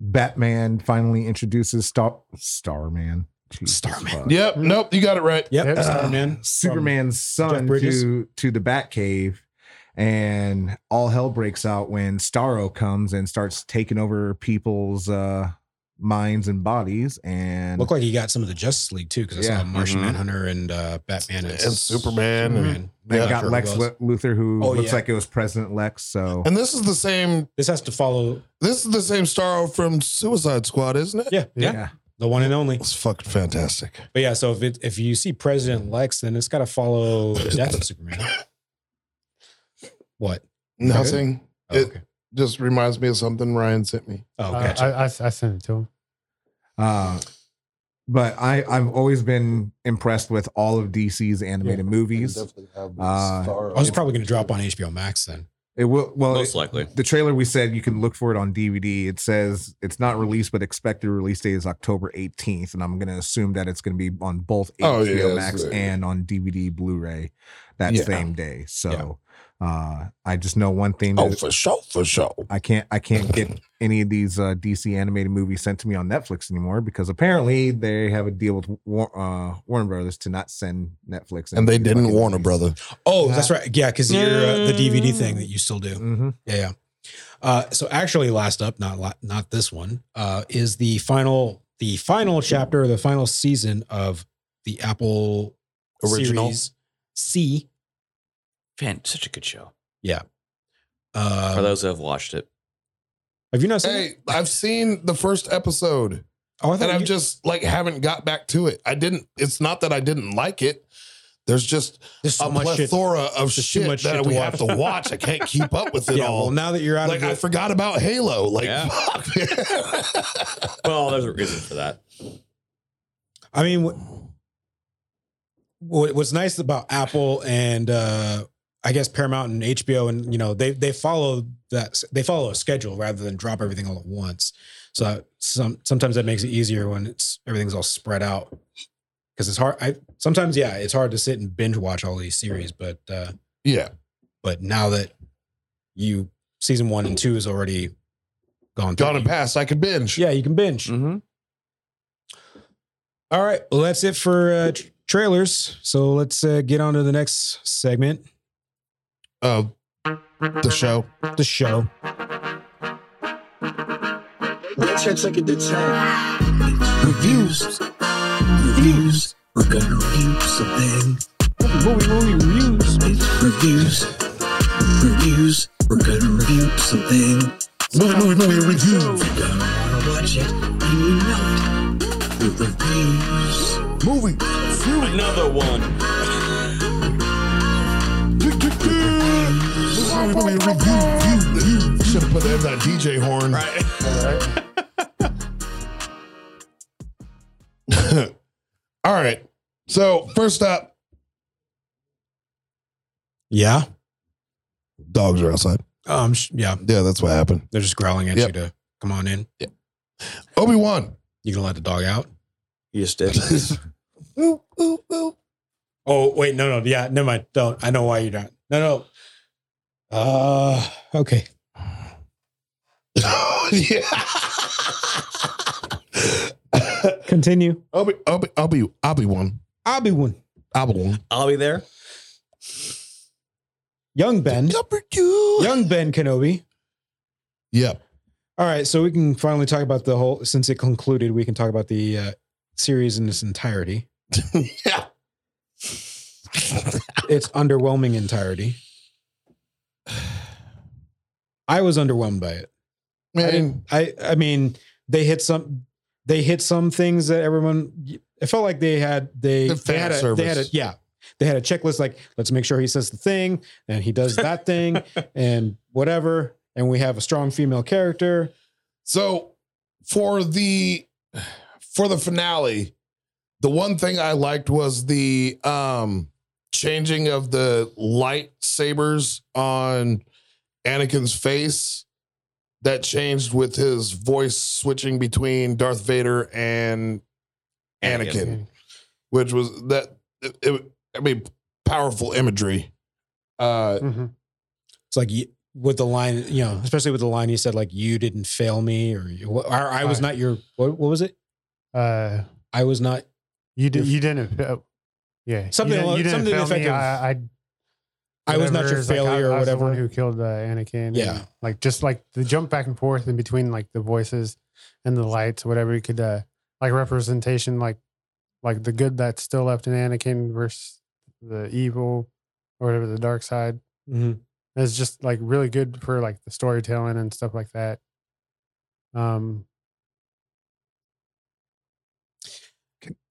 [SPEAKER 6] Batman finally introduces Star Starman. Jesus
[SPEAKER 8] Starman.
[SPEAKER 6] fuck.
[SPEAKER 1] Yep. Nope. You got it right.
[SPEAKER 4] Yep.
[SPEAKER 3] Yep.
[SPEAKER 4] Starman.
[SPEAKER 6] Superman's son
[SPEAKER 4] Bridges.
[SPEAKER 6] to to the Batcave, and all hell breaks out when Starro comes and starts taking over people's uh, minds and bodies. And
[SPEAKER 4] Looked like he got some of the Justice League too, because I
[SPEAKER 6] Yeah.
[SPEAKER 4] saw Martian
[SPEAKER 2] Mhm.
[SPEAKER 1] Mm-hmm.
[SPEAKER 4] Manhunter and uh, Batman and,
[SPEAKER 1] And Superman and-
[SPEAKER 6] they
[SPEAKER 1] Yeah.
[SPEAKER 6] got
[SPEAKER 4] sure who
[SPEAKER 6] Lex
[SPEAKER 4] else.
[SPEAKER 6] Luthor, who
[SPEAKER 4] Oh,
[SPEAKER 6] looks
[SPEAKER 4] yeah.
[SPEAKER 6] like it was President Lex. So
[SPEAKER 1] And this is the same.
[SPEAKER 4] This has to follow
[SPEAKER 1] This is the same star from Suicide Squad, isn't it?
[SPEAKER 4] Yeah, yeah, the one and only.
[SPEAKER 1] It's fucking fantastic.
[SPEAKER 4] But yeah, so if it, if you see President Lex, then it's got to follow the death of Superman. What?
[SPEAKER 1] Nothing.
[SPEAKER 4] Oh,
[SPEAKER 1] It-
[SPEAKER 4] okay.
[SPEAKER 1] Just reminds me of something Ryan sent me.
[SPEAKER 4] Oh,
[SPEAKER 3] Uh,
[SPEAKER 4] gotcha.
[SPEAKER 3] I, I, I sent it to him.
[SPEAKER 6] Uh, but I, I've always been impressed with all of DC's animated movies. Uh,
[SPEAKER 4] I was probably going to drop on HBO Max then.
[SPEAKER 6] It will well
[SPEAKER 2] most
[SPEAKER 6] it-
[SPEAKER 2] likely.
[SPEAKER 6] the trailer we said you can look for it on DVD. It says it's not released, but expected release date is October 18th, and I'm gonna assume that it's gonna be on both HBO
[SPEAKER 1] Oh, yeah, that's
[SPEAKER 6] Max
[SPEAKER 1] right.
[SPEAKER 6] and on DVD Blu-ray. that
[SPEAKER 1] Yeah.
[SPEAKER 6] same day. So uh, I just know one thing.
[SPEAKER 7] Oh,
[SPEAKER 6] that-
[SPEAKER 7] for sure, for sure.
[SPEAKER 6] I can't I can't get any of these uh, DC animated movies sent to me on Netflix anymore because apparently they have a deal with War- uh, Warner Brothers to not send Netflix.
[SPEAKER 7] And they didn't warn a brother.
[SPEAKER 4] Oh, that's right. Yeah, because you're uh, the DVD thing that you still
[SPEAKER 1] Mm.
[SPEAKER 4] do.
[SPEAKER 6] Mm-hmm.
[SPEAKER 4] Yeah, yeah. Uh, so actually, last up, not la- not this one, uh, is the final the final chapter, the final season of the Apple
[SPEAKER 1] Original.
[SPEAKER 4] series C.
[SPEAKER 2] Man, such a good show.
[SPEAKER 4] Uh,
[SPEAKER 2] For those who have watched it,
[SPEAKER 4] have you not seen? it?
[SPEAKER 1] Hey, I've seen the first episode
[SPEAKER 4] Oh, I
[SPEAKER 1] and I've
[SPEAKER 4] you-
[SPEAKER 1] just like haven't got back to it. I didn't, it's not that I didn't like it. There's just
[SPEAKER 4] there's so
[SPEAKER 1] a
[SPEAKER 4] much shit.
[SPEAKER 1] plethora of
[SPEAKER 4] There's too
[SPEAKER 1] shit that
[SPEAKER 4] much shit to
[SPEAKER 1] we
[SPEAKER 4] watch.
[SPEAKER 1] have to watch. I can't keep up with it
[SPEAKER 4] Yeah,
[SPEAKER 1] all.
[SPEAKER 4] well, now that you're out
[SPEAKER 1] like
[SPEAKER 4] of
[SPEAKER 1] I
[SPEAKER 4] it,
[SPEAKER 1] forgot about Halo. Like
[SPEAKER 2] Yeah.
[SPEAKER 1] fuck.
[SPEAKER 2] well, there's a reason for that.
[SPEAKER 4] I mean, wh- wh- what's nice about Apple and uh, I guess Paramount and HBO, and you know, they they follow that they follow a schedule rather than drop everything all at once. So some sometimes that makes it easier when it's everything's all spread out because it's hard. I sometimes yeah, it's hard to sit and binge watch all these series, but uh,
[SPEAKER 1] yeah.
[SPEAKER 4] but now that you season one and two is already gone, through,
[SPEAKER 1] Gone and past. I could binge.
[SPEAKER 4] yeah, you can binge.
[SPEAKER 2] Mm-hmm.
[SPEAKER 4] All right. Well, that's it for uh, tr trailers. So let's uh, get on to the next segment,
[SPEAKER 1] Uh, the show.
[SPEAKER 4] the show.
[SPEAKER 5] Let's take a Reviews. Reviews. We're gonna review something. It's reviews. Reviews. We're gonna review something. Movie, movie, movie, review. You're gonna wanna watch it, and you know it. The reviews.
[SPEAKER 1] Movie.
[SPEAKER 2] Another one.
[SPEAKER 1] Should have put that in that DJ horn. All right. So first up,
[SPEAKER 4] Yeah.
[SPEAKER 1] dogs are outside.
[SPEAKER 4] Um. sh- Yeah.
[SPEAKER 1] Yeah, that's what happened.
[SPEAKER 4] They're just growling at
[SPEAKER 1] Yep.
[SPEAKER 4] you to come on in.
[SPEAKER 1] Obi Wan.
[SPEAKER 4] You gonna let the dog out?
[SPEAKER 2] You just did.
[SPEAKER 4] Oh wait, no, no, yeah, never mind. Don't. I know why you're not. No, no. Uh. Okay.
[SPEAKER 1] yeah.
[SPEAKER 4] Continue.
[SPEAKER 1] Obi Obi Obi Obi Wan.
[SPEAKER 4] I'll be one.
[SPEAKER 1] Obi Wan.
[SPEAKER 2] I'll be there.
[SPEAKER 4] Young Ben. Young Ben Kenobi.
[SPEAKER 1] Yep.
[SPEAKER 4] All right, so we can finally talk about the whole. Since it concluded, we can talk about the uh, series in its entirety.
[SPEAKER 1] Yeah.
[SPEAKER 4] its underwhelming entirety. I was underwhelmed by it. I
[SPEAKER 1] Man.
[SPEAKER 4] didn't. I I mean, they hit some. They hit some things that everyone. It felt like they had they
[SPEAKER 1] The
[SPEAKER 4] they had
[SPEAKER 1] fan
[SPEAKER 4] a, they had a
[SPEAKER 1] service.
[SPEAKER 4] yeah they had a checklist like let's make sure he says the thing and he does that thing and whatever and we have a strong female character.
[SPEAKER 1] So for the for the finale, the one thing I liked was the um changing of the lightsabers on Anakin's face that changed with his voice switching between Darth Vader and Anakin, which was that it, it- I mean powerful imagery. Uh
[SPEAKER 3] Mm-hmm.
[SPEAKER 4] It's like you- with the line you know especially with the line you said like you didn't fail me or, you- or I was
[SPEAKER 3] Right.
[SPEAKER 4] not your what, what was it
[SPEAKER 3] Uh,
[SPEAKER 4] I was not
[SPEAKER 3] you did.
[SPEAKER 4] You're-
[SPEAKER 3] You didn't. fa- Yeah. You
[SPEAKER 4] Something
[SPEAKER 3] didn't-
[SPEAKER 4] along-
[SPEAKER 3] You didn't,
[SPEAKER 4] something
[SPEAKER 3] fail me.
[SPEAKER 4] effective.
[SPEAKER 3] I, I,
[SPEAKER 4] I was not
[SPEAKER 3] whatever,
[SPEAKER 4] your
[SPEAKER 3] it's
[SPEAKER 4] failure
[SPEAKER 3] I-
[SPEAKER 4] or
[SPEAKER 3] I was the
[SPEAKER 4] whatever.
[SPEAKER 3] one who killed uh, Anakin.
[SPEAKER 4] Yeah.
[SPEAKER 3] and, like just like the jump back and forth in between like the voices and the lights, whatever you could uh, like representation, like like the good that's still left in Anakin versus the evil or whatever the dark side.
[SPEAKER 4] Mm-hmm.
[SPEAKER 3] It's just like really good for like the storytelling and stuff like that. Um,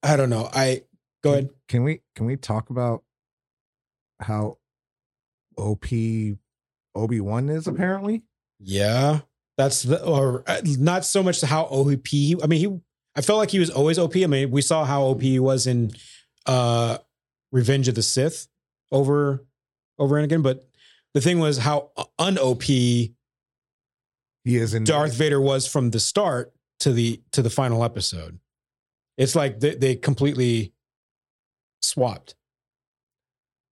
[SPEAKER 4] I don't know. I go ahead.
[SPEAKER 6] Can we can we talk about how OP Obi Wan is apparently?
[SPEAKER 4] Yeah, that's the or uh, not so much how OP. He, I mean, he. I felt like he was always OP. I mean, we saw how OP he was in uh Revenge of the Sith over over Anakin, but the thing was how uh, un OP
[SPEAKER 6] He is in
[SPEAKER 4] Darth Vader was from the start to the to the final episode. It's like they, they completely swapped.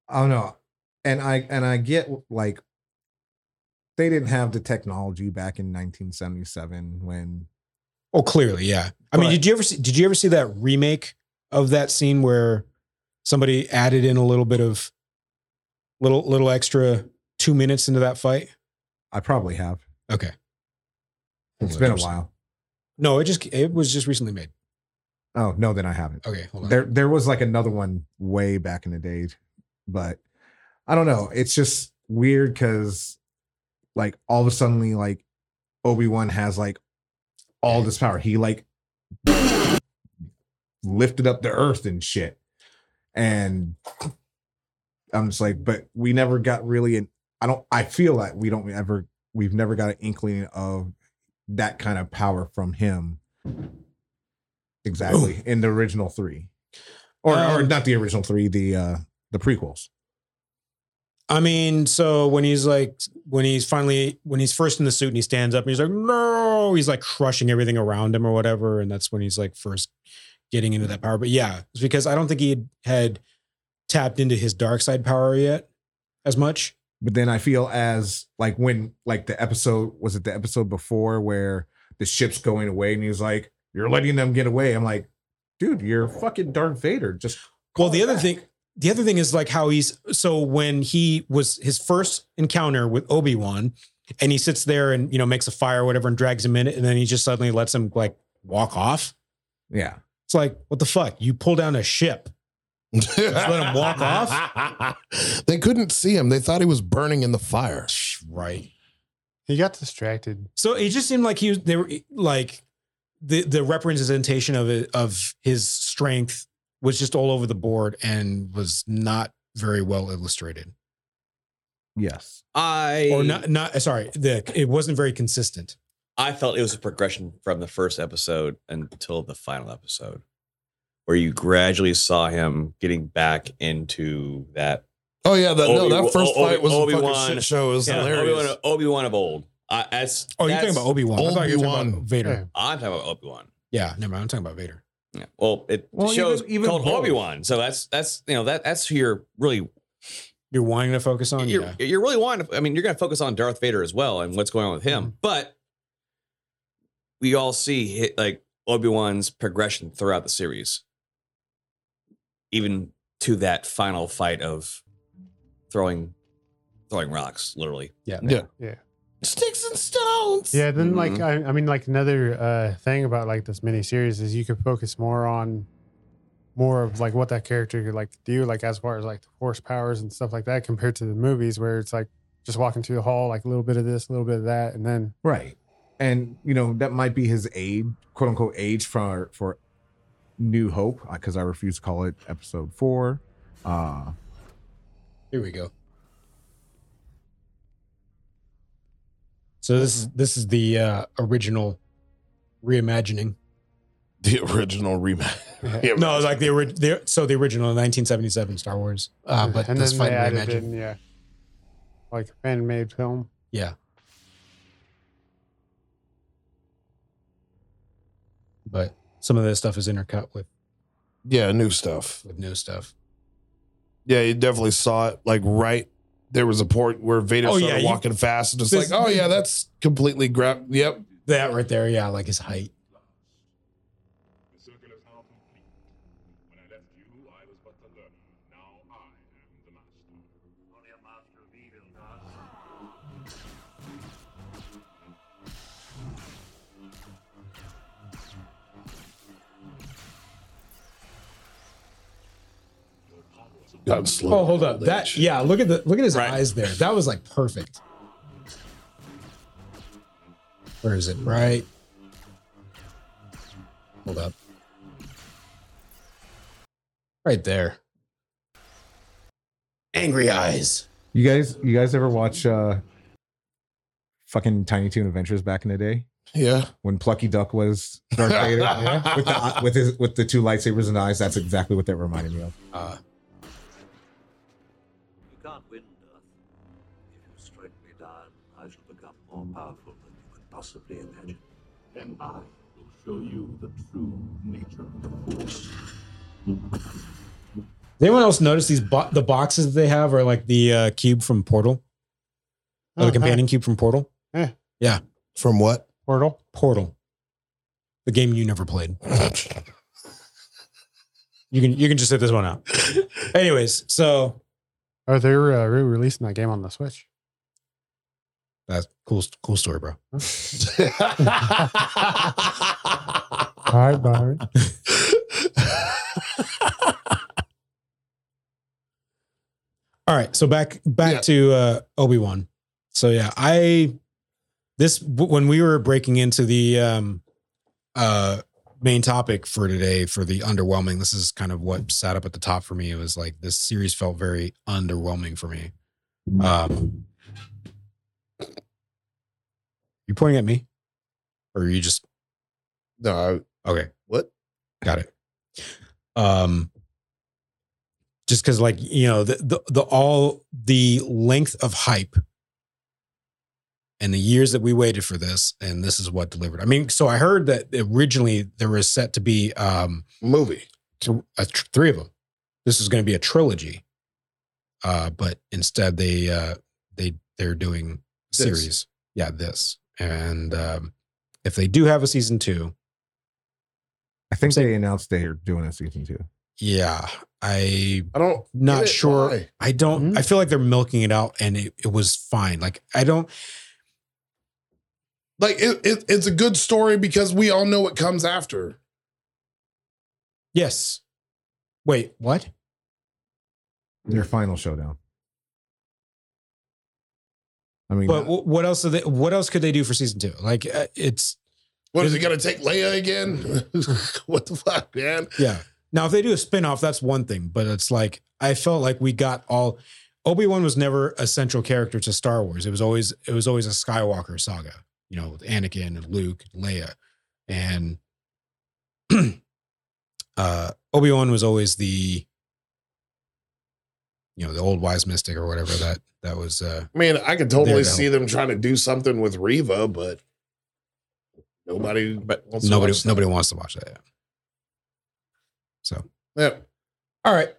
[SPEAKER 6] I don't know. and I and I get like they didn't have the technology back in 1977 when
[SPEAKER 8] Oh, clearly, yeah. I mean,
[SPEAKER 6] Right.
[SPEAKER 8] did you ever see, did you ever see that remake of that scene where somebody added in a little bit of little little extra two minutes into that fight?
[SPEAKER 6] I probably have.
[SPEAKER 8] Okay,
[SPEAKER 6] It's
[SPEAKER 8] Hold
[SPEAKER 6] been a
[SPEAKER 8] on.
[SPEAKER 6] while.
[SPEAKER 8] No, it just it was just recently made.
[SPEAKER 6] Oh no, then I haven't.
[SPEAKER 8] Okay, hold on.
[SPEAKER 6] There there was like another one way back in the day, but I don't know. It's just weird because like all of a sudden like Obi-Wan has like all this power. He like lifted up the earth and shit. And I'm just like, but we never got really an I don't I feel like we don't ever we've never got an inkling of that kind of power from him. Exactly. In the original three. Or or
[SPEAKER 8] Um,
[SPEAKER 6] not the original three, the uh the prequels.
[SPEAKER 8] I mean, so when he's like, when he's finally, when he's first in the suit and he stands up and he's like, no, he's like crushing everything around him or whatever. And that's when he's like first getting into that power. But yeah, it's because I don't think he had- had tapped into his dark side power yet as much.
[SPEAKER 6] But then I feel as like when like the episode was it the episode before where the ship's going away and he's like, You're letting them get away. I'm like, dude, you're fucking Darth Vader. Just
[SPEAKER 8] Well, the other thing, the other thing is like how he's so when he was his first encounter with Obi Wan, and he sits there and you know makes a fire or whatever and drags him in it, and then he just suddenly lets him like walk off.
[SPEAKER 6] Yeah.
[SPEAKER 8] It's like what the fuck? You pull down a ship.
[SPEAKER 1] Just
[SPEAKER 8] let him walk
[SPEAKER 1] off. they couldn't see him. They thought he was burning in the fire.
[SPEAKER 8] Right.
[SPEAKER 3] He got distracted.
[SPEAKER 8] So it just seemed like he was they were like the the representation of it, of his strength was just all over the board and was not very well illustrated
[SPEAKER 6] Yes.
[SPEAKER 2] I
[SPEAKER 8] or not not sorry the it wasn't very consistent.
[SPEAKER 2] I felt it was a progression from the first episode until the final episode, where you gradually saw him getting back into that
[SPEAKER 1] Oh yeah, that, no,
[SPEAKER 2] Obi-
[SPEAKER 1] that first
[SPEAKER 2] Obi-
[SPEAKER 1] fight was a
[SPEAKER 2] Obi-Wan.
[SPEAKER 1] fucking shit show. It was hilarious.
[SPEAKER 2] Obi-Wan, Obi-Wan of old. I, that's,
[SPEAKER 8] Oh, you're
[SPEAKER 2] that's-
[SPEAKER 8] talking about Obi Wan. I thought you were talking about
[SPEAKER 1] Obi-Wan.
[SPEAKER 8] Vader.
[SPEAKER 3] Yeah.
[SPEAKER 2] I'm talking about Obi-Wan.
[SPEAKER 8] Yeah, never mind. I'm talking about Vader.
[SPEAKER 2] Yeah. Well, it
[SPEAKER 6] Well,
[SPEAKER 2] shows
[SPEAKER 6] even- even
[SPEAKER 2] called
[SPEAKER 6] both.
[SPEAKER 2] Obi-Wan. So that's that's you know that that's who you're really
[SPEAKER 8] You're wanting to focus on
[SPEAKER 2] you're,
[SPEAKER 8] yeah.
[SPEAKER 2] you're really wanting. To, I mean, you're going to focus on Darth Vader as well and what's going on with him.
[SPEAKER 3] Mm-hmm.
[SPEAKER 2] But we all see hi- like Obi Wan's progression throughout the series, even to that final fight of throwing throwing rocks, literally.
[SPEAKER 1] Sticks and stones.
[SPEAKER 3] Yeah, then
[SPEAKER 2] Mm-hmm.
[SPEAKER 3] like
[SPEAKER 8] Mm-hmm.
[SPEAKER 3] I, I mean like another uh thing about like this mini series is you could focus more on more of like what that character could like do, like as far as like the force powers and stuff like that compared to the movies where it's like just walking through the hall, like a little bit of this, a little bit of that, and then
[SPEAKER 6] Right. And you know, that might be his age, quote unquote age for for New Hope, because I refuse to call it episode four. Uh
[SPEAKER 8] Here we go. So this is this is the uh, original reimagining.
[SPEAKER 1] The original remake. Yeah,
[SPEAKER 8] No, like the, ori- the so the original 1977 Star Wars. Uh, but
[SPEAKER 3] and
[SPEAKER 8] this
[SPEAKER 3] then
[SPEAKER 8] fight
[SPEAKER 3] they added
[SPEAKER 8] reimagined.
[SPEAKER 3] in, yeah. Like fan made film.
[SPEAKER 8] Yeah. But some of this stuff is intercut with
[SPEAKER 1] yeah, new stuff.
[SPEAKER 8] with new stuff.
[SPEAKER 1] Yeah, you definitely saw it. Like right, there was a point where Vader
[SPEAKER 8] Oh,
[SPEAKER 1] started
[SPEAKER 8] yeah, you-
[SPEAKER 1] walking fast, and just
[SPEAKER 8] This-
[SPEAKER 1] like, oh yeah, that's completely grab. Yep.
[SPEAKER 8] That right there, yeah, like his height.
[SPEAKER 11] The circle is now complete. When I left you, I was but the learner. Now I am the master. Only a master of evil does.
[SPEAKER 1] Got slow.
[SPEAKER 8] Oh, hold up. That yeah, look at the look at his
[SPEAKER 2] Right.
[SPEAKER 8] eyes there. That was like perfect. Where is it? Right. Hold up. Right there. Angry eyes.
[SPEAKER 6] you guys you guys ever watch uh fucking Tiny Toon Adventures back in the day?
[SPEAKER 1] Yeah.
[SPEAKER 6] When Plucky Duck was Darth Vader yeah, with the uh, with his with the two lightsabers and eyes, that's exactly what that reminded me of.
[SPEAKER 8] Uh,
[SPEAKER 12] You can't win, Darth. If you strike me down, I shall become more powerful than you could possibly imagine.
[SPEAKER 11] And I will show you the true nature of the force.
[SPEAKER 4] Did anyone else notice these bo- the boxes that they have are like the uh, cube from Portal, or the
[SPEAKER 3] Oh,
[SPEAKER 4] companion cube from Portal?
[SPEAKER 1] From what?
[SPEAKER 3] Portal.
[SPEAKER 4] Portal, the game you never played. you can you can just hit this one out. Anyways, so
[SPEAKER 3] Oh, they're uh, re-releasing that game on the Switch.
[SPEAKER 4] that's cool cool story, bro.
[SPEAKER 3] All right, Byron.
[SPEAKER 4] All right, so back back
[SPEAKER 1] Yeah.
[SPEAKER 4] to uh, Obi Wan. So yeah, I this w- when we were breaking into the um, uh, main topic for today for the underwhelming. This is kind of what sat up at the top for me. It was like this series felt very underwhelming for me. Um, you pointing at me, or are you just
[SPEAKER 1] no, I-
[SPEAKER 4] okay?
[SPEAKER 1] What?
[SPEAKER 4] Got it. Um, just because like you know the, the the all the length of hype and the years that we waited for this and this is what delivered i mean so i heard that originally there was set to be um
[SPEAKER 1] movie.
[SPEAKER 4] to a tr- three of them this was going to be a trilogy uh but instead they uh they they're doing
[SPEAKER 1] This.
[SPEAKER 4] series yeah this and um if they do have a season two
[SPEAKER 6] I think they announced they're doing a season two.
[SPEAKER 4] yeah i
[SPEAKER 1] I don't
[SPEAKER 4] not
[SPEAKER 1] get it.
[SPEAKER 4] sure.
[SPEAKER 1] Why?
[SPEAKER 4] I don't. I feel like they're milking it out, and it, it was fine. Like I don't.
[SPEAKER 1] Like it, it, it's a good story because we all know what comes after.
[SPEAKER 4] Yes. Wait. What?
[SPEAKER 6] Their final showdown. I mean,
[SPEAKER 4] But wh- what else? Are they, what else could they do for season two? Like uh, it's
[SPEAKER 1] What is it gonna take Leia again? what the fuck, man?
[SPEAKER 4] yeah. Now if they do a spinoff, that's one thing. But it's like I felt like we got all. Obi Wan was never a central character to Star Wars. It was always it was always a Skywalker saga. You know, with Anakin and Luke, and Leia, and uh, Obi Wan was always the you know the old wise mystic or whatever that that was. Uh,
[SPEAKER 1] I mean, I could totally
[SPEAKER 4] Daredevil.
[SPEAKER 1] see them trying to do something with Reva, but nobody,
[SPEAKER 4] but
[SPEAKER 1] wants to
[SPEAKER 4] nobody
[SPEAKER 1] watch that.
[SPEAKER 4] nobody wants to watch that. Yeah. So
[SPEAKER 1] Yeah.
[SPEAKER 4] all right,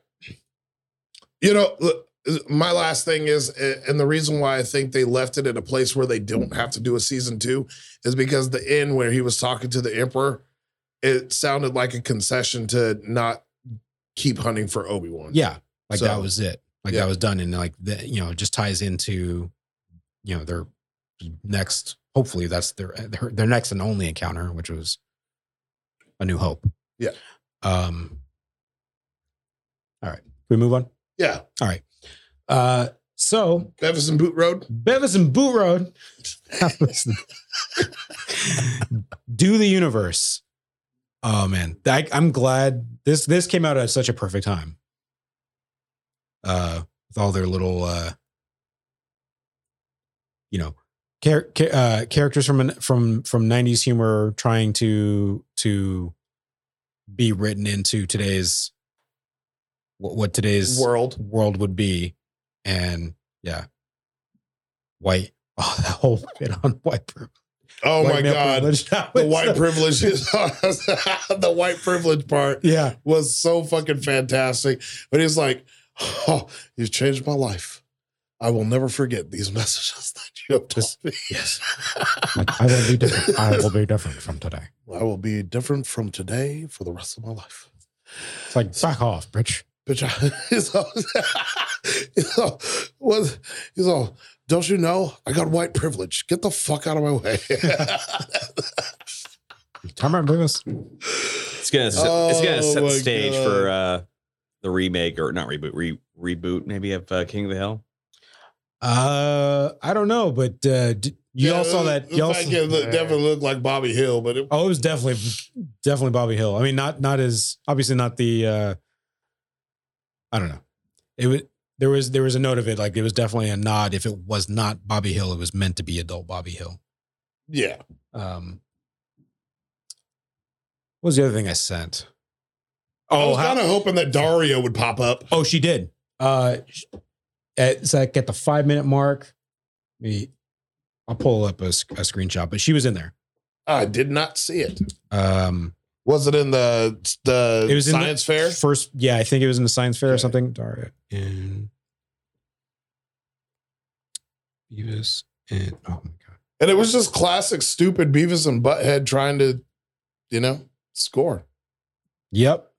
[SPEAKER 1] You know, look, uh, my last thing is, and the reason why I think they left it at a place where they don't have to do a season two is because the end where he was talking to the emperor, it sounded like a concession to not keep hunting for Obi Wan.
[SPEAKER 4] yeah, like
[SPEAKER 1] So-
[SPEAKER 4] that was it. Like
[SPEAKER 1] Yeah.
[SPEAKER 4] that was done, and like that you know it just ties into you know their next. Hopefully, that's their their, their next and only encounter, which was a new hope.
[SPEAKER 1] Yeah.
[SPEAKER 4] Um. All right, can we move on.
[SPEAKER 1] yeah.
[SPEAKER 4] Uh. So
[SPEAKER 1] Bevis and Boot Road.
[SPEAKER 4] Bevis and Boot Road do the universe. Oh man, I, I'm glad this this came out at such a perfect time. Uh, with all their little, uh, you know, char- char- uh, characters from an, from from '90s humor trying to to be written into today's what what today's
[SPEAKER 1] World.
[SPEAKER 4] world would be. And yeah, white. Oh, that whole bit on white. pri-
[SPEAKER 1] Oh
[SPEAKER 4] white
[SPEAKER 1] my
[SPEAKER 4] male
[SPEAKER 1] God.
[SPEAKER 4] privilege. That
[SPEAKER 1] The
[SPEAKER 4] was
[SPEAKER 1] white
[SPEAKER 4] so-
[SPEAKER 1] privilege is the white privilege part
[SPEAKER 4] Yeah,
[SPEAKER 1] was so fucking fantastic. But he's like, Oh, you've changed my life. I will never forget these messages that you have taught me.
[SPEAKER 4] Yes. I will be different. I will be different from today.
[SPEAKER 1] I will be different from today for the rest of my life.
[SPEAKER 4] It's like back off, bitch.
[SPEAKER 1] Bitch, I, he's, all, he's, all, what, he's all, don't you know? I got white privilege. Get the fuck out of my way.
[SPEAKER 4] Time out, Davis.
[SPEAKER 2] It's gonna set, it's gonna
[SPEAKER 1] Oh
[SPEAKER 2] set the
[SPEAKER 1] my
[SPEAKER 2] stage
[SPEAKER 1] God.
[SPEAKER 2] for uh the remake or not reboot re- reboot maybe of uh, King of the Hill.
[SPEAKER 4] Uh, I don't know, but uh, d- y'all
[SPEAKER 1] Yeah,
[SPEAKER 4] saw that.
[SPEAKER 1] the
[SPEAKER 4] Y'all.
[SPEAKER 1] fact
[SPEAKER 4] saw-
[SPEAKER 1] it look- definitely looked like Bobby Hill, but it,
[SPEAKER 4] oh, it was definitely, definitely Bobby Hill. I mean, not not as obviously not the. uh I don't know. It was there was there was a note of it like it was definitely a nod. If it was not Bobby Hill, it was meant to be adult Bobby Hill.
[SPEAKER 1] yeah.
[SPEAKER 4] Um, what was the other thing I sent?
[SPEAKER 1] I
[SPEAKER 4] Oh,
[SPEAKER 1] was
[SPEAKER 4] how,
[SPEAKER 1] kind of hoping that Dario would pop up.
[SPEAKER 4] oh, she did. Uh, sh- it's like at the five minute mark. Me, I'll pull up a, sc- a screenshot, but she was in there.
[SPEAKER 1] I did not see it.
[SPEAKER 4] Um,
[SPEAKER 1] Was it in the the
[SPEAKER 4] It was in the
[SPEAKER 1] science fair?
[SPEAKER 4] First, yeah, I think it was in the science fair or
[SPEAKER 8] Okay.
[SPEAKER 4] something. Daria.
[SPEAKER 8] And Beavis and oh my god.
[SPEAKER 1] And it was just classic stupid Beavis and Butthead trying to, you know, score
[SPEAKER 4] Yep.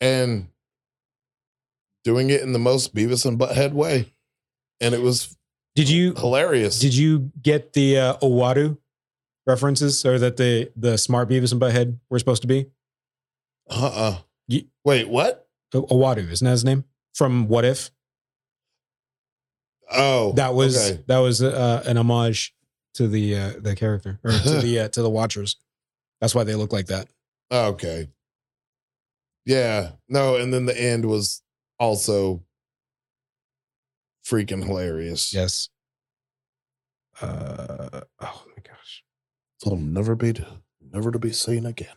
[SPEAKER 1] and doing it in the most Beavis and Butthead way. And it was
[SPEAKER 4] Did you
[SPEAKER 1] hilarious.
[SPEAKER 4] did you get the uh, Owadu references or that the the smart Beavis and Butthead were supposed to be?
[SPEAKER 1] uh-uh.
[SPEAKER 4] You-
[SPEAKER 1] Wait, what?
[SPEAKER 4] O- Owadu, isn't that his name? From What If?
[SPEAKER 1] Oh,
[SPEAKER 4] That was
[SPEAKER 1] okay.
[SPEAKER 4] that was uh, an homage to the uh, the character or to the uh, to the Watchers. That's why they look like that.
[SPEAKER 1] Okay. Yeah. No, and then the end was also freaking hilarious.
[SPEAKER 4] Yes. Uh, oh my gosh.
[SPEAKER 7] That'll never be never to be seen again.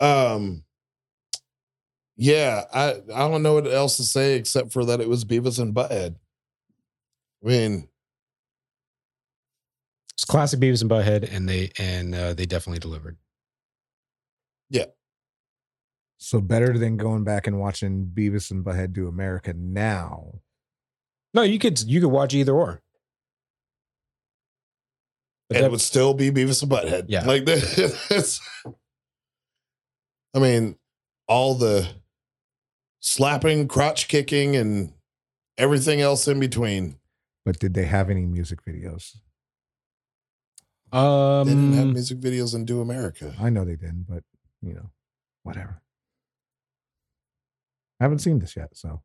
[SPEAKER 1] Um Yeah, I I don't know what else to say except for that it was Beavis and Butthead. I mean,
[SPEAKER 8] It's classic Beavis and Butthead, and they and uh, they definitely delivered.
[SPEAKER 6] So better than going back and watching Beavis and Butthead do America now.
[SPEAKER 4] No, you could you could watch either or. But
[SPEAKER 1] and
[SPEAKER 4] that-
[SPEAKER 1] it would still be Beavis and Butthead.
[SPEAKER 8] Yeah.
[SPEAKER 1] Like this. I mean, all the slapping, crotch kicking, and everything else in between.
[SPEAKER 6] But did they have any music videos?
[SPEAKER 1] They didn't have
[SPEAKER 4] um,
[SPEAKER 1] music videos in Do America.
[SPEAKER 6] I know they didn't, but you know, whatever. I haven't seen this yet, so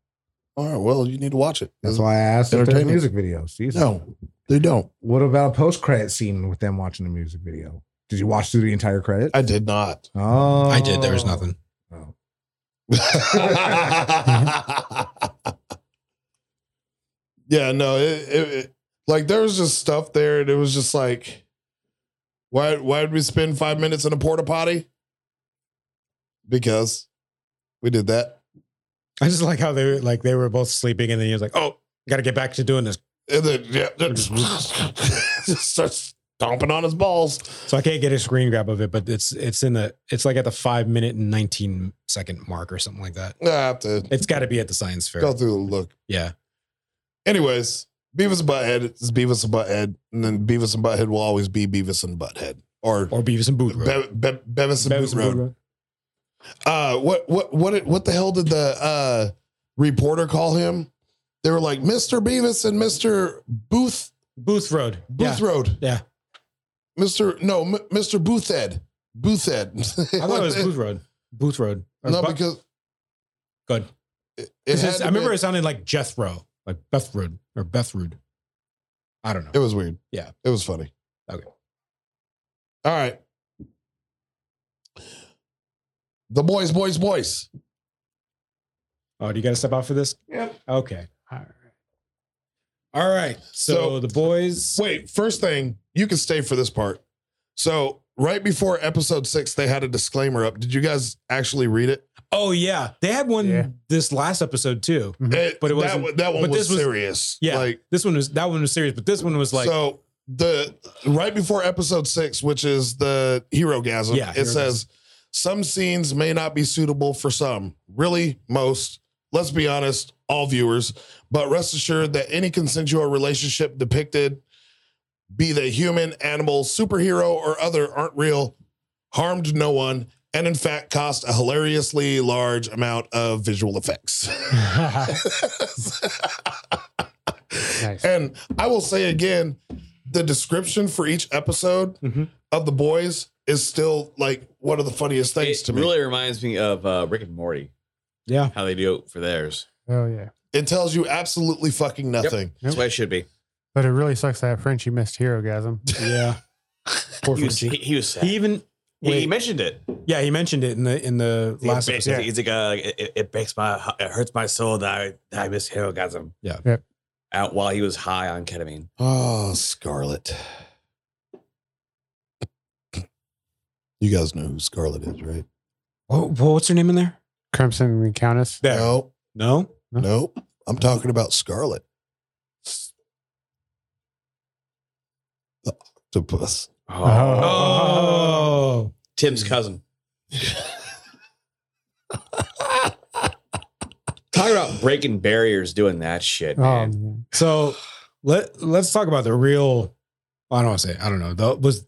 [SPEAKER 1] All right, well, you need to watch it.
[SPEAKER 6] that's why I asked if there's
[SPEAKER 1] Entertainment.
[SPEAKER 6] music videos. Jesus.
[SPEAKER 1] No, they don't.
[SPEAKER 6] What about a post credit scene with them watching the music video? Did you watch through the entire credit?
[SPEAKER 1] I did not.
[SPEAKER 6] oh,
[SPEAKER 8] I did. There was nothing.
[SPEAKER 6] Oh.
[SPEAKER 1] yeah, no, it, it, it- like there was just stuff there, and it was just like, why why did we spend five minutes in a porta potty? Because we did that.
[SPEAKER 4] I just like how they were like they were both sleeping, and then he was like, "Oh, got to get back to doing this,
[SPEAKER 1] And then yeah, then just starts stomping on his balls.
[SPEAKER 4] so I can't get a screen grab of it." But it's it's in the it's like at the five minute and nineteen second mark or something like that.
[SPEAKER 1] I have to
[SPEAKER 4] It's got to be at the science fair.
[SPEAKER 1] go through the look.
[SPEAKER 4] Yeah,
[SPEAKER 1] Anyways, Beavis and Butthead is Beavis and Butthead, and then Beavis and Butthead will always be Beavis and Butthead, or,
[SPEAKER 4] or Beavis and
[SPEAKER 1] Be-
[SPEAKER 4] Boot
[SPEAKER 1] Be-
[SPEAKER 4] Road.
[SPEAKER 1] Beavis and
[SPEAKER 4] Beavis
[SPEAKER 1] Boot Road. Uh, what what what it- what the hell did the uh, reporter call him? They were like Mr. Beavis and Mr. Booth
[SPEAKER 4] Booth Road.
[SPEAKER 1] Booth Road.
[SPEAKER 4] Yeah.
[SPEAKER 1] Mr. No, M- Mr. Boothhead. Boothhead.
[SPEAKER 4] Yeah. I thought it was Booth Road. Booth Road. Or
[SPEAKER 1] No,
[SPEAKER 4] Bu-
[SPEAKER 1] because
[SPEAKER 4] good.
[SPEAKER 1] it, it
[SPEAKER 4] It's
[SPEAKER 1] had
[SPEAKER 4] just-
[SPEAKER 1] to
[SPEAKER 4] I remember
[SPEAKER 1] be-
[SPEAKER 4] it sounded like Jethro, like Beth Road or Beth Rood. I don't know.
[SPEAKER 1] it was weird.
[SPEAKER 4] Yeah.
[SPEAKER 1] it was funny.
[SPEAKER 4] Okay.
[SPEAKER 1] All right. The boys, boys, boys.
[SPEAKER 4] Oh, do you got to step out for this? Yep. Okay. All right. All right. So,
[SPEAKER 1] So-
[SPEAKER 4] the boys.
[SPEAKER 1] Wait, first thing, you can stay for this part. So, right before episode six, they had a disclaimer up. Did you guys actually read it?
[SPEAKER 4] Oh yeah, they had one
[SPEAKER 3] Yeah.
[SPEAKER 4] this last episode too. Mm-hmm. But
[SPEAKER 1] that
[SPEAKER 4] it wasn't-
[SPEAKER 1] one- that one
[SPEAKER 4] but
[SPEAKER 1] was
[SPEAKER 4] this was-
[SPEAKER 1] serious.
[SPEAKER 4] Yeah.
[SPEAKER 1] Like,
[SPEAKER 4] This one was that one was serious, but this one was like
[SPEAKER 1] so the right before episode six, which is the hero gasm,
[SPEAKER 4] Yeah,
[SPEAKER 1] it
[SPEAKER 4] Herogasm.
[SPEAKER 1] says some scenes may not be suitable for some, really most. Let's be honest, all viewers, but rest assured that any consensual relationship depicted, be they human, animal, superhero, or other, aren't real, harmed no one, and in fact cost a hilariously large amount of visual effects.
[SPEAKER 3] Nice.
[SPEAKER 1] And I will say again, the description for each episode
[SPEAKER 3] Mm-hmm.
[SPEAKER 4] Mhm.
[SPEAKER 1] of the boys is still like one of the funniest things
[SPEAKER 2] it
[SPEAKER 1] to me.
[SPEAKER 2] really reminds me of uh, Rick and Morty.
[SPEAKER 4] Yeah.
[SPEAKER 2] How they do it for theirs.
[SPEAKER 3] Oh yeah,
[SPEAKER 1] It tells you absolutely fucking nothing.
[SPEAKER 2] That's why it should be.
[SPEAKER 3] but it really sucks that Frenchie missed Hero Gasm.
[SPEAKER 4] yeah. Poor
[SPEAKER 2] He was, he,
[SPEAKER 4] Frenchie.
[SPEAKER 2] he was sad.
[SPEAKER 4] He even
[SPEAKER 2] He- he
[SPEAKER 4] wait,
[SPEAKER 2] mentioned it.
[SPEAKER 4] yeah he mentioned it in the in the
[SPEAKER 2] He
[SPEAKER 4] last
[SPEAKER 2] ba-
[SPEAKER 4] episode.
[SPEAKER 2] He's like, uh, it, it breaks my, it hurts my soul that I, that I miss Hero Gasm.
[SPEAKER 4] Yeah.
[SPEAKER 3] Yep.
[SPEAKER 2] Out while he was high on ketamine.
[SPEAKER 1] Oh, Scarlet. You guys know who Scarlet is, right?
[SPEAKER 4] Whoa, whoa, what's her name in there?
[SPEAKER 3] Crimson and Countess.
[SPEAKER 4] There. No.
[SPEAKER 1] No, nope. I'm talking about Scarlet.
[SPEAKER 7] Octopus.
[SPEAKER 3] Oh.
[SPEAKER 4] Oh.
[SPEAKER 2] Tim's cousin. Talk about breaking barriers doing that shit, Oh, man.
[SPEAKER 3] Um,
[SPEAKER 4] So let let's talk about the real. I don't want to say. I don't know. The, was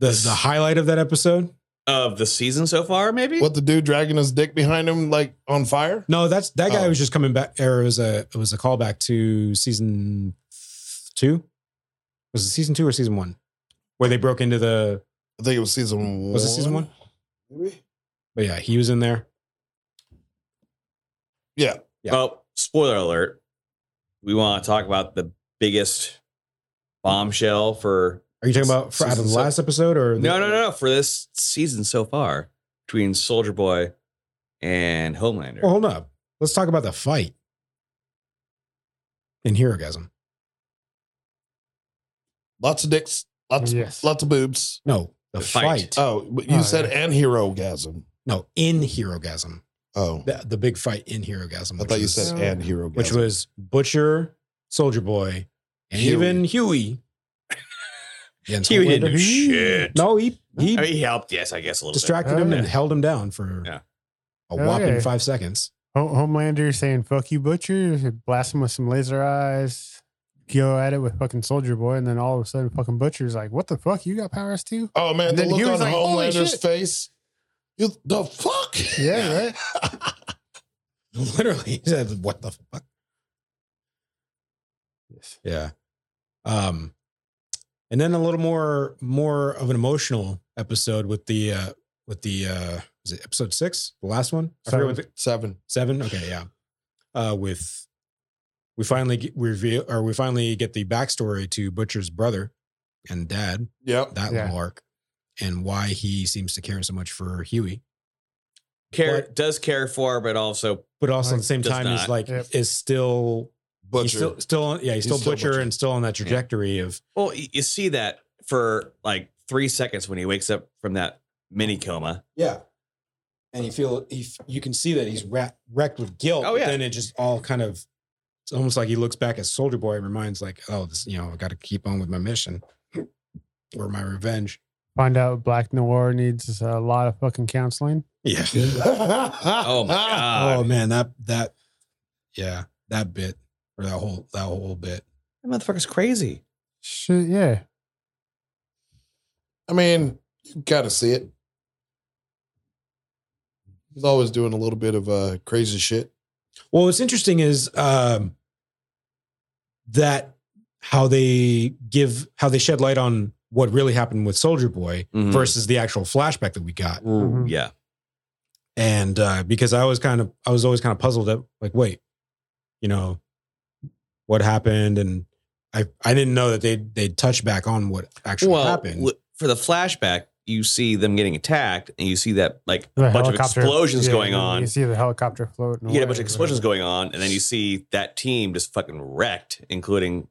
[SPEAKER 4] the the highlight of that episode?
[SPEAKER 2] of the season so far, maybe?
[SPEAKER 1] What the dude dragging his dick behind him like on fire?
[SPEAKER 4] No, that's that guy
[SPEAKER 1] Oh.
[SPEAKER 4] was just coming back. Or it was a it was a callback to season two. Was it season two or season one? Where they broke into the.
[SPEAKER 1] I think it was season one.
[SPEAKER 4] Was it season one? But yeah, he was in there.
[SPEAKER 1] Yeah.
[SPEAKER 2] Well, spoiler alert. We want to talk about the biggest bombshell for
[SPEAKER 4] Are you talking about for, out of the
[SPEAKER 2] Season
[SPEAKER 4] last episode or
[SPEAKER 2] no, no, no, for this season so far between Soldier Boy and Homelander.
[SPEAKER 4] Well, hold up. Let's talk about the fight in Heroism.
[SPEAKER 1] Lots of dicks, lots,
[SPEAKER 3] yes.
[SPEAKER 1] lots of boobs.
[SPEAKER 4] No, the,
[SPEAKER 2] The
[SPEAKER 4] fight.
[SPEAKER 2] fight.
[SPEAKER 1] Oh, but you
[SPEAKER 3] Oh,
[SPEAKER 1] said and herogasm.
[SPEAKER 4] No, in Heroism.
[SPEAKER 1] Oh,
[SPEAKER 4] The, the big fight in Heroism.
[SPEAKER 1] I
[SPEAKER 4] which
[SPEAKER 1] thought you
[SPEAKER 4] was-
[SPEAKER 1] said
[SPEAKER 3] Yeah.
[SPEAKER 1] and herogasm.
[SPEAKER 4] which was Butcher, Soldier Boy, and
[SPEAKER 1] Huey.
[SPEAKER 4] even Huey. Against
[SPEAKER 2] Huey didn't
[SPEAKER 4] Homelander.
[SPEAKER 2] do shit.
[SPEAKER 4] No, he he
[SPEAKER 2] I mean, he helped, yes, I guess a little
[SPEAKER 4] distracted
[SPEAKER 3] bit.
[SPEAKER 4] him and
[SPEAKER 3] Oh, Yeah.
[SPEAKER 4] held him down for
[SPEAKER 2] Yeah.
[SPEAKER 4] a whopping
[SPEAKER 3] Okay.
[SPEAKER 4] five seconds.
[SPEAKER 3] Ho- Homelander saying "fuck you, butcher," blast him with some laser eyes, go at it with fucking Soldier Boy, and then all of a sudden, fucking Butcher's like, "What the fuck? You got powers too?"
[SPEAKER 1] oh man,
[SPEAKER 3] And
[SPEAKER 1] the
[SPEAKER 3] then
[SPEAKER 1] look
[SPEAKER 3] he
[SPEAKER 1] on
[SPEAKER 3] was like, "Holy
[SPEAKER 1] Homelander's
[SPEAKER 3] shit."
[SPEAKER 1] face. You the fuck?
[SPEAKER 3] Yeah, right.
[SPEAKER 4] Literally, he said, "What the fuck?" Yeah. Um, and then a little more more of an emotional episode with the uh with the uh was it episode six, the last one? I forget what the,
[SPEAKER 1] Seven.
[SPEAKER 4] Seven. Okay, yeah. Uh, with we finally get, we reveal or we finally get the backstory to Butcher's brother and dad
[SPEAKER 1] Yep.
[SPEAKER 4] that
[SPEAKER 3] Yeah.
[SPEAKER 4] little arc and why he seems to care so much for Huey,
[SPEAKER 2] bit. Care,
[SPEAKER 4] But-
[SPEAKER 2] does care for, but also
[SPEAKER 4] but also at
[SPEAKER 3] Like,
[SPEAKER 4] the same
[SPEAKER 2] does
[SPEAKER 4] time is
[SPEAKER 2] not.
[SPEAKER 4] like
[SPEAKER 3] Yep.
[SPEAKER 4] is still
[SPEAKER 1] Butcher.
[SPEAKER 4] he's still still on, yeah he's, still,
[SPEAKER 1] still
[SPEAKER 4] butcher,
[SPEAKER 1] Butcher.
[SPEAKER 4] and still on that trajectory of
[SPEAKER 2] Well, y- you see that for like three seconds when he wakes up from that mini coma.
[SPEAKER 4] yeah. And you feel if you can see that he's ra- wrecked with guilt.
[SPEAKER 2] Oh,
[SPEAKER 4] but
[SPEAKER 2] yeah.
[SPEAKER 4] Then it just all kind of it's almost like he looks back at Soldier Boy and reminds like, oh, this you know I got to keep on with my mission or my revenge.
[SPEAKER 3] Find out Black Noir needs a lot of fucking counseling.
[SPEAKER 4] Yeah.
[SPEAKER 2] Oh my god!
[SPEAKER 4] oh man, that that yeah, that bit or that whole that whole bit.
[SPEAKER 2] that motherfucker's crazy.
[SPEAKER 3] Shit, yeah.
[SPEAKER 1] I mean, you kind of see it. He's always doing a little bit of uh, crazy shit.
[SPEAKER 4] Well, what's interesting is um that how they give how they shed light on what really happened with Soldier Boy
[SPEAKER 2] Mhm.
[SPEAKER 4] versus the actual flashback that we got.
[SPEAKER 3] Mhm.
[SPEAKER 2] Yeah,
[SPEAKER 4] and uh, because I was kind of I was always kind of puzzled at like wait, you know, what happened, and I I didn't know that they they touched back on what actually
[SPEAKER 2] well,
[SPEAKER 4] happened.
[SPEAKER 2] w- for the flashback, you see them getting attacked, and you see that like
[SPEAKER 3] The
[SPEAKER 2] a bunch of
[SPEAKER 3] helicopter-
[SPEAKER 2] explosions
[SPEAKER 3] yeah,
[SPEAKER 2] going
[SPEAKER 3] you-
[SPEAKER 2] on.
[SPEAKER 3] You see the helicopter floating.
[SPEAKER 2] You get a
[SPEAKER 3] away
[SPEAKER 2] bunch of
[SPEAKER 3] or
[SPEAKER 2] explosions
[SPEAKER 3] whatever.
[SPEAKER 2] going on, and then you see that team just fucking wrecked, including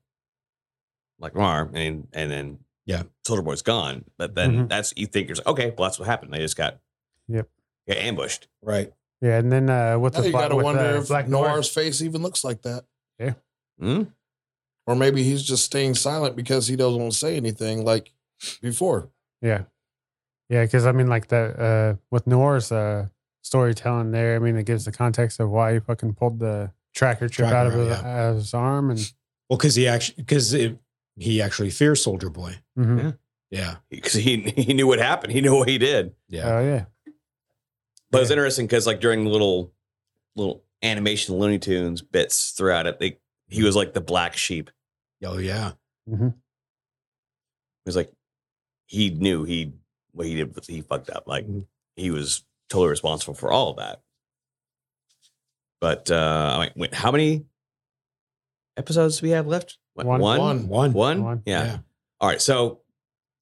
[SPEAKER 2] like Mar, and and then
[SPEAKER 4] Yeah.
[SPEAKER 2] Soldier Boy's gone. But then
[SPEAKER 3] Mhm.
[SPEAKER 2] that's you think yourself, okay, well that's what happened. They just got
[SPEAKER 3] Yep.
[SPEAKER 2] got ambushed.
[SPEAKER 4] Right.
[SPEAKER 3] Yeah, and then uh, with
[SPEAKER 1] Now
[SPEAKER 3] the
[SPEAKER 1] you
[SPEAKER 3] Black-
[SPEAKER 1] got to
[SPEAKER 3] with,
[SPEAKER 1] wonder
[SPEAKER 3] uh,
[SPEAKER 1] if
[SPEAKER 3] Black Noir,
[SPEAKER 1] Noir's face even looks like that.
[SPEAKER 2] Hmm?
[SPEAKER 1] Or maybe he's just staying silent because he doesn't want to say anything like before.
[SPEAKER 3] Yeah. Yeah, because I mean, like that uh, with Noir's uh, storytelling there, I mean, it gives the context of why he fucking pulled the tracker chip
[SPEAKER 4] Tracker
[SPEAKER 3] out of,
[SPEAKER 4] out,
[SPEAKER 3] his,
[SPEAKER 4] yeah.
[SPEAKER 3] out of his arm. And
[SPEAKER 4] Well, because he actually because he actually fears Soldier Boy.
[SPEAKER 3] Mhm.
[SPEAKER 4] Yeah.
[SPEAKER 2] because he he knew what happened. He knew what he did.
[SPEAKER 4] Yeah.
[SPEAKER 3] oh, yeah.
[SPEAKER 2] But it's interesting because like during little little animation Looney Tunes bits throughout it, they, he was like the black sheep. He
[SPEAKER 4] oh yeah.
[SPEAKER 2] was like he knew he what he did. was He fucked up. Like
[SPEAKER 3] Mm-hmm.
[SPEAKER 2] he was totally responsible for all of that. But uh, I mean, wait, how many episodes do we have left? What,
[SPEAKER 3] One.
[SPEAKER 2] one,
[SPEAKER 1] One.
[SPEAKER 4] One.
[SPEAKER 2] one?
[SPEAKER 3] One.
[SPEAKER 2] yeah. All right. So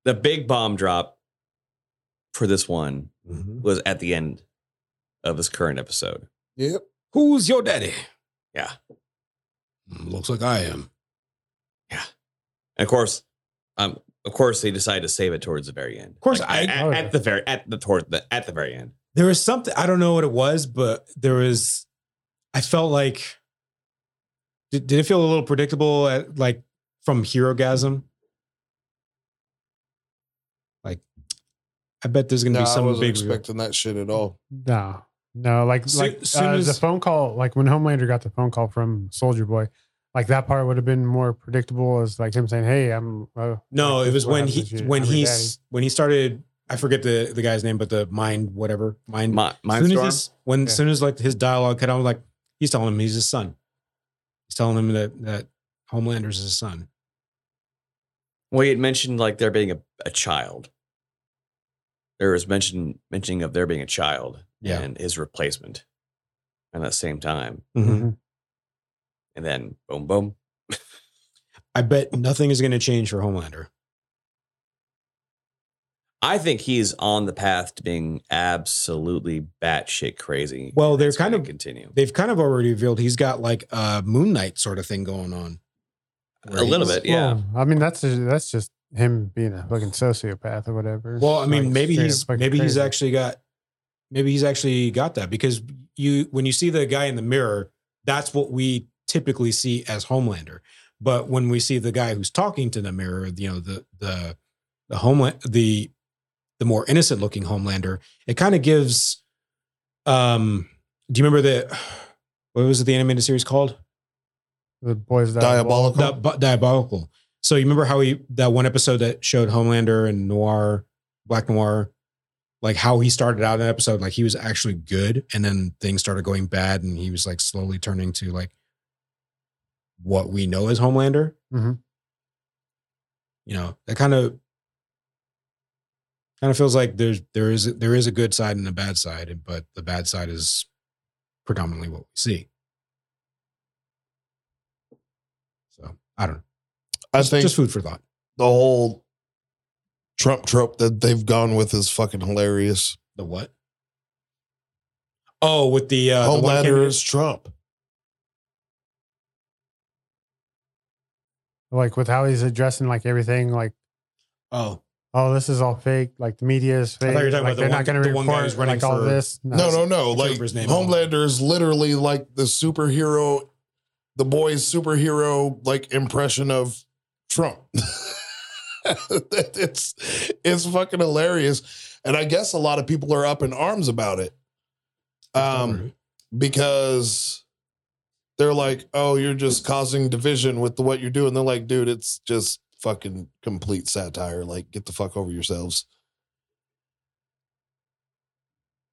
[SPEAKER 2] the big bomb drop for this one
[SPEAKER 4] Mhm.
[SPEAKER 2] was at the end of this current episode.
[SPEAKER 1] Yep.
[SPEAKER 4] Who's your daddy?
[SPEAKER 2] Yeah.
[SPEAKER 4] Mm, Looks like I am.
[SPEAKER 2] And of course, um, of course, they decided to save it towards the very end. Of
[SPEAKER 4] course, I-
[SPEAKER 2] at,
[SPEAKER 3] oh,
[SPEAKER 2] at,
[SPEAKER 3] yeah.
[SPEAKER 2] the very at the toward the at the very end.
[SPEAKER 4] There was something I don't know what it was, but there was. I felt like. Did, did it feel a little predictable at like from Herogasm? I bet there's going to
[SPEAKER 1] No,
[SPEAKER 4] be
[SPEAKER 1] I
[SPEAKER 4] some
[SPEAKER 1] wasn't
[SPEAKER 4] big.
[SPEAKER 1] expecting that shit at all.
[SPEAKER 3] No, no, like
[SPEAKER 4] Soo-
[SPEAKER 3] like
[SPEAKER 4] soon
[SPEAKER 3] uh, the
[SPEAKER 4] as-
[SPEAKER 3] phone call, like when Homelander got the phone call from Soldier Boy, like that part would have been more predictable as like him saying, "Hey, I'm." Uh,
[SPEAKER 4] No,
[SPEAKER 3] like,
[SPEAKER 4] it
[SPEAKER 3] this
[SPEAKER 4] was
[SPEAKER 3] is what
[SPEAKER 4] when
[SPEAKER 3] happens
[SPEAKER 4] he
[SPEAKER 3] to you
[SPEAKER 4] when
[SPEAKER 3] every
[SPEAKER 4] he
[SPEAKER 3] day."
[SPEAKER 4] s- when he started. I forget the the guy's name, but the mind whatever mind.
[SPEAKER 2] My,
[SPEAKER 4] As soon as
[SPEAKER 2] Mindstorm?
[SPEAKER 4] he's- when
[SPEAKER 3] Yeah.
[SPEAKER 4] as soon as like his dialogue cut, I was like, he's telling him he's his son. He's telling him that that Homelander's his son.
[SPEAKER 2] Well, you had mentioned like there being a, a child. There was mention mentioning of there being a child
[SPEAKER 4] Yeah.
[SPEAKER 2] and his replacement at that same time.
[SPEAKER 4] Mm-hmm.
[SPEAKER 2] And then boom boom.
[SPEAKER 4] I bet nothing is going to change for Homelander.
[SPEAKER 2] I think he's on the path to being absolutely batshit crazy.
[SPEAKER 4] Well,
[SPEAKER 2] and
[SPEAKER 4] they're
[SPEAKER 2] it's
[SPEAKER 4] kind
[SPEAKER 2] gonna
[SPEAKER 4] of-
[SPEAKER 2] continue
[SPEAKER 4] They've kind of already revealed he's got like a Moon Knight sort of thing going on.
[SPEAKER 2] a little bit, yeah.
[SPEAKER 3] Well, I mean, that's just, that's just him being a fucking sociopath or whatever.
[SPEAKER 4] Well, I mean,
[SPEAKER 3] Like,
[SPEAKER 4] maybe
[SPEAKER 3] straight
[SPEAKER 4] he's
[SPEAKER 3] up fucking
[SPEAKER 4] maybe he's
[SPEAKER 3] crazy.
[SPEAKER 4] actually got maybe he's actually got that because you when you see the guy in the mirror, that's what we typically see as Homelander. But when we see the guy who's talking to the mirror, you know, the the the homeland the the more innocent looking Homelander, it kind of gives um do you remember the what was it the animated series called?
[SPEAKER 3] the boys
[SPEAKER 1] Diabolical.
[SPEAKER 4] Di- bu- diabolical. So you remember how he that one episode that showed Homelander and Noir, Black Noir, like how he started out in that episode, like he was actually good, and then things started going bad, and he was like slowly turning to like what we know as Homelander.
[SPEAKER 3] Mhm.
[SPEAKER 4] You know that kind of kind of feels like there's there is there is a good side and a bad side, but the bad side is predominantly what we see. So I don't know.
[SPEAKER 1] I
[SPEAKER 4] Just-
[SPEAKER 1] think
[SPEAKER 4] just food for thought.
[SPEAKER 1] the whole Trump trope that they've gone with is fucking hilarious.
[SPEAKER 4] The what? Oh, with the uh, the one
[SPEAKER 1] Homelander
[SPEAKER 4] candidate-
[SPEAKER 1] is Trump.
[SPEAKER 3] like with how he's addressing like everything, like
[SPEAKER 4] Oh,
[SPEAKER 3] oh, this is all fake. Like the media is fake.
[SPEAKER 4] thought you were talking
[SPEAKER 3] like,
[SPEAKER 4] about the
[SPEAKER 3] they're
[SPEAKER 4] one-
[SPEAKER 3] not going to
[SPEAKER 4] the one guy
[SPEAKER 3] report
[SPEAKER 4] who's running
[SPEAKER 3] like all
[SPEAKER 4] for-
[SPEAKER 3] this.
[SPEAKER 1] No, no, no.
[SPEAKER 4] Trump
[SPEAKER 1] Like
[SPEAKER 4] is named
[SPEAKER 1] Homelander is literally like the superhero, the boy's superhero like impression of Trump. it's it's fucking hilarious, and I guess a lot of people are up in arms about it. Um, because they're like, "Oh, you're just causing division with the, what you're doing." They're like, "Dude, it's just fucking complete satire. Like, get the fuck over yourselves."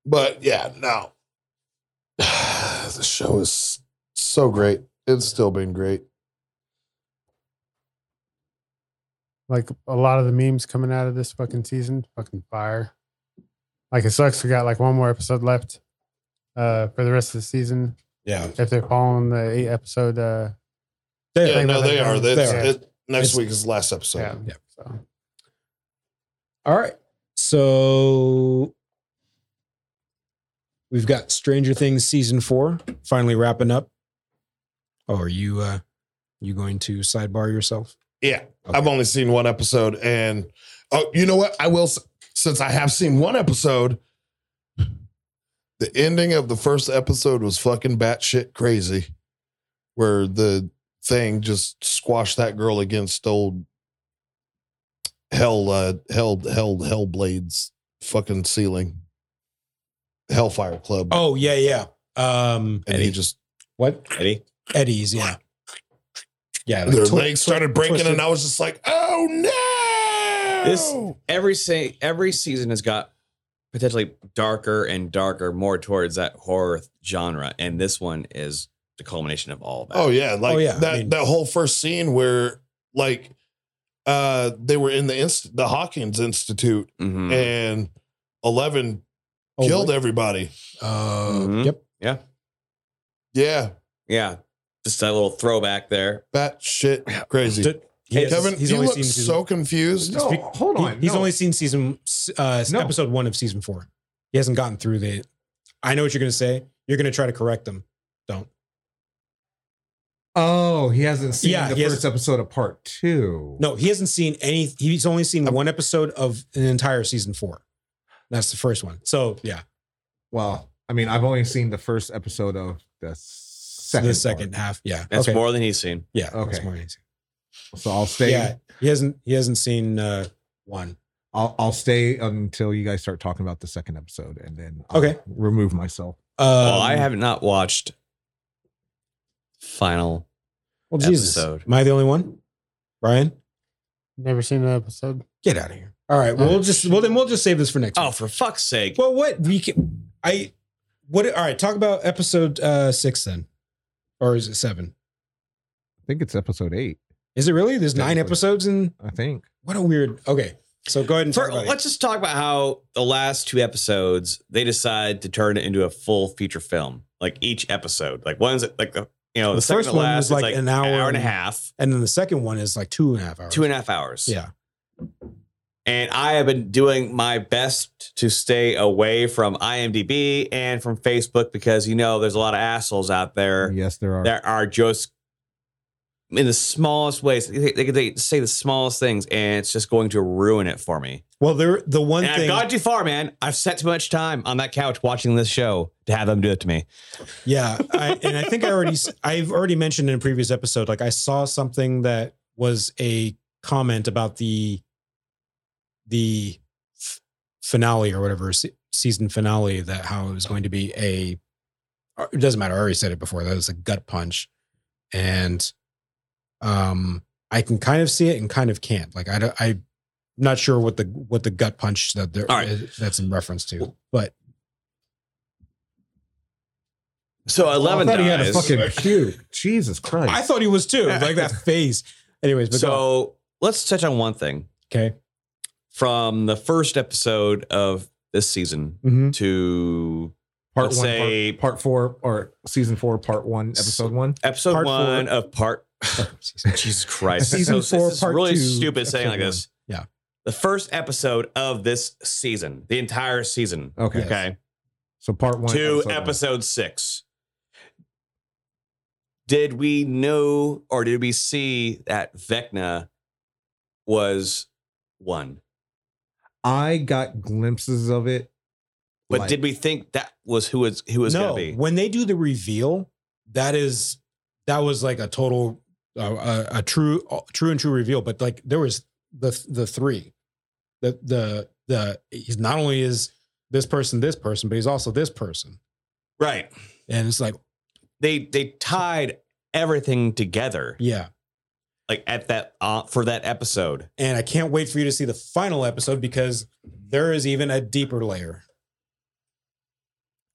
[SPEAKER 1] But yeah, no, the show is so great. It's still been great.
[SPEAKER 3] like a lot of the memes coming out of this fucking season, fucking fire. Like it sucks. We got like one more episode left uh, for the rest of the season.
[SPEAKER 4] yeah.
[SPEAKER 3] If they're following the eight episode, uh,
[SPEAKER 4] They-
[SPEAKER 1] Yeah, no, they are.
[SPEAKER 3] They
[SPEAKER 1] That's,
[SPEAKER 3] are.
[SPEAKER 1] It, next
[SPEAKER 4] It's-
[SPEAKER 1] week is the last episode.
[SPEAKER 3] yeah,
[SPEAKER 4] yeah.
[SPEAKER 3] So
[SPEAKER 4] All right. So we've got Stranger Things season four finally wrapping up. Oh, are you uh you going to sidebar yourself?
[SPEAKER 1] Yeah,
[SPEAKER 4] Okay.
[SPEAKER 1] I've only seen one episode, and oh, you know what? I will s- since I have seen one episode. The ending of the first episode was fucking batshit crazy, where the thing just squashed that girl against old hell, uh, hell, hell, hell blades fucking ceiling, Hellfire Club,
[SPEAKER 4] Oh yeah, yeah. Um
[SPEAKER 1] and he just
[SPEAKER 4] what?
[SPEAKER 2] Eddie?
[SPEAKER 4] Eddie's, yeah. Yeah, like
[SPEAKER 1] their
[SPEAKER 4] twi-
[SPEAKER 1] legs started breaking,
[SPEAKER 4] twisted.
[SPEAKER 1] and I was just like, oh no!
[SPEAKER 2] This- Every se- every season has got potentially darker and darker, more towards that horror genre, and this one is the culmination of all that.
[SPEAKER 1] Oh yeah, like
[SPEAKER 4] yeah, I
[SPEAKER 1] that
[SPEAKER 4] mean-
[SPEAKER 1] that whole first scene where like uh they were in the inst- the Hawkins Institute
[SPEAKER 2] Mhm.
[SPEAKER 1] and Eleven
[SPEAKER 4] oh,
[SPEAKER 1] killed everybody.
[SPEAKER 4] Uh,
[SPEAKER 2] Mhm.
[SPEAKER 4] Yep.
[SPEAKER 1] Yeah,
[SPEAKER 2] yeah, just that little throwback there.
[SPEAKER 1] bat shit crazy.
[SPEAKER 4] Did- he has-
[SPEAKER 1] Kevin,
[SPEAKER 4] he's
[SPEAKER 1] you
[SPEAKER 4] only
[SPEAKER 1] look
[SPEAKER 4] seen season
[SPEAKER 1] so confused.
[SPEAKER 6] No,
[SPEAKER 4] Speak-
[SPEAKER 6] hold
[SPEAKER 4] He-
[SPEAKER 6] on.
[SPEAKER 4] he's
[SPEAKER 6] no.
[SPEAKER 4] only seen season uh,
[SPEAKER 6] No.
[SPEAKER 4] episode one of season four. He hasn't gotten through the. I know what you're going to say. You're going to try to correct them. Don't.
[SPEAKER 6] Oh, he hasn't seen
[SPEAKER 4] Yeah,
[SPEAKER 6] the
[SPEAKER 4] he
[SPEAKER 6] first episode of part two.
[SPEAKER 4] No, he hasn't seen any. He's only seen one episode of an entire season four. That's the first one. So yeah,
[SPEAKER 6] Well, I mean, I've only seen the first episode of the second.
[SPEAKER 4] the second
[SPEAKER 6] part.
[SPEAKER 4] half. Yeah,
[SPEAKER 2] That's
[SPEAKER 4] okay.
[SPEAKER 2] more than he's seen.
[SPEAKER 4] Yeah,
[SPEAKER 6] Okay.
[SPEAKER 4] that's more than he's-
[SPEAKER 6] So I'll stay.
[SPEAKER 4] Yeah, he hasn't. He hasn't seen uh, one.
[SPEAKER 6] I'll I'll stay until you guys start talking about the second episode, and then uh, I'll
[SPEAKER 4] Okay.
[SPEAKER 6] remove myself.
[SPEAKER 4] Um,
[SPEAKER 2] well, I have not watched final.
[SPEAKER 4] Well, Jesus.
[SPEAKER 2] episode.
[SPEAKER 4] Am I the only one? Brian,
[SPEAKER 3] Never seen an episode.
[SPEAKER 4] get out of here. All right. Well, we'll just well then we'll just save this for next.
[SPEAKER 2] Oh,
[SPEAKER 4] week.
[SPEAKER 2] for fuck's sake!
[SPEAKER 4] Well, what we can I what? All right. Talk about episode uh six then, or is it seven?
[SPEAKER 6] I think it's episode eight.
[SPEAKER 4] Is it really? There's nine
[SPEAKER 6] Technically.
[SPEAKER 4] episodes and
[SPEAKER 6] I think.
[SPEAKER 4] what a weird. Okay, so go ahead and
[SPEAKER 2] For,
[SPEAKER 4] talk about it.
[SPEAKER 2] let's just talk about how the last two episodes they decide to turn it into a full feature film. Like each episode, like one's like the you know the,
[SPEAKER 4] The
[SPEAKER 2] second
[SPEAKER 4] first
[SPEAKER 2] to
[SPEAKER 4] one was
[SPEAKER 2] last is
[SPEAKER 4] like
[SPEAKER 2] like
[SPEAKER 4] an hour
[SPEAKER 2] and a
[SPEAKER 4] and-
[SPEAKER 2] half,
[SPEAKER 4] And then the second one is like two and a half hours.
[SPEAKER 2] two and a half hours.
[SPEAKER 4] Yeah.
[SPEAKER 2] And I have been doing my best to stay away from IMDb and from Facebook because you know there's a lot of assholes out there
[SPEAKER 6] Yes, there are.
[SPEAKER 2] that are just in the smallest ways. They, they, they say the smallest things, and it's just going to ruin it for me.
[SPEAKER 4] Well, there the one
[SPEAKER 2] and I've
[SPEAKER 4] thing.
[SPEAKER 2] gone too far, man. I've spent too much time on that couch watching this show to have them do it to me.
[SPEAKER 4] Yeah, I, and I think I already s- I've already mentioned in a previous episode. Like I saw something that was a comment about the the f- finale or whatever se- season finale that how it was going to be a. uh, It doesn't matter. I already said it before. That was a gut punch, and um, I can kind of see it and kind of can't. Like I don't, I'm not sure what the what the gut punch that there
[SPEAKER 2] All right.
[SPEAKER 4] that's in reference to, but
[SPEAKER 2] So eleven
[SPEAKER 4] thought he had a
[SPEAKER 2] dies.
[SPEAKER 6] fucking cue. Jesus Christ.
[SPEAKER 4] I thought he was too. Like that phase. Anyways, but go.
[SPEAKER 2] so let's touch on one thing
[SPEAKER 4] okay.
[SPEAKER 2] from the first episode of this season
[SPEAKER 4] Mm-hmm.
[SPEAKER 2] to
[SPEAKER 6] part
[SPEAKER 2] let's
[SPEAKER 6] one,
[SPEAKER 2] say-
[SPEAKER 6] part, part four, or season four, part one, episode one.
[SPEAKER 2] episode
[SPEAKER 4] Part four.
[SPEAKER 2] one of part. Jesus Christ!
[SPEAKER 6] Season
[SPEAKER 2] so,
[SPEAKER 6] four,
[SPEAKER 2] It's
[SPEAKER 6] part
[SPEAKER 2] really
[SPEAKER 6] two,
[SPEAKER 2] stupid saying like
[SPEAKER 6] episode
[SPEAKER 2] this.
[SPEAKER 4] one. Yeah.
[SPEAKER 2] The first episode of this season, the entire season.
[SPEAKER 6] Okay.
[SPEAKER 2] Okay.
[SPEAKER 6] So part Oh, one,
[SPEAKER 2] to
[SPEAKER 6] one.
[SPEAKER 2] episode six. Did we know or did we see that Vecna was one?
[SPEAKER 6] I got glimpses of it.
[SPEAKER 2] But
[SPEAKER 6] Like-
[SPEAKER 2] did we think that was who was who was
[SPEAKER 4] no,
[SPEAKER 2] gonna be?
[SPEAKER 4] when they do the reveal, that is that was like a total, uh, a, a true, true and true reveal. But like there was the the three, the the the he's not only is this person this person, but he's also this person,
[SPEAKER 2] Right.
[SPEAKER 4] and it's like
[SPEAKER 2] They they tied everything together
[SPEAKER 4] yeah.
[SPEAKER 2] like at that uh, for that episode.
[SPEAKER 4] And I can't wait for you to see the final episode because there is even a deeper layer.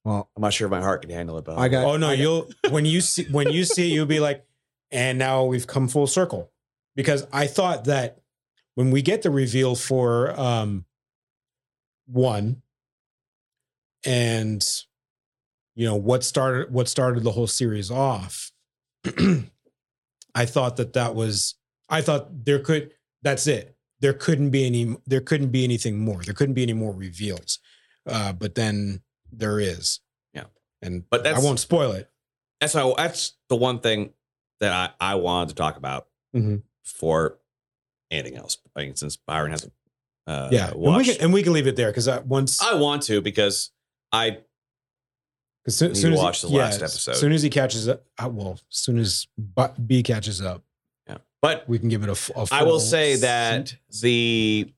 [SPEAKER 6] Well,
[SPEAKER 2] I'm not sure if my heart can handle it, but
[SPEAKER 6] I got.
[SPEAKER 4] oh no,
[SPEAKER 6] I got-
[SPEAKER 4] you'll when you see when you see it, you'll be like, and now we've come full circle. Because I thought that when we get the reveal for um one and you know what started what started the whole series off I thought that that was I thought there could that's it there couldn't be any there couldn't be anything more there couldn't be any more reveals uh but then there is
[SPEAKER 2] Yeah.
[SPEAKER 4] and
[SPEAKER 2] But
[SPEAKER 4] but
[SPEAKER 2] that's-
[SPEAKER 4] I won't spoil it
[SPEAKER 2] that's how that's the one thing that I, I wanted to talk about
[SPEAKER 4] Mhm.
[SPEAKER 2] for anything else. I mean, since Byron hasn't uh,
[SPEAKER 4] yeah and we,
[SPEAKER 2] watched,
[SPEAKER 4] can, and we can leave it there because once
[SPEAKER 2] I want to because I
[SPEAKER 4] 'cause so-
[SPEAKER 2] need
[SPEAKER 4] soon
[SPEAKER 2] to
[SPEAKER 4] as he-
[SPEAKER 2] watch the last episode.
[SPEAKER 4] as soon as he catches up I, well as soon as Bu- B catches up
[SPEAKER 2] but
[SPEAKER 4] we can give it a, f- a
[SPEAKER 2] I will
[SPEAKER 4] full
[SPEAKER 2] say
[SPEAKER 4] s-
[SPEAKER 2] that the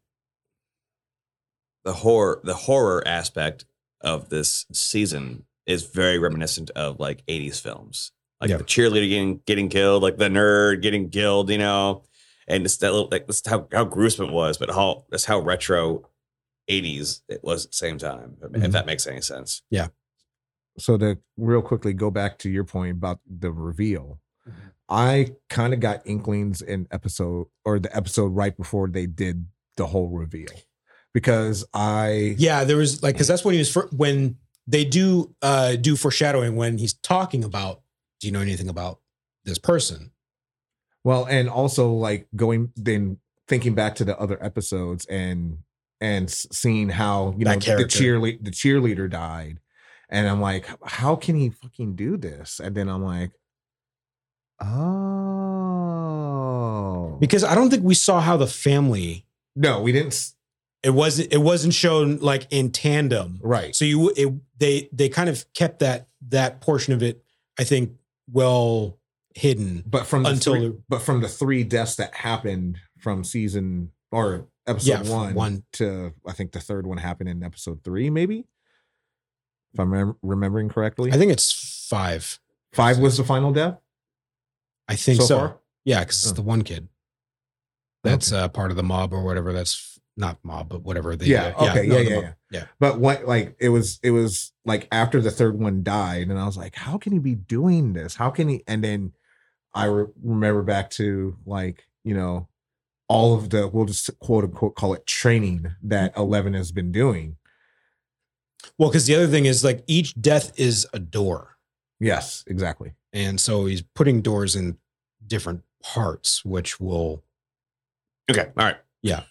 [SPEAKER 2] the horror the horror aspect of this season is very reminiscent of like 80s films. Like
[SPEAKER 4] Yeah.
[SPEAKER 2] the cheerleader getting getting killed, like the nerd getting killed, you know. And it's that little like this is how, how gruesome it was, but how that's how retro 80s it was at the same time, if- if
[SPEAKER 4] Mhm.
[SPEAKER 2] that makes any sense.
[SPEAKER 6] so to real quickly go back to your point about the reveal
[SPEAKER 2] Mm-hmm.
[SPEAKER 6] i kind of got inklings in episode or the episode right before they did the whole reveal because i
[SPEAKER 4] yeah there was like because that's when he was fir- when they do uh do foreshadowing when he's talking about do you know anything about this person
[SPEAKER 6] well and also like going then thinking back to the other episodes and and s- seeing how you
[SPEAKER 4] That
[SPEAKER 6] know the
[SPEAKER 4] character.
[SPEAKER 6] cheerleader the cheerleader died and i'm like how can he fucking do this and then i'm like oh
[SPEAKER 4] because I don't think we saw how the family
[SPEAKER 6] no we didn't s-
[SPEAKER 4] it wasn't it wasn't shown like in tandem
[SPEAKER 6] right
[SPEAKER 4] so you it, they they kind of kept that that portion of it I think well hidden
[SPEAKER 6] but from the
[SPEAKER 4] Until
[SPEAKER 6] three,
[SPEAKER 4] the-
[SPEAKER 6] but from the three deaths that happened from season or episode
[SPEAKER 4] Yeah, from
[SPEAKER 6] one,
[SPEAKER 4] one.
[SPEAKER 6] to I think the third one happened in episode three, maybe if I'm rem- remembering correctly.
[SPEAKER 4] I think it's five.
[SPEAKER 6] five was the final death.
[SPEAKER 4] I think
[SPEAKER 6] So
[SPEAKER 4] so.
[SPEAKER 6] far?
[SPEAKER 4] Yeah, because it's
[SPEAKER 6] Oh.
[SPEAKER 4] the one kid that's uh, part of the mob or whatever. That's f- not mob, but whatever. They,
[SPEAKER 6] yeah,
[SPEAKER 4] uh,
[SPEAKER 6] okay,
[SPEAKER 4] no,
[SPEAKER 6] yeah,
[SPEAKER 4] the
[SPEAKER 6] yeah,
[SPEAKER 4] mob.
[SPEAKER 6] yeah,
[SPEAKER 4] yeah.
[SPEAKER 6] But what, like, it was, it was like after the third one died, and I was like, how can he be doing this? How can he? And then I re- remember back to like, you know, all of the we'll just quote unquote call it training
[SPEAKER 4] Mm-hmm.
[SPEAKER 6] that Eleven has been doing.
[SPEAKER 4] Well, because the other thing is like each death is a door,
[SPEAKER 6] Yes, exactly.
[SPEAKER 4] and so he's putting doors in different parts, which will
[SPEAKER 2] Okay. All right.
[SPEAKER 6] Yeah,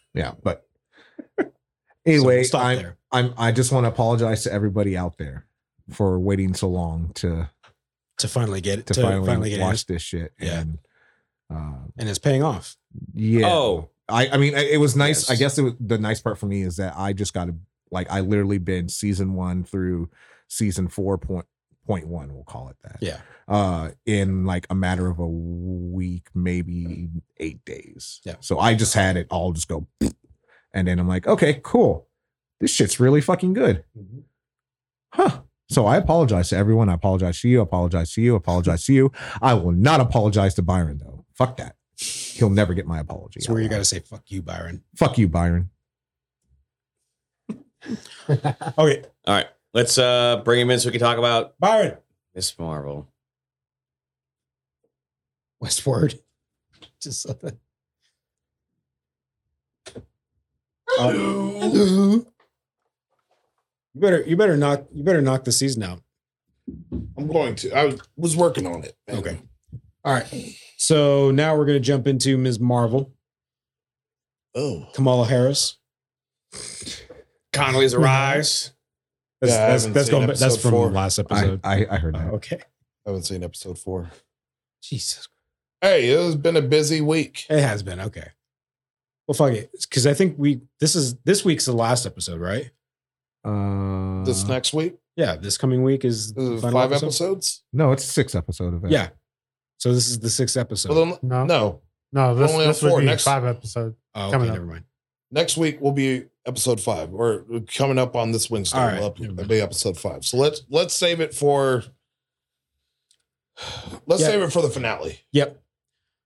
[SPEAKER 6] but
[SPEAKER 4] so
[SPEAKER 6] anyway,
[SPEAKER 4] we'll stop
[SPEAKER 6] I'm,
[SPEAKER 4] there.
[SPEAKER 6] I'm, I just want to apologize to everybody out there for waiting so long to
[SPEAKER 4] to finally get
[SPEAKER 6] to, finally,
[SPEAKER 4] get in.
[SPEAKER 6] watch this shit.
[SPEAKER 4] Yeah.
[SPEAKER 6] And, uh,
[SPEAKER 4] and it's paying off.
[SPEAKER 6] yeah.
[SPEAKER 2] Oh,
[SPEAKER 6] I, I mean, it was nice.
[SPEAKER 2] Yes.
[SPEAKER 6] I guess it was, the nice part for me is that I just got to like I literally been season one through season four point point one. We'll call it that.
[SPEAKER 4] Yeah.
[SPEAKER 6] Uh, in like a matter of a week, maybe eight days.
[SPEAKER 4] Yeah.
[SPEAKER 6] So I just had it all just go, and then I'm like, okay, cool. This shit's really fucking good. Huh. So I apologize to everyone. I apologize to you. Apologize to you. Apologize to you. I will not apologize to Byron though. Fuck that. He'll never get my apology.
[SPEAKER 4] It's where you got to say "fuck you, Byron."
[SPEAKER 6] Fuck you, Byron.
[SPEAKER 4] Okay,
[SPEAKER 2] all right. Let's uh bring him in so we can talk about
[SPEAKER 4] Byron,
[SPEAKER 2] Miss Marvel.
[SPEAKER 4] Westward. Just saw that. You better, you better knock, you better knock the season out.
[SPEAKER 1] I'm going to. I was- was working on it.
[SPEAKER 4] Okay. All right. So now we're going to jump into Ms. Marvel,
[SPEAKER 1] Oh.
[SPEAKER 4] Kamala Harris.
[SPEAKER 2] Connolly's arise.
[SPEAKER 4] That's
[SPEAKER 1] Yeah, I
[SPEAKER 4] that's
[SPEAKER 1] haven't
[SPEAKER 4] that's,
[SPEAKER 1] seen
[SPEAKER 4] going, that's
[SPEAKER 1] episode
[SPEAKER 4] from
[SPEAKER 1] four.
[SPEAKER 4] last
[SPEAKER 6] I,
[SPEAKER 4] episode.
[SPEAKER 6] I, I heard
[SPEAKER 4] Oh,
[SPEAKER 6] that.
[SPEAKER 4] okay.
[SPEAKER 1] I haven't seen episode four.
[SPEAKER 4] Jesus,
[SPEAKER 1] Hey, it has been a busy week.
[SPEAKER 4] it has been okay. Well, fuck it, because I think we this is this week's the last episode, right?
[SPEAKER 6] Uh,
[SPEAKER 1] This next week,
[SPEAKER 4] Yeah, this coming week is
[SPEAKER 1] this
[SPEAKER 4] the
[SPEAKER 1] is
[SPEAKER 4] final
[SPEAKER 1] five
[SPEAKER 4] episode.
[SPEAKER 1] episodes.
[SPEAKER 6] no, it's six episode of it.
[SPEAKER 4] Yeah. So this is the sixth episode.
[SPEAKER 1] Well, then,
[SPEAKER 3] No, no,
[SPEAKER 1] no,
[SPEAKER 3] this,
[SPEAKER 1] only on
[SPEAKER 3] this would
[SPEAKER 1] four.
[SPEAKER 3] be
[SPEAKER 1] Next-
[SPEAKER 3] five episode.
[SPEAKER 4] oh, okay,
[SPEAKER 3] coming up.
[SPEAKER 4] never mind.
[SPEAKER 1] next week will be episode five, or coming up on this Wednesday.
[SPEAKER 4] All right.
[SPEAKER 1] will it'll be episode five. So let's let's save it for. Let's
[SPEAKER 4] Yeah.
[SPEAKER 1] save it for the finale.
[SPEAKER 4] Yep.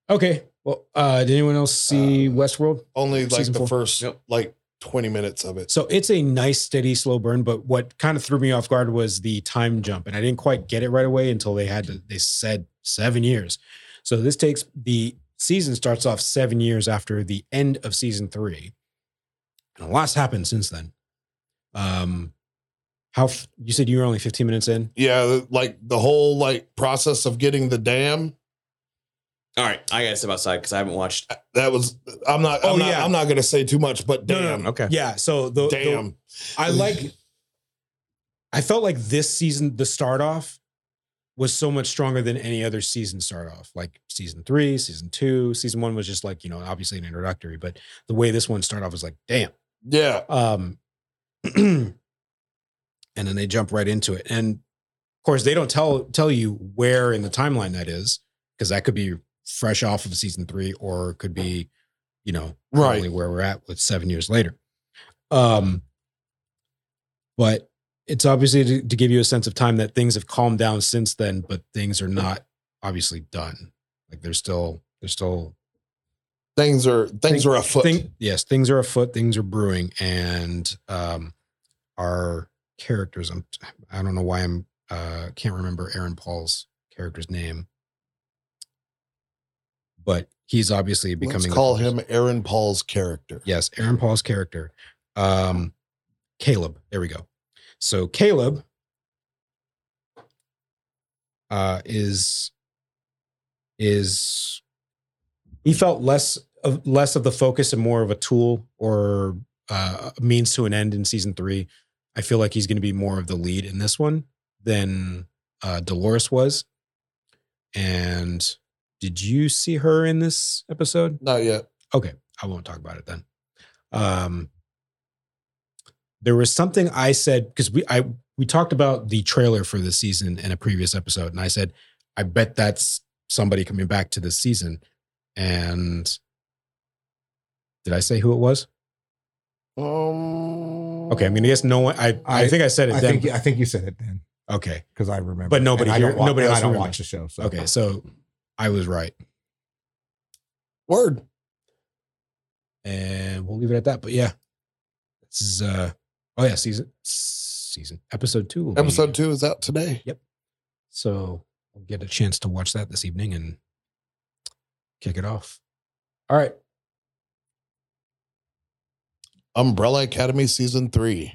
[SPEAKER 4] Okay. Well, uh, did anyone else see
[SPEAKER 1] Uh,
[SPEAKER 4] Westworld?
[SPEAKER 1] Only like
[SPEAKER 4] Season
[SPEAKER 1] the
[SPEAKER 4] four.
[SPEAKER 1] first
[SPEAKER 2] Yep.
[SPEAKER 1] like twenty minutes of it.
[SPEAKER 4] So it's a nice, steady, slow burn. But what kind of threw me off guard was the time jump, and I didn't quite get it right away until they had to, they said seven years. So this takes the season starts off seven years after the end of season three, and a lot's happened since then. Um, how f- you said you were only fifteen minutes in?
[SPEAKER 1] Yeah, like the whole like process of getting the dam.
[SPEAKER 2] All right. I gotta step outside because I haven't watched.
[SPEAKER 1] That was I'm not. I'm
[SPEAKER 4] Oh,
[SPEAKER 1] not,
[SPEAKER 4] yeah.
[SPEAKER 1] I'm not going to say too much, but
[SPEAKER 4] No, no,
[SPEAKER 1] damn,
[SPEAKER 2] Okay.
[SPEAKER 4] Yeah. So the the-
[SPEAKER 1] damn.
[SPEAKER 4] I like. I felt like this season, the start off was so much stronger than any other season start off. Like season three, season two, season one was just like you know obviously an introductory, but the way this one started off was like damn.
[SPEAKER 1] yeah,
[SPEAKER 4] Um, and then they jump right into it, and of course they don't tell tell you where in the timeline that is because that could be fresh off of season three or it could be you know
[SPEAKER 1] Right.
[SPEAKER 4] currently where we're at with seven years later. Um, but it's obviously to, to give you a sense of time that things have calmed down since then, but things are not obviously done. Like there's still there's still
[SPEAKER 1] things are things
[SPEAKER 4] Think-
[SPEAKER 1] are afoot.
[SPEAKER 4] Thing- yes, things are afoot. Things are brewing, and um, our characters. I'm. I don't know why I'm. Uh, can't remember Aaron Paul's character's name, but he's obviously becoming.
[SPEAKER 1] Let's
[SPEAKER 4] the
[SPEAKER 1] call
[SPEAKER 4] first-
[SPEAKER 1] him Aaron Paul's character.
[SPEAKER 4] Yes, Aaron Paul's character, um, Caleb. There we go. So Caleb uh, is is he felt less of less of the focus and more of a tool or uh, a means to an end in season three. I feel like he's going to be more of the lead in this one than uh, Dolores was. And did you see her in this episode?
[SPEAKER 1] Not yet.
[SPEAKER 4] Okay, I won't talk about it then. Um, there was something I said because we I we talked about the trailer for the season in a previous episode, and I said I bet that's somebody coming back to this season. And did I say who it was?
[SPEAKER 1] Um,
[SPEAKER 4] Okay, I mean, I guess no one. I I,
[SPEAKER 6] I-
[SPEAKER 4] think I said it
[SPEAKER 6] I
[SPEAKER 4] then.
[SPEAKER 6] think I think you said it then
[SPEAKER 4] okay,
[SPEAKER 6] because I remember.
[SPEAKER 4] But nobody
[SPEAKER 6] And I
[SPEAKER 4] here-
[SPEAKER 6] don't wa-
[SPEAKER 4] nobody
[SPEAKER 6] and
[SPEAKER 4] else
[SPEAKER 6] I don't
[SPEAKER 4] remembers.
[SPEAKER 6] watch the show. So
[SPEAKER 4] okay, so I was right,
[SPEAKER 1] Word.
[SPEAKER 4] and we'll leave it at that. But yeah, this is uh oh yeah season season episode two will be-
[SPEAKER 1] Episode two is out today.
[SPEAKER 4] So we'll get a chance to watch that this evening and kick it off. All right.
[SPEAKER 1] Umbrella Academy season three.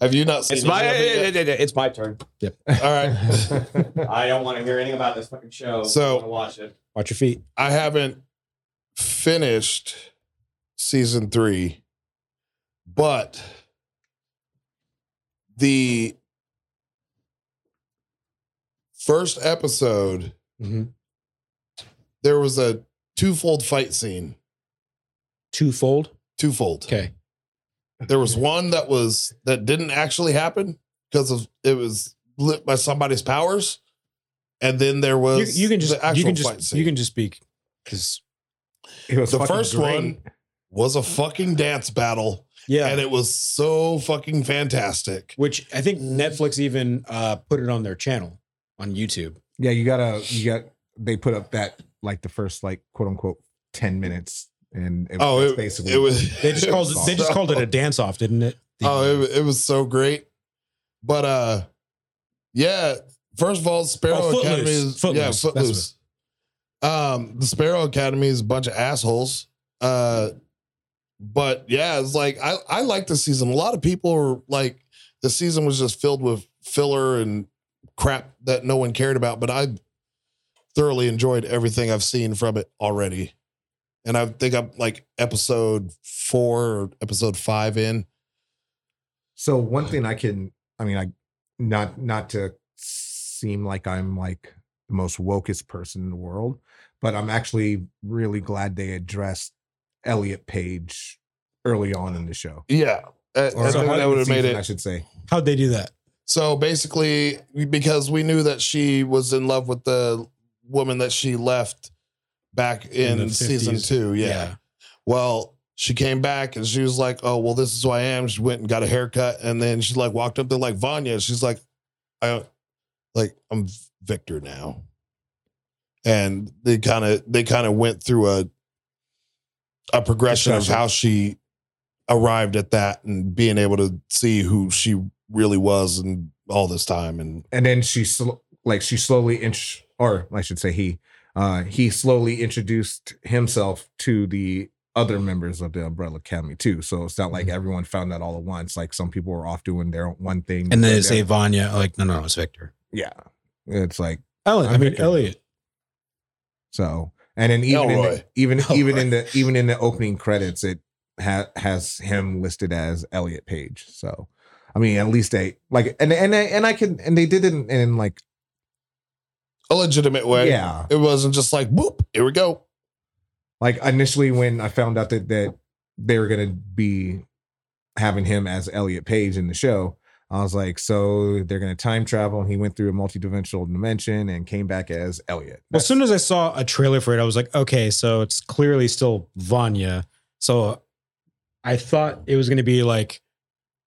[SPEAKER 1] Have you not seen
[SPEAKER 2] It's my
[SPEAKER 1] any of it yet?
[SPEAKER 2] it's my turn.
[SPEAKER 1] All right.
[SPEAKER 2] I don't want to hear anything about this fucking show.
[SPEAKER 1] So-
[SPEAKER 2] I wanna watch it.
[SPEAKER 4] Watch your feet.
[SPEAKER 1] I haven't finished season three, but the first episode,
[SPEAKER 4] mm-hmm.
[SPEAKER 1] there was a twofold fight scene.
[SPEAKER 4] Twofold.
[SPEAKER 1] Twofold.
[SPEAKER 4] Okay.
[SPEAKER 1] There was one that was that didn't actually happen because of it was lit by somebody's powers, and then there
[SPEAKER 4] You,
[SPEAKER 1] was
[SPEAKER 4] you can just
[SPEAKER 1] the actual
[SPEAKER 4] you can
[SPEAKER 1] fight
[SPEAKER 4] just
[SPEAKER 1] scene.
[SPEAKER 4] you can just speak because
[SPEAKER 6] It was
[SPEAKER 1] the
[SPEAKER 6] fucking
[SPEAKER 1] first
[SPEAKER 6] great.
[SPEAKER 1] one was a fucking dance battle.
[SPEAKER 4] yeah.
[SPEAKER 1] and it was so fucking fantastic.
[SPEAKER 4] which I think Netflix even uh, put it on their channel on YouTube.
[SPEAKER 6] Yeah, you gotta you got they put up that like the first like quote unquote ten minutes and it,
[SPEAKER 1] Oh,
[SPEAKER 6] it's
[SPEAKER 1] it, it was.
[SPEAKER 4] They just called it, they just called it a dance off, didn't it? The-
[SPEAKER 1] Oh, it, it was so great. But uh, yeah. First of all, Sparrow
[SPEAKER 4] Oh, Footloose.
[SPEAKER 1] Academy is yeah,
[SPEAKER 4] Footloose. That's
[SPEAKER 1] Footloose. Um, the Sparrow Academy is a bunch of assholes. Uh, but yeah, it's like I I like the season. A lot of people were like, the season was just filled with filler and crap that no one cared about. But I thoroughly enjoyed everything I've seen from it already. And I think I'm like episode four or episode five in.
[SPEAKER 6] So one thing I can, I mean, I not not to seem like I'm like the most wokest person in the world, but I'm actually really glad they addressed Elliot Page early on in the show.
[SPEAKER 1] Yeah. I- I
[SPEAKER 6] So
[SPEAKER 1] think
[SPEAKER 6] early
[SPEAKER 1] that
[SPEAKER 6] in
[SPEAKER 1] would
[SPEAKER 6] the
[SPEAKER 1] have made
[SPEAKER 6] season, I
[SPEAKER 1] it.
[SPEAKER 6] should say.
[SPEAKER 4] How'd they do that?
[SPEAKER 1] So basically, because we knew that she was in love with the woman that she left back in,
[SPEAKER 4] In the
[SPEAKER 1] season
[SPEAKER 4] 50s.
[SPEAKER 1] two. Yeah. Well, she came back and she was like, Oh, well, this is who I am. She went and got a haircut. And then she like walked up there like Vanya. She's like, I like, I'm Victor now. And they kind of they kind of went through a a progression of
[SPEAKER 4] Discussion.
[SPEAKER 1] how she arrived at that and being able to see who she really was and all this time and
[SPEAKER 6] and then she sl- like she slowly inch or I should say he uh he slowly introduced himself to the other members of the Umbrella Academy too. So it's not like
[SPEAKER 1] Mm-hmm.
[SPEAKER 6] everyone found that all at once. Like some people were off doing their own one thing,
[SPEAKER 4] And then
[SPEAKER 6] their-
[SPEAKER 4] they say Vanya, like, no, no, it's Victor.
[SPEAKER 6] yeah, it's like
[SPEAKER 4] Ellen, I
[SPEAKER 6] I'm
[SPEAKER 4] mean
[SPEAKER 6] Victor.
[SPEAKER 4] Elliot.
[SPEAKER 6] so. And then even in
[SPEAKER 1] Elroy.
[SPEAKER 6] the, even even
[SPEAKER 4] Elroy.
[SPEAKER 6] in the even in the opening credits, it ha- has him listed as Elliot Page. So I mean, at least they like and and I, and I can and they did it in, in like
[SPEAKER 1] a legitimate way.
[SPEAKER 6] yeah
[SPEAKER 1] It wasn't just like boop, here we go.
[SPEAKER 6] like initially when I found out that that they were gonna be having him as Elliot Page in the show, I was like, so they're gonna time travel and he went through a multidimensional dimension and came back as Elliot.
[SPEAKER 4] Well, as soon as I saw a trailer for it, I was like, okay, so it's clearly still Vanya. So I thought it was going to be like,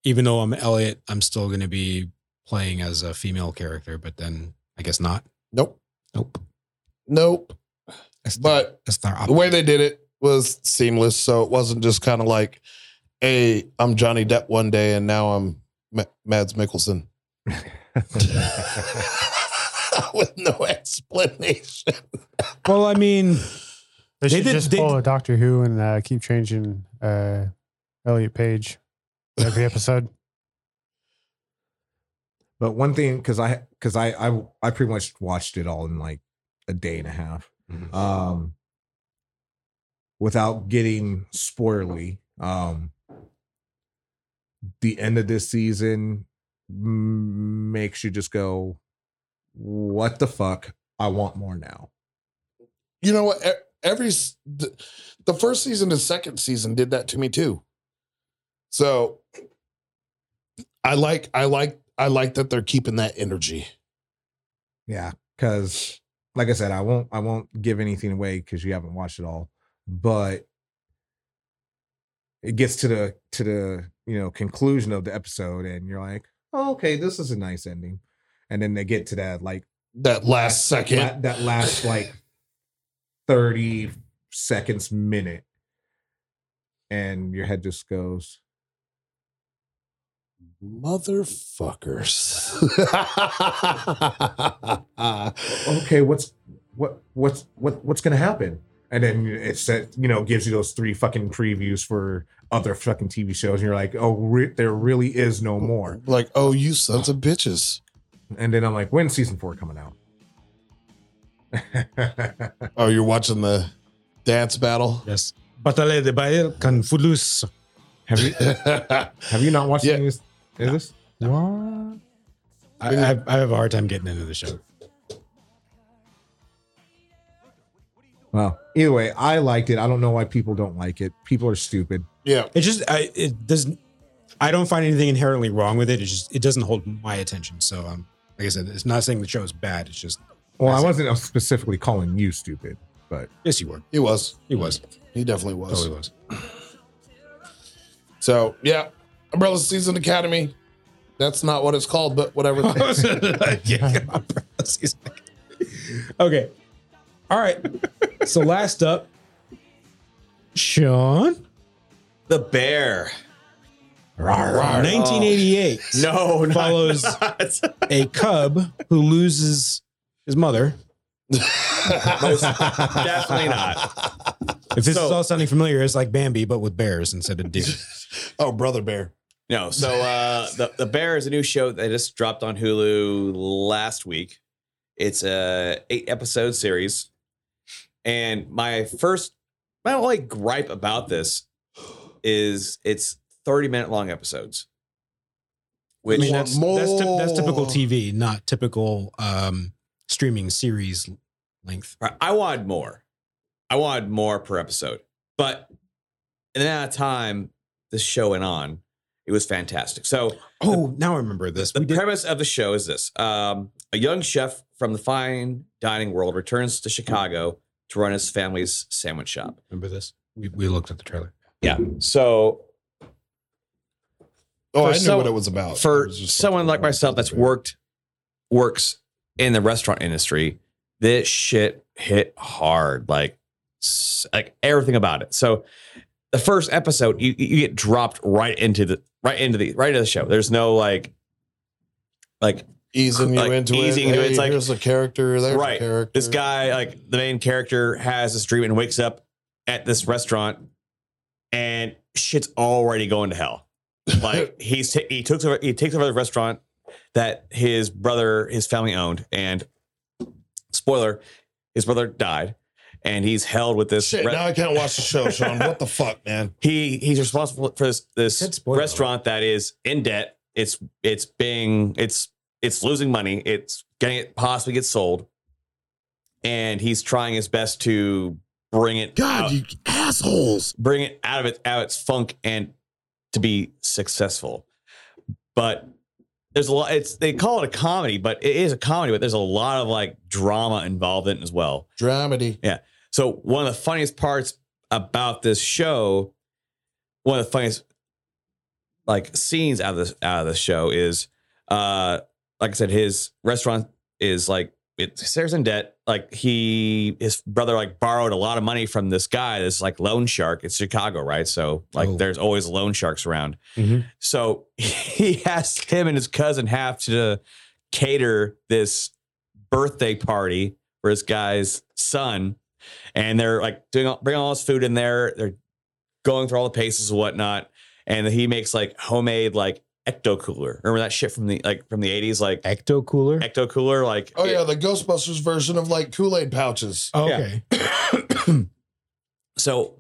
[SPEAKER 4] even though I'm Elliot, I'm still going to be playing as a female character, but then I guess not.
[SPEAKER 1] Nope.
[SPEAKER 4] Nope.
[SPEAKER 1] Nope.
[SPEAKER 4] That's
[SPEAKER 1] But
[SPEAKER 4] that's not
[SPEAKER 1] the way they did it was seamless so it wasn't just kind of like hey i'm johnny depp one day and now i'm M- mads mikkelsen with no explanation
[SPEAKER 4] Well, I mean, They
[SPEAKER 3] They should
[SPEAKER 4] did-
[SPEAKER 3] just
[SPEAKER 4] they-
[SPEAKER 3] follow Doctor Who and uh, keep changing uh, Elliot Page every episode.
[SPEAKER 6] But one thing, because I because I, I I pretty much watched it all in like a day and a half, um, without getting spoilerly. Um, the end of this season m- makes you just go, "What the fuck? I want more now."
[SPEAKER 1] you know what E- every s- th- the first season and second season did that to me too so i like i like i like that they're keeping that energy
[SPEAKER 6] Yeah, because like I said, I won't I won't give anything away because you haven't watched it all. But it gets to the to the you know conclusion of the episode and you're like oh, okay this is a nice ending and then they get to that like
[SPEAKER 1] That last second.
[SPEAKER 6] la- that last like 30 seconds minute and your head just goes
[SPEAKER 1] Motherfuckers.
[SPEAKER 6] okay what's what what's what what's gonna happen and then it said you know gives you those three fucking previews for other fucking tv shows and you're like oh re- there really is no more
[SPEAKER 1] like, oh, you sons of bitches.
[SPEAKER 6] and then i'm like when's season four coming out
[SPEAKER 1] Oh, you're watching the dance battle?
[SPEAKER 4] Yes. Batale de Bayer Confulus.
[SPEAKER 6] have you have you not watched
[SPEAKER 1] Yeah.
[SPEAKER 6] any of this is this
[SPEAKER 4] No. I, I, I have a hard time getting into the show.
[SPEAKER 6] well either way i liked it i don't know why people don't like it people are stupid
[SPEAKER 1] yeah.
[SPEAKER 4] It just I it doesn't I don't find anything inherently wrong with it. It just it doesn't hold my attention. So um like I said, it's not saying the show is bad. It's just
[SPEAKER 6] well i wasn't specifically calling you stupid but
[SPEAKER 4] yes you were.
[SPEAKER 1] He was.
[SPEAKER 4] He was.
[SPEAKER 1] Oh, He definitely was.
[SPEAKER 4] Totally was.
[SPEAKER 1] So, yeah. Umbrella Season Academy. That's not what it's called, but whatever.
[SPEAKER 4] Oh, yeah. He's like- okay. All right. So last up, Sean.
[SPEAKER 2] The bear.
[SPEAKER 4] 1988
[SPEAKER 2] Oh. No, not-
[SPEAKER 4] follows a cub who loses his mother.
[SPEAKER 2] definitely not.
[SPEAKER 4] If this
[SPEAKER 2] So-
[SPEAKER 4] is all sounding familiar, it's like Bambi, but with bears instead of deer.
[SPEAKER 1] oh, Brother Bear.
[SPEAKER 2] No. So uh, the the bear is a new show that just dropped on Hulu last week. It's a eight episode series, and my first my only gripe about this is it's thirty minute long episodes. Which
[SPEAKER 4] I mean, that's, that's, typ- that's typical
[SPEAKER 1] more.
[SPEAKER 4] TV, not typical um, streaming series length.
[SPEAKER 2] Right, I wanted more. I wanted more per episode. But in the amount of time this show went on, it was fantastic. So
[SPEAKER 4] Oh, now I remember this.
[SPEAKER 2] the premise of the show is this um, a young chef from the fine dining world returns to Chicago to run his family's sandwich shop.
[SPEAKER 4] Remember this? We, we looked at the trailer.
[SPEAKER 2] Yeah. So
[SPEAKER 1] Oh,
[SPEAKER 2] For
[SPEAKER 1] I knew
[SPEAKER 2] some-
[SPEAKER 1] what it was about. It
[SPEAKER 2] for
[SPEAKER 1] was just
[SPEAKER 2] someone like myself that's worked works in the restaurant industry, this shit hit hard. Like s- like everything about it. So the first episode, you you get dropped right into the right into the right into the show. There's no like like
[SPEAKER 1] easing you
[SPEAKER 2] like,
[SPEAKER 1] into
[SPEAKER 2] easing
[SPEAKER 1] it.
[SPEAKER 2] into it.
[SPEAKER 1] Hey,
[SPEAKER 2] It's like-
[SPEAKER 1] here's a character. There's
[SPEAKER 2] Right.
[SPEAKER 1] a character.
[SPEAKER 2] this guy, like the main character, has this dream and wakes up at this restaurant, and shit's already going to hell. Like he's he took over he takes over the restaurant that his brother his family owned, and spoiler, his brother died, and he's held with this.
[SPEAKER 1] Shit,
[SPEAKER 2] re-
[SPEAKER 1] now I can't watch the show, Sean. What the fuck, man?
[SPEAKER 2] he he's responsible for this
[SPEAKER 4] Good
[SPEAKER 2] this
[SPEAKER 4] spoiler.
[SPEAKER 2] restaurant that is in debt. It's it's being it's it's losing money. It's getting it possibly get sold, and he's trying his best to bring it
[SPEAKER 5] God,
[SPEAKER 2] out,
[SPEAKER 5] you assholes.
[SPEAKER 2] bring it out of it out of its funk and to be successful. But there's a lot. It's they call it a comedy, but it is a comedy. But there's a lot of like drama involved in it as well.
[SPEAKER 1] Dramedy.
[SPEAKER 2] So one of the funniest parts about this show, one of the funniest like scenes out of this out of the show is uh like I said, his restaurant is like it Sarah's in debt. Like he his brother like borrowed a lot of money from this guy, this like loan shark. It's Chicago, right? So like
[SPEAKER 4] Oh.
[SPEAKER 2] there's always loan sharks around.
[SPEAKER 4] Mhm.
[SPEAKER 2] So he has him and his cousin have to cater this birthday party for his guy's son and they're like doing all, bringing all this food in there. They're going through all the paces and whatnot, and he makes like homemade like ecto cooler. Remember that shit from the like from the eighties, like
[SPEAKER 4] Ecto Cooler.
[SPEAKER 2] ecto cooler, like
[SPEAKER 1] Oh yeah, the Ghostbusters version of like Kool Aid pouches.
[SPEAKER 4] Oh,
[SPEAKER 2] Yeah.
[SPEAKER 4] okay.
[SPEAKER 2] so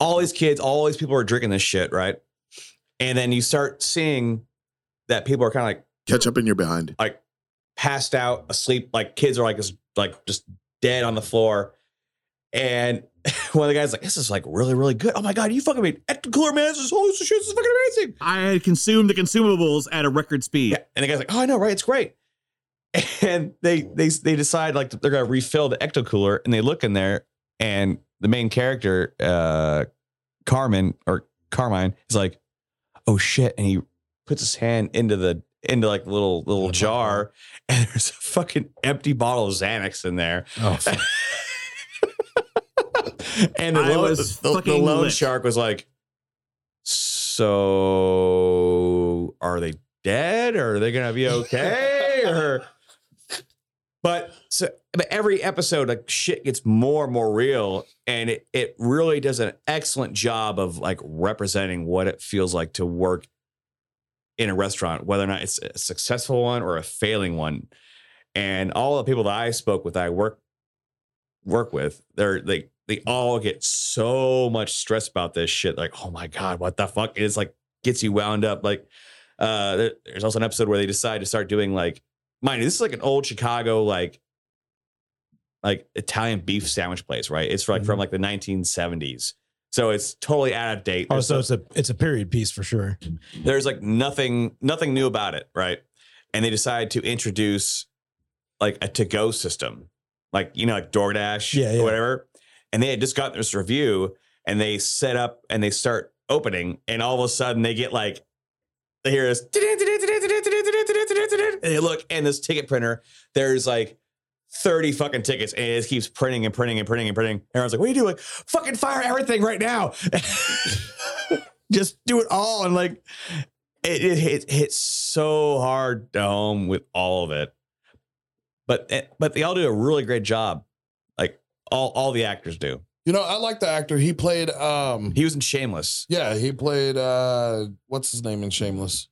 [SPEAKER 2] all these kids, all these people are drinking this shit, right? And then you start seeing that people are kind of like
[SPEAKER 7] Catch up and you're behind.
[SPEAKER 2] passed out, asleep. Like kids are like just like just dead on the floor. And one of the guys like, this is like really, really good. Oh my god, you fucking made ecto cooler, man. This is holy shit, this is fucking amazing.
[SPEAKER 13] I had consumed the consumables at a record speed.
[SPEAKER 2] Yeah. And the guy's like, oh, I know, right? It's great. And they they they decide like they're gonna refill the ecto cooler, and they look in there, and the main character, uh, Carmen or Carmine is like, "Oh shit!" and he puts his hand into the into like the little little
[SPEAKER 4] The
[SPEAKER 2] jar, and there's a fucking empty bottle of Xanax in there.
[SPEAKER 4] Oh, fuck.
[SPEAKER 2] and the
[SPEAKER 13] I
[SPEAKER 2] loan,
[SPEAKER 13] was
[SPEAKER 2] the, the
[SPEAKER 13] fucking
[SPEAKER 2] loan
[SPEAKER 13] lit.
[SPEAKER 2] shark was like, "So are they dead? Or are they gonna be okay?" or but so but every episode, like shit gets more and more real, and it, it really does an excellent job of like representing what it feels like to work in a restaurant, whether or not it's a successful one or a failing one. And all the people that I spoke with, I work work with, they're they they all get so much stress about this shit. Like, oh my god, what the fuck? It's like gets you wound up. Like, uh, there- there's also an episode where they decide to start doing like, mind you, this is like an old Chicago like like Italian beef sandwich place, right? It's like
[SPEAKER 4] Mm-hmm.
[SPEAKER 2] from like the 1970s. So it's totally out of date.
[SPEAKER 4] Oh,
[SPEAKER 2] There's
[SPEAKER 4] so
[SPEAKER 2] no-
[SPEAKER 4] it's a it's a period piece for sure.
[SPEAKER 2] there's like nothing nothing new about it right and they decide to introduce like a to-go system like you know like DoorDash
[SPEAKER 4] Yeah, yeah.
[SPEAKER 2] or whatever and they had just gotten this review and they set up and they start opening and all of a sudden they get like they hear this and they look and this ticket printer there's like 30 fucking tickets and it keeps printing and printing and printing and printing. Everyone's like, what are you doing? Fucking fire everything right now. Just do it all. And like, it, it, hit- hits so hard to home with all of it. But, eh, but they all do a really great job. Like all, all the actors do.
[SPEAKER 1] You know, I like the actor. He played um
[SPEAKER 2] He was in Shameless.
[SPEAKER 1] yeah, he played uh what's his name in Shameless?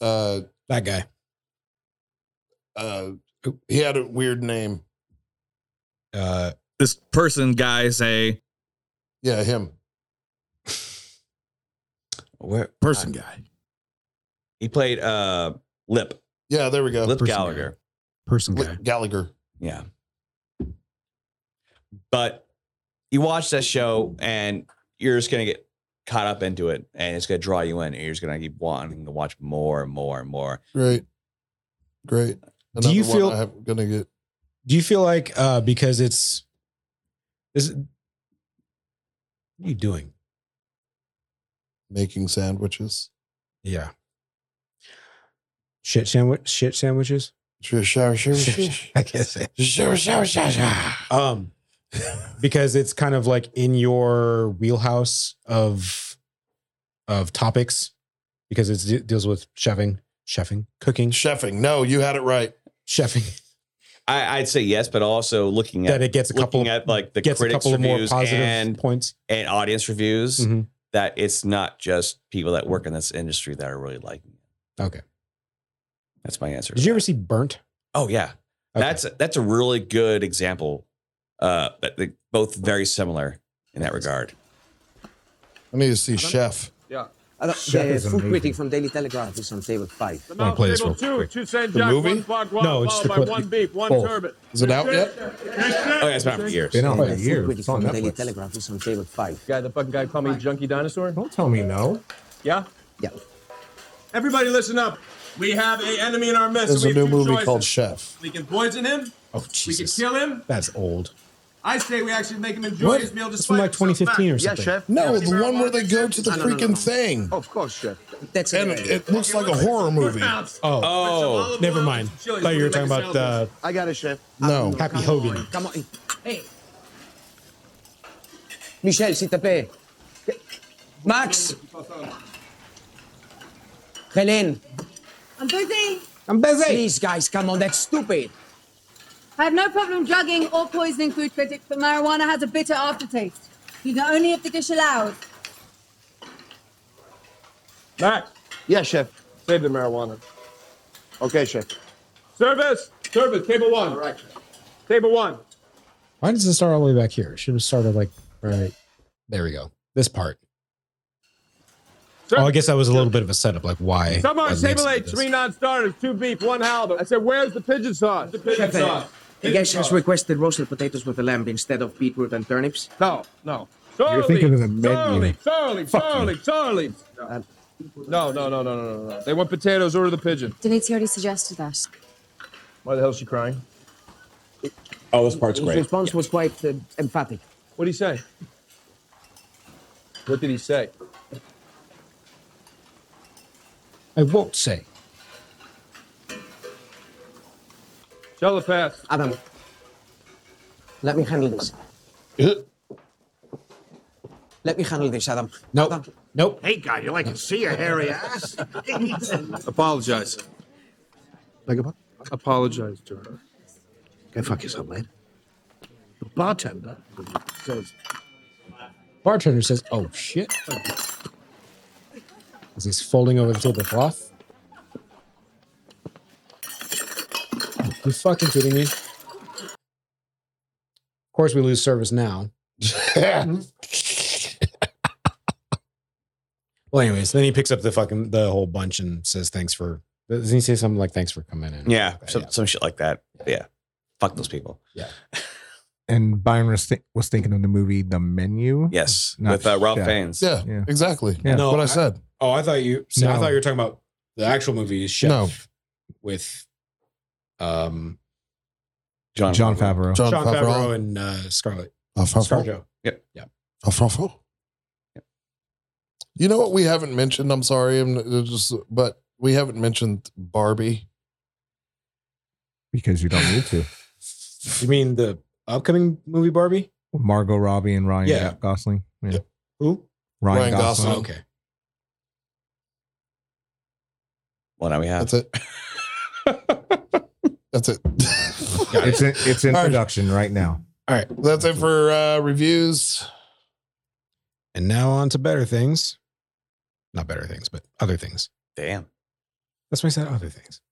[SPEAKER 1] Uh
[SPEAKER 4] That guy.
[SPEAKER 1] uh he had a weird name.
[SPEAKER 4] Uh,
[SPEAKER 13] This person, guy, say
[SPEAKER 1] Yeah, him.
[SPEAKER 2] Where
[SPEAKER 13] person, guy,
[SPEAKER 2] he played uh Lip,
[SPEAKER 1] Yeah, there we go.
[SPEAKER 2] Lip
[SPEAKER 8] person
[SPEAKER 2] Gallagher.
[SPEAKER 8] Person
[SPEAKER 1] Li-
[SPEAKER 8] guy.
[SPEAKER 1] Gallagher.
[SPEAKER 2] Yeah. But you watch that show and you're just going to get caught up into it and it's going to draw you in and you're just going to keep wanting to watch more and more and more.
[SPEAKER 1] Great. Great.
[SPEAKER 4] Do you feel-
[SPEAKER 1] I'm gonna get
[SPEAKER 4] do you feel like uh, because it's is it, what are you doing?
[SPEAKER 1] making sandwiches?
[SPEAKER 4] Yeah. Shit sandwich shit sandwiches?
[SPEAKER 1] Sure, sure, sure, sure,
[SPEAKER 4] I can't say.
[SPEAKER 1] sure, sure, sure, sure.
[SPEAKER 4] Um because it's kind of like in your wheelhouse of of topics because it's- it deals with chefing, chefing, cooking,
[SPEAKER 1] Chefing. No, you had it right.
[SPEAKER 4] chefing.
[SPEAKER 2] I, I'd say yes, but also looking at
[SPEAKER 4] that it gets a couple
[SPEAKER 2] looking at like the
[SPEAKER 4] gets a
[SPEAKER 2] critics
[SPEAKER 4] couple of more
[SPEAKER 2] reviews
[SPEAKER 4] positive
[SPEAKER 2] and
[SPEAKER 4] points.
[SPEAKER 2] and audience reviews
[SPEAKER 4] Mhm.
[SPEAKER 2] that it's not just people that work in this industry that are really liking it.
[SPEAKER 4] Okay.
[SPEAKER 2] That's my answer. to
[SPEAKER 4] Did you
[SPEAKER 2] that.
[SPEAKER 4] ever see Burnt?
[SPEAKER 2] Oh yeah,
[SPEAKER 4] Okay.
[SPEAKER 2] that's that's a really good example. Uh, but they both very similar in that regard.
[SPEAKER 1] I need to see Chef.
[SPEAKER 6] Chef is amazing.
[SPEAKER 14] from Daily Telegraph is on table five.
[SPEAKER 9] The
[SPEAKER 8] wanna play this
[SPEAKER 9] table
[SPEAKER 8] real
[SPEAKER 9] two,
[SPEAKER 8] quick.
[SPEAKER 9] two Saint Jacques,
[SPEAKER 1] movie?
[SPEAKER 9] one foie gras,
[SPEAKER 6] Oh,
[SPEAKER 4] No, it's
[SPEAKER 9] followed
[SPEAKER 4] the
[SPEAKER 9] by
[SPEAKER 4] clip-
[SPEAKER 9] Oh, one beef, one
[SPEAKER 4] both.
[SPEAKER 9] turbot.
[SPEAKER 1] Is it out yet?
[SPEAKER 2] Oh yeah, it's been out for years.
[SPEAKER 6] Been out for
[SPEAKER 4] Yeah.
[SPEAKER 6] years. It's on Netflix.
[SPEAKER 14] Telegraph is on table five.
[SPEAKER 15] Guy, the fucking guy called me Junkie Dinosaur?
[SPEAKER 6] Don't tell me no.
[SPEAKER 15] Yeah?
[SPEAKER 14] Yeah.
[SPEAKER 9] Everybody, listen up. We have an enemy in our midst.
[SPEAKER 1] There's
[SPEAKER 9] We
[SPEAKER 1] a
[SPEAKER 9] have
[SPEAKER 1] new
[SPEAKER 9] two
[SPEAKER 1] movie
[SPEAKER 9] choices.
[SPEAKER 1] called Chef.
[SPEAKER 9] We can poison him.
[SPEAKER 4] Oh
[SPEAKER 9] We can
[SPEAKER 4] Jesus.
[SPEAKER 9] kill him.
[SPEAKER 4] That's old.
[SPEAKER 9] I say we actually make him enjoy
[SPEAKER 4] What?
[SPEAKER 9] his meal
[SPEAKER 4] It's
[SPEAKER 9] despite
[SPEAKER 4] from like
[SPEAKER 9] himself.
[SPEAKER 4] 2015 or
[SPEAKER 15] Yeah,
[SPEAKER 4] something.
[SPEAKER 15] chef.
[SPEAKER 1] No,
[SPEAKER 15] Yeah,
[SPEAKER 1] the one where they go to the
[SPEAKER 14] No, no, no,
[SPEAKER 1] freaking
[SPEAKER 14] no.
[SPEAKER 1] thing,
[SPEAKER 15] Of course, chef.
[SPEAKER 14] That's
[SPEAKER 1] and it looks like a horror movie.
[SPEAKER 4] Oh,
[SPEAKER 2] Oh,
[SPEAKER 4] never mind. Thought you were talking about uh,
[SPEAKER 15] I got it, chef.
[SPEAKER 1] No,
[SPEAKER 4] Happy Hogan.
[SPEAKER 14] Come on. Hey. Michel, s'il te plaît. Max. Helen.
[SPEAKER 16] I'm busy.
[SPEAKER 4] I'm busy.
[SPEAKER 14] Please, guys, come on. That's stupid.
[SPEAKER 16] I have no problem drugging or poisoning food critics, but marijuana has a bitter aftertaste. You can only if the dish allows.
[SPEAKER 9] Max,
[SPEAKER 15] Yeah, chef. Save the marijuana. Okay, chef.
[SPEAKER 9] service, service, table one.
[SPEAKER 15] All right, chef.
[SPEAKER 9] Table one.
[SPEAKER 4] Why does it start all the way back here? It should have started like right. There we go. This part.
[SPEAKER 9] Sir-
[SPEAKER 4] Oh, I guess that was a little bit of a setup. Like why?
[SPEAKER 9] Someone,
[SPEAKER 4] why
[SPEAKER 9] table
[SPEAKER 4] Nixon
[SPEAKER 9] eight,
[SPEAKER 4] did
[SPEAKER 9] three
[SPEAKER 4] this.
[SPEAKER 9] non-starters, two beef, one halibut. I said, where's the pigeon sauce? The pigeon
[SPEAKER 14] Chef, uh, the guest has requested roasted potatoes with a lamb instead of beetroot and turnips.
[SPEAKER 9] No, no. Sorely,
[SPEAKER 6] thinking of the menu.
[SPEAKER 9] Sorely, sorely, sorely, sorely. No, no, no, no, no, no, no. They want potatoes. Order the pigeon.
[SPEAKER 16] Denise already suggested that.
[SPEAKER 15] Why the hell is she crying?
[SPEAKER 2] oh, this part's
[SPEAKER 14] His
[SPEAKER 2] great.
[SPEAKER 14] response was quite uh, emphatic.
[SPEAKER 9] What did he say? What did he say?
[SPEAKER 4] I won't say.
[SPEAKER 17] Shall the pass.
[SPEAKER 18] Adam, let me handle this. Let me handle this, Adam.
[SPEAKER 4] Nope.
[SPEAKER 15] Uh-huh.
[SPEAKER 4] Nope.
[SPEAKER 8] Hey, guy, you like to see a hairy ass?
[SPEAKER 19] Apologize.
[SPEAKER 8] Beg your pardon? Apologize to her. Go fuck yourself, man. The bartender says,
[SPEAKER 4] Bartender says, "Oh shit!" As he's folding over the tablecloth. You fucking kidding me? Of course, we lose service now. well, anyways, then he picks up the fucking the whole bunch and says, "Thanks for." Doesn't he say something like, "Thanks for coming in"?
[SPEAKER 2] Yeah, some, some shit like that. Yeah. Fuck those people.
[SPEAKER 6] And Byron was, thi- was thinking of the movie The Menu.
[SPEAKER 2] Yes,
[SPEAKER 6] Not
[SPEAKER 2] with uh, Ralph
[SPEAKER 6] Chef.
[SPEAKER 2] Fiennes.
[SPEAKER 1] Yeah, exactly.
[SPEAKER 6] Yeah.
[SPEAKER 1] That's what I,
[SPEAKER 6] I-
[SPEAKER 1] said.
[SPEAKER 4] Oh, I thought you. So I
[SPEAKER 6] No.
[SPEAKER 4] thought you were talking about the actual movie is Chef
[SPEAKER 1] No.
[SPEAKER 4] with um
[SPEAKER 2] John.
[SPEAKER 6] John Favreau.
[SPEAKER 1] John
[SPEAKER 4] John,
[SPEAKER 1] Favreau.
[SPEAKER 4] Um,
[SPEAKER 1] Ah,
[SPEAKER 4] Favreau. and uh, Scarlett.
[SPEAKER 1] Alfalfa.
[SPEAKER 4] ScarJo.
[SPEAKER 2] Yep.
[SPEAKER 4] Yep.
[SPEAKER 1] Alfalfa? You know what we haven't mentioned? I'm sorry, I'm it's just, but we haven't mentioned Barbie.
[SPEAKER 6] Because you don't need to.
[SPEAKER 4] You mean the upcoming movie Barbie?
[SPEAKER 6] Margot Robbie and Ryan
[SPEAKER 4] Yeah.
[SPEAKER 6] Gosling. Yeah.
[SPEAKER 4] Who?
[SPEAKER 6] Ryan,
[SPEAKER 1] Ryan
[SPEAKER 6] Gosling.
[SPEAKER 1] Gosling.
[SPEAKER 4] Oh, okay.
[SPEAKER 2] Well, now we have.
[SPEAKER 1] That's it. That's it.
[SPEAKER 6] It's in, it's in
[SPEAKER 1] All right.
[SPEAKER 6] production right now.
[SPEAKER 4] All right.
[SPEAKER 1] That's it for uh, reviews.
[SPEAKER 4] And now on to better things. Not better things, but other things.
[SPEAKER 2] Damn.
[SPEAKER 4] That's why I said other things.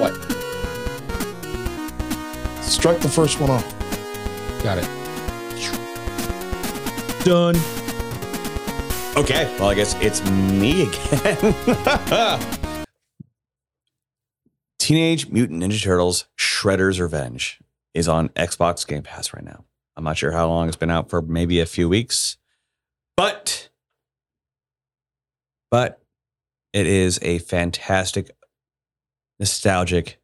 [SPEAKER 4] What?
[SPEAKER 1] Strike the first one off.
[SPEAKER 4] Got it. Done.
[SPEAKER 2] Okay. Well, I guess it's me again. Teenage Mutant Ninja Turtles Shredder's Revenge is on Xbox Game Pass right now. I'm not sure how long it's been out for, maybe a few weeks, but but it is a fantastic, nostalgic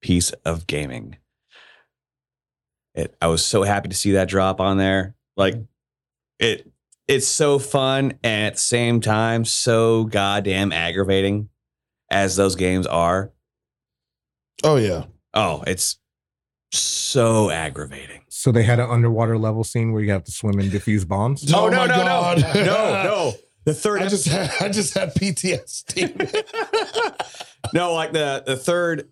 [SPEAKER 2] piece of gaming. It, I was so happy to see that drop on there. Like it, it's so fun and at the same time so goddamn aggravating as those games are.
[SPEAKER 1] Oh yeah.
[SPEAKER 2] Oh, it's so aggravating.
[SPEAKER 6] So they had an underwater level scene where you have to swim and defuse bombs.
[SPEAKER 2] Oh, no,
[SPEAKER 1] my
[SPEAKER 2] no, no.
[SPEAKER 1] God.
[SPEAKER 2] No, no. The third
[SPEAKER 1] I just had, I just had PTSD.
[SPEAKER 2] no, like the the third,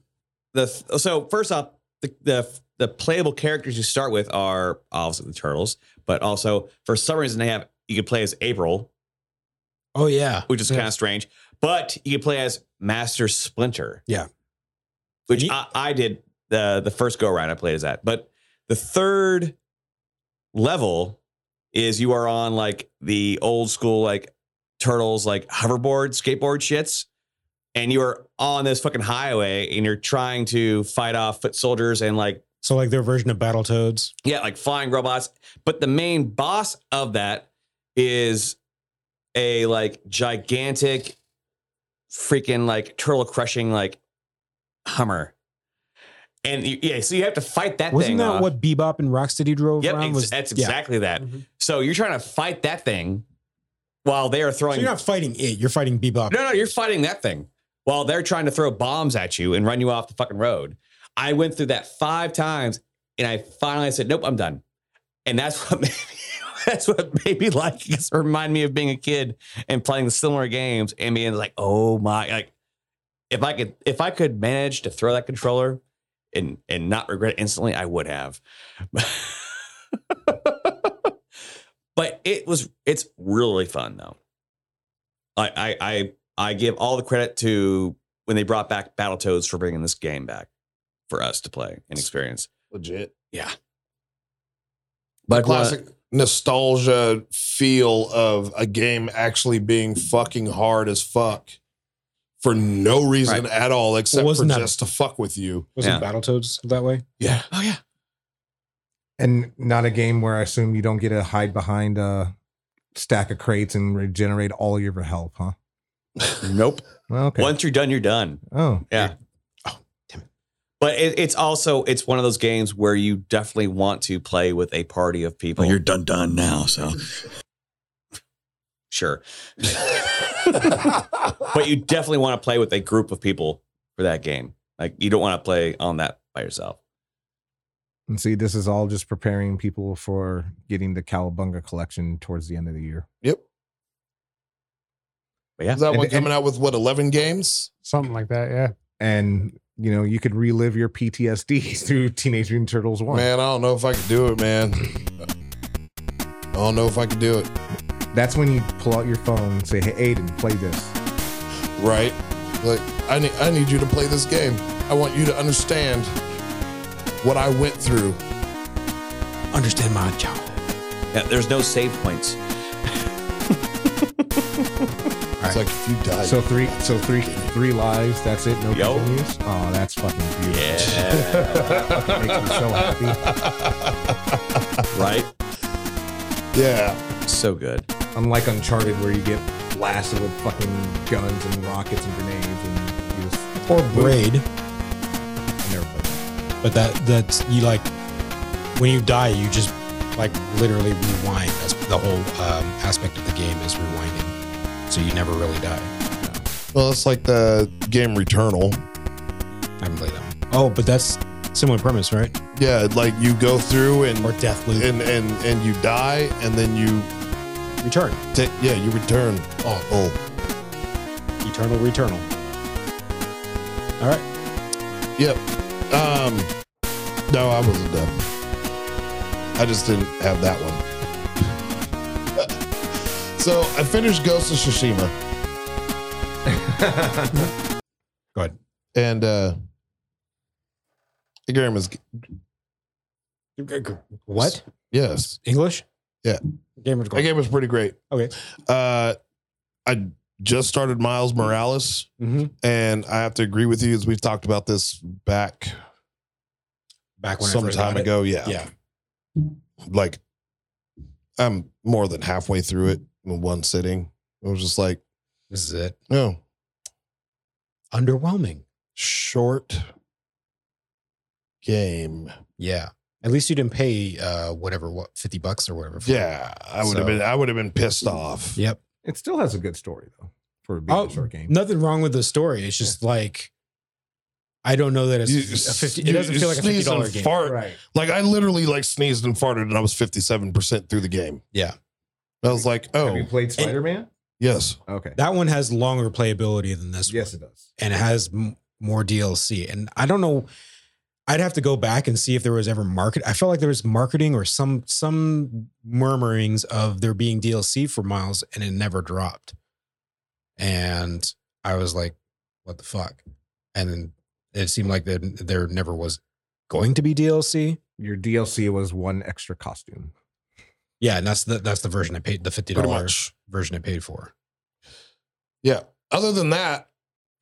[SPEAKER 2] the th- so first off, the, the the playable characters you start with are obviously the turtles, but also for some reason they have you can play as April,
[SPEAKER 4] Oh yeah.
[SPEAKER 2] which is kind of strange, but you can play as Master Splinter.
[SPEAKER 4] Yeah.
[SPEAKER 2] which I, I did the the first go around. I played as that, but the third level is you are on like the old school like turtles like hoverboard skateboard shits and you are on this fucking highway and you're trying to fight off foot soldiers and like
[SPEAKER 4] So like their version of Battletoads.
[SPEAKER 2] yeah like flying robots but the main boss of that is a like gigantic freaking like turtle crushing like hummer and you, yeah so you have to fight that
[SPEAKER 4] Wasn't
[SPEAKER 2] thing
[SPEAKER 4] that
[SPEAKER 2] off.
[SPEAKER 4] what Bebop and Rocksteady drove
[SPEAKER 2] Yep,
[SPEAKER 4] around?
[SPEAKER 2] ex-
[SPEAKER 4] was,
[SPEAKER 2] that's
[SPEAKER 4] yeah.
[SPEAKER 2] exactly that. So you're trying to fight that thing while they are
[SPEAKER 4] So
[SPEAKER 2] throwing.
[SPEAKER 4] you're not fighting it. You're fighting Bebop.
[SPEAKER 2] no, no, you're fighting that thing while they're trying to throw bombs at you and run you off the fucking road. I went through that five times, and I finally said, "Nope, I'm done." And that's what made me, that's what made me like. It remind me of being a kid and playing the similar games and being like, "Oh my!" Like if I could if I could manage to throw that controller and and not regret it instantly, I would have. but it was it's really fun though. I I I, I give all the credit to when they brought back Battletoads for bringing this game back for us to play and experience.
[SPEAKER 1] Legit.
[SPEAKER 2] Yeah. But
[SPEAKER 1] Classic nostalgia feel of a game actually being fucking hard as fuck for no reason at all except for
[SPEAKER 4] wasn't that-
[SPEAKER 1] just to fuck with you.
[SPEAKER 4] Wasn't Battletoads that way?
[SPEAKER 1] Yeah.
[SPEAKER 2] oh yeah.
[SPEAKER 6] And not a game where I assume you don't get to hide behind a stack of crates and regenerate all of your health, huh?
[SPEAKER 2] Nope.
[SPEAKER 6] Well, okay.
[SPEAKER 2] Once you're done, you're done.
[SPEAKER 6] Oh.
[SPEAKER 2] Yeah. Oh, damn it. But it, it's also it's one of those games where you definitely want to play with a party of people.
[SPEAKER 5] Well, you're done done now, so
[SPEAKER 2] Sure. but you definitely want to play with a group of people for that game. Like you don't want to play on that by yourself.
[SPEAKER 6] And see, this is all just preparing people for getting the Calabunga collection towards the end of the year.
[SPEAKER 1] Yep.
[SPEAKER 2] But yeah.
[SPEAKER 1] Is that
[SPEAKER 6] And-
[SPEAKER 1] one
[SPEAKER 6] and-
[SPEAKER 1] coming out with what eleven games?
[SPEAKER 3] Something like that, yeah.
[SPEAKER 6] And you know, you could relive your PTSD through Teenage Mutant Turtles One.
[SPEAKER 1] Man, I don't know if I could do it, man. I don't know if I could do it.
[SPEAKER 6] That's when you pull out your phone and say, "Hey, Aiden, play this."
[SPEAKER 1] Right? Like I need I need you to play this game. I want you to understand what I went through.
[SPEAKER 8] Understand my childhood.
[SPEAKER 2] Yeah, there's no save points.
[SPEAKER 1] It's like if you die.
[SPEAKER 6] So three, so three, three lives. That's it. No
[SPEAKER 2] Yo.
[SPEAKER 6] continues. Oh, that's fucking beautiful.
[SPEAKER 2] Yeah.
[SPEAKER 6] Makes me so happy.
[SPEAKER 2] right?
[SPEAKER 1] yeah.
[SPEAKER 2] So good.
[SPEAKER 6] Unlike Uncharted, where you get blasted with fucking guns and rockets and grenades and you just
[SPEAKER 4] Or braid,
[SPEAKER 6] I never played. that.
[SPEAKER 4] but that that's you like when you die, you just like literally rewind. That's the whole um, aspect of the game is rewinding, so you never really die.
[SPEAKER 1] Well, it's like the game Returnal.
[SPEAKER 4] I haven't played that. One. Oh, but that's similar premise, right?
[SPEAKER 1] Yeah, like you go through and
[SPEAKER 4] Or Deathloop.
[SPEAKER 1] and and and you die, and then you
[SPEAKER 4] Return.
[SPEAKER 1] ta yeah you return. Oh, oh,
[SPEAKER 4] Eternal Returnal. All right.
[SPEAKER 1] yep. Um, no, I wasn't done. I just didn't have that one. so I finished Ghost of Tsushima.
[SPEAKER 4] Go ahead.
[SPEAKER 1] and uh the game is
[SPEAKER 4] What?
[SPEAKER 1] yes
[SPEAKER 4] English?
[SPEAKER 1] Yeah.
[SPEAKER 4] Gamer's
[SPEAKER 1] that game was pretty great
[SPEAKER 4] Okay.
[SPEAKER 1] uh i just started miles morales
[SPEAKER 4] Mm-hmm.
[SPEAKER 1] and i have to agree with you as we've talked about this back
[SPEAKER 4] Back when I
[SPEAKER 1] some
[SPEAKER 4] first
[SPEAKER 1] time
[SPEAKER 4] got it.
[SPEAKER 1] ago yeah
[SPEAKER 4] Yeah.
[SPEAKER 1] like i'm more than halfway through it in one sitting it was just like
[SPEAKER 4] This is it.
[SPEAKER 1] no
[SPEAKER 4] Underwhelming.
[SPEAKER 1] short game
[SPEAKER 4] Yeah. At least you didn't pay uh whatever what fifty bucks or whatever. for it.
[SPEAKER 1] yeah i would have
[SPEAKER 4] So-
[SPEAKER 1] been i would have been pissed off
[SPEAKER 4] Yep.
[SPEAKER 6] It still has a good story though for being
[SPEAKER 4] Oh,
[SPEAKER 6] a short game.
[SPEAKER 4] Nothing wrong with the story. It's just like I don't know that it's
[SPEAKER 1] You-
[SPEAKER 4] a fifty.
[SPEAKER 1] you-
[SPEAKER 4] It doesn't
[SPEAKER 1] you
[SPEAKER 4] feel like a fifty
[SPEAKER 1] sneeze and
[SPEAKER 4] dollar game.
[SPEAKER 1] fart.
[SPEAKER 6] Right.
[SPEAKER 1] Like I literally like sneezed and farted, and I was fifty seven percent through the game.
[SPEAKER 4] Yeah.
[SPEAKER 1] I was like,
[SPEAKER 6] Have you
[SPEAKER 1] oh
[SPEAKER 6] played Spider Man?
[SPEAKER 1] yes,
[SPEAKER 6] Okay.
[SPEAKER 4] That one has longer playability than this
[SPEAKER 6] Yes,
[SPEAKER 4] one,
[SPEAKER 6] it does.
[SPEAKER 4] and it has m- more DLC. And I don't know. I'd have to go back and see if there was ever market. I felt like there was marketing or some some murmurings of there being DLC for Miles, and it never dropped. And I was like, "What the fuck?" And then it seemed like there, there never was going to be DLC.
[SPEAKER 6] Your DLC was one extra costume.
[SPEAKER 4] Yeah, and that's the that's the version I paid the fifty
[SPEAKER 1] pretty
[SPEAKER 4] dollars
[SPEAKER 1] much.
[SPEAKER 4] version I paid for.
[SPEAKER 1] Yeah. Other than that,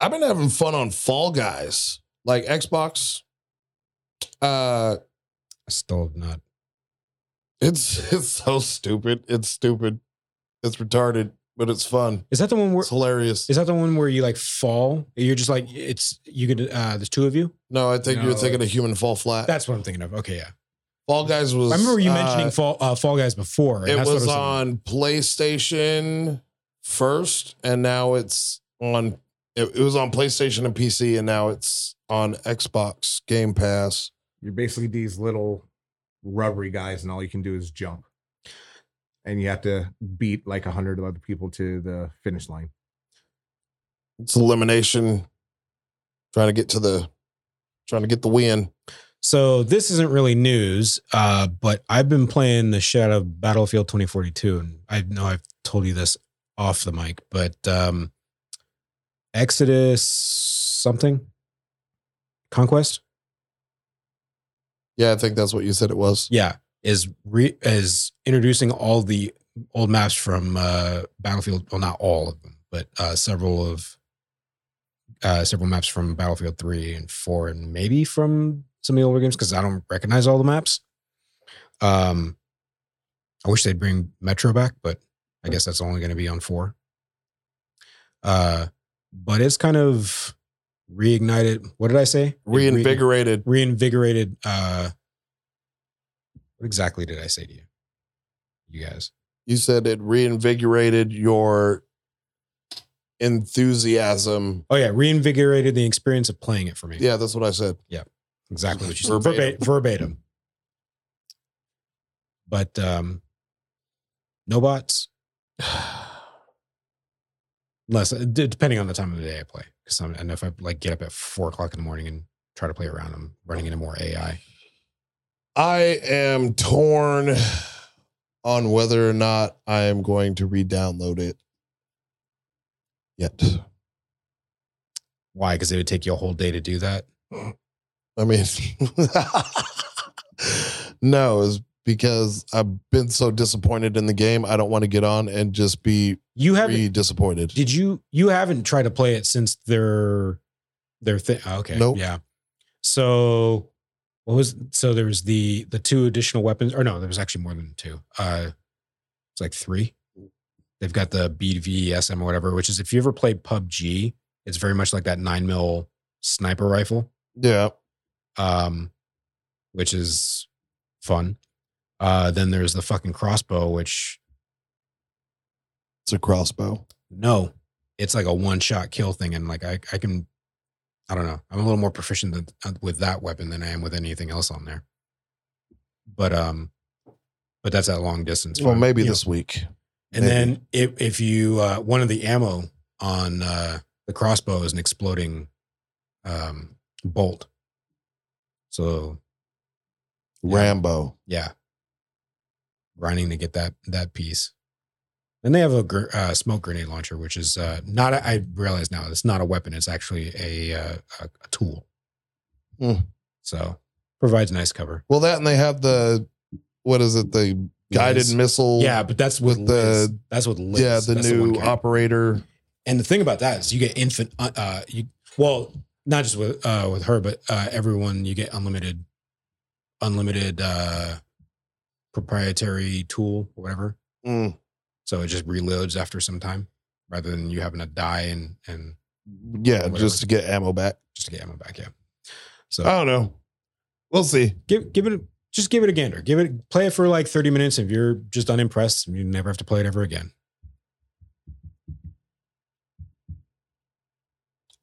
[SPEAKER 1] I've been having fun on Fall Guys, like Xbox. Uh,
[SPEAKER 4] I still have not.
[SPEAKER 1] it's it's so stupid. It's stupid. It's retarded, but it's fun.
[SPEAKER 4] Is that the one where
[SPEAKER 1] It's hilarious.
[SPEAKER 4] Is that the one where you like fall? You're just like it's you could uh there's two of you?
[SPEAKER 1] No, I think you're
[SPEAKER 4] No,
[SPEAKER 1] thinking of Human Fall Flat.
[SPEAKER 4] That's what I'm thinking of. Okay, yeah.
[SPEAKER 1] Fall Guys was.
[SPEAKER 4] I remember you
[SPEAKER 1] uh,
[SPEAKER 4] mentioning Fall uh, Fall Guys before. and
[SPEAKER 1] it
[SPEAKER 4] that's what I
[SPEAKER 1] was
[SPEAKER 4] thinking.
[SPEAKER 1] on PlayStation first, and now it's on. It, it was on PlayStation and PC, and now it's on Xbox Game Pass.
[SPEAKER 6] You're basically these little rubbery guys, and all you can do is jump. And you have to beat like a hundred other people to the finish line.
[SPEAKER 1] It's elimination, trying to get to the, trying to get the win.
[SPEAKER 4] So this isn't really news, uh, but I've been playing the shit out of Battlefield 2042, and I know I've told you this off the mic, but um, Exodus something, Conquest.
[SPEAKER 1] Yeah, I think that's what you said it was.
[SPEAKER 4] yeah is re- is introducing all the old maps from uh battlefield well not all of them but uh several of uh several maps from battlefield 3 and 4 and maybe from some of the older games because i don't recognize all the maps um i wish they'd bring metro back but i guess that's only going to be on 4 Uh, but it's kind of reignited. What did I say?
[SPEAKER 1] Reinvigorated.
[SPEAKER 4] reinvigorated. Uh, what exactly did I say to you? You guys.
[SPEAKER 1] You said it reinvigorated your enthusiasm.
[SPEAKER 4] Oh yeah, reinvigorated the experience of playing it for me.
[SPEAKER 1] Yeah, that's what I said.
[SPEAKER 4] Exactly what you said.
[SPEAKER 1] Verbatim.
[SPEAKER 4] Verbatim. verbatim. But um, no bots. Unless, uh, d- depending on the time of the day I play. Because I know if I like get up at four o'clock in the morning and try to play around, I'm running into more AI.
[SPEAKER 1] I am torn on whether or not I am going to re-download it yet.
[SPEAKER 4] Why? Because it would take you a whole day to do that.
[SPEAKER 1] I mean, no, is because I've been so disappointed in the game. I don't want to get on and just be
[SPEAKER 4] You haven't.
[SPEAKER 1] re disappointed.
[SPEAKER 4] Did you? You haven't tried to play it since their their thing. Okay.
[SPEAKER 1] Nope.
[SPEAKER 4] Yeah. So what was so there was the the two additional weapons or no there was actually more than two. Uh, it's like three. They've got the BVSM or whatever, which is if you ever played PUBG, it's very much like that nine mil sniper rifle,
[SPEAKER 1] Yeah.
[SPEAKER 4] um, which is fun. Uh, then there's the fucking crossbow, which
[SPEAKER 1] It's a crossbow.
[SPEAKER 4] no, it's like a one shot kill thing. And like, I, I can, I don't know. I'm a little more proficient than, uh, with that weapon than I am with anything else on there. But, um, but that's at long distance.
[SPEAKER 1] Well,
[SPEAKER 4] fire,
[SPEAKER 1] maybe
[SPEAKER 4] you know.
[SPEAKER 1] this week.
[SPEAKER 4] And then if, if you, uh, one of the ammo on, uh, the crossbow is an exploding, um, bolt. So
[SPEAKER 1] Rambo.
[SPEAKER 4] yeah. Grinding to get that that piece. And they have a gr- uh, smoke grenade launcher, which is uh, not. A, I realize now it's not a weapon. It's actually a uh, a, a tool.
[SPEAKER 1] Hmm.
[SPEAKER 4] So provides nice cover.
[SPEAKER 1] Well, that and they have the what is it? The guided
[SPEAKER 4] Liz.
[SPEAKER 1] missile.
[SPEAKER 4] Yeah, but that's with,
[SPEAKER 1] with
[SPEAKER 4] Liz.
[SPEAKER 1] the-
[SPEAKER 4] that's with Liz.
[SPEAKER 1] yeah, the
[SPEAKER 4] That's one
[SPEAKER 1] new
[SPEAKER 4] character.
[SPEAKER 1] operator.
[SPEAKER 4] And the thing about that is you get infant uh, uh you well, not just with uh with her, but uh everyone you get unlimited unlimited uh proprietary tool or whatever.
[SPEAKER 1] Mm.
[SPEAKER 4] So it just reloads after some time rather than you having to die and and
[SPEAKER 1] Yeah,
[SPEAKER 4] Whatever.
[SPEAKER 1] just to get ammo back.
[SPEAKER 4] just to get ammo back. Yeah.
[SPEAKER 1] I
[SPEAKER 4] So
[SPEAKER 1] don't know. We'll see.
[SPEAKER 4] give give it a, just give it a gander. Give it play it for like 30 minutes. If you're just unimpressed, you never have to play it ever again.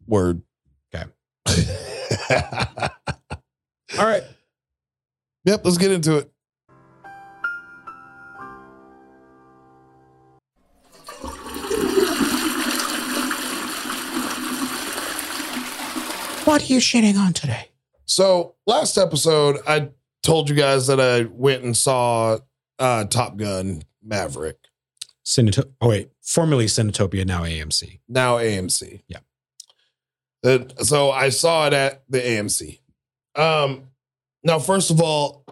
[SPEAKER 1] Word.
[SPEAKER 4] Okay.
[SPEAKER 1] yep,
[SPEAKER 4] All right.
[SPEAKER 1] let's get into it.
[SPEAKER 4] What are you shitting on today?
[SPEAKER 1] So last episode, I told you guys that I went and saw uh, Top Gun Maverick,
[SPEAKER 4] Cineto- oh wait, formerly Cinetopia, now AMC.
[SPEAKER 1] now AMC.
[SPEAKER 4] Yeah.
[SPEAKER 1] That- so I saw it at the AMC. Um, now, first of all,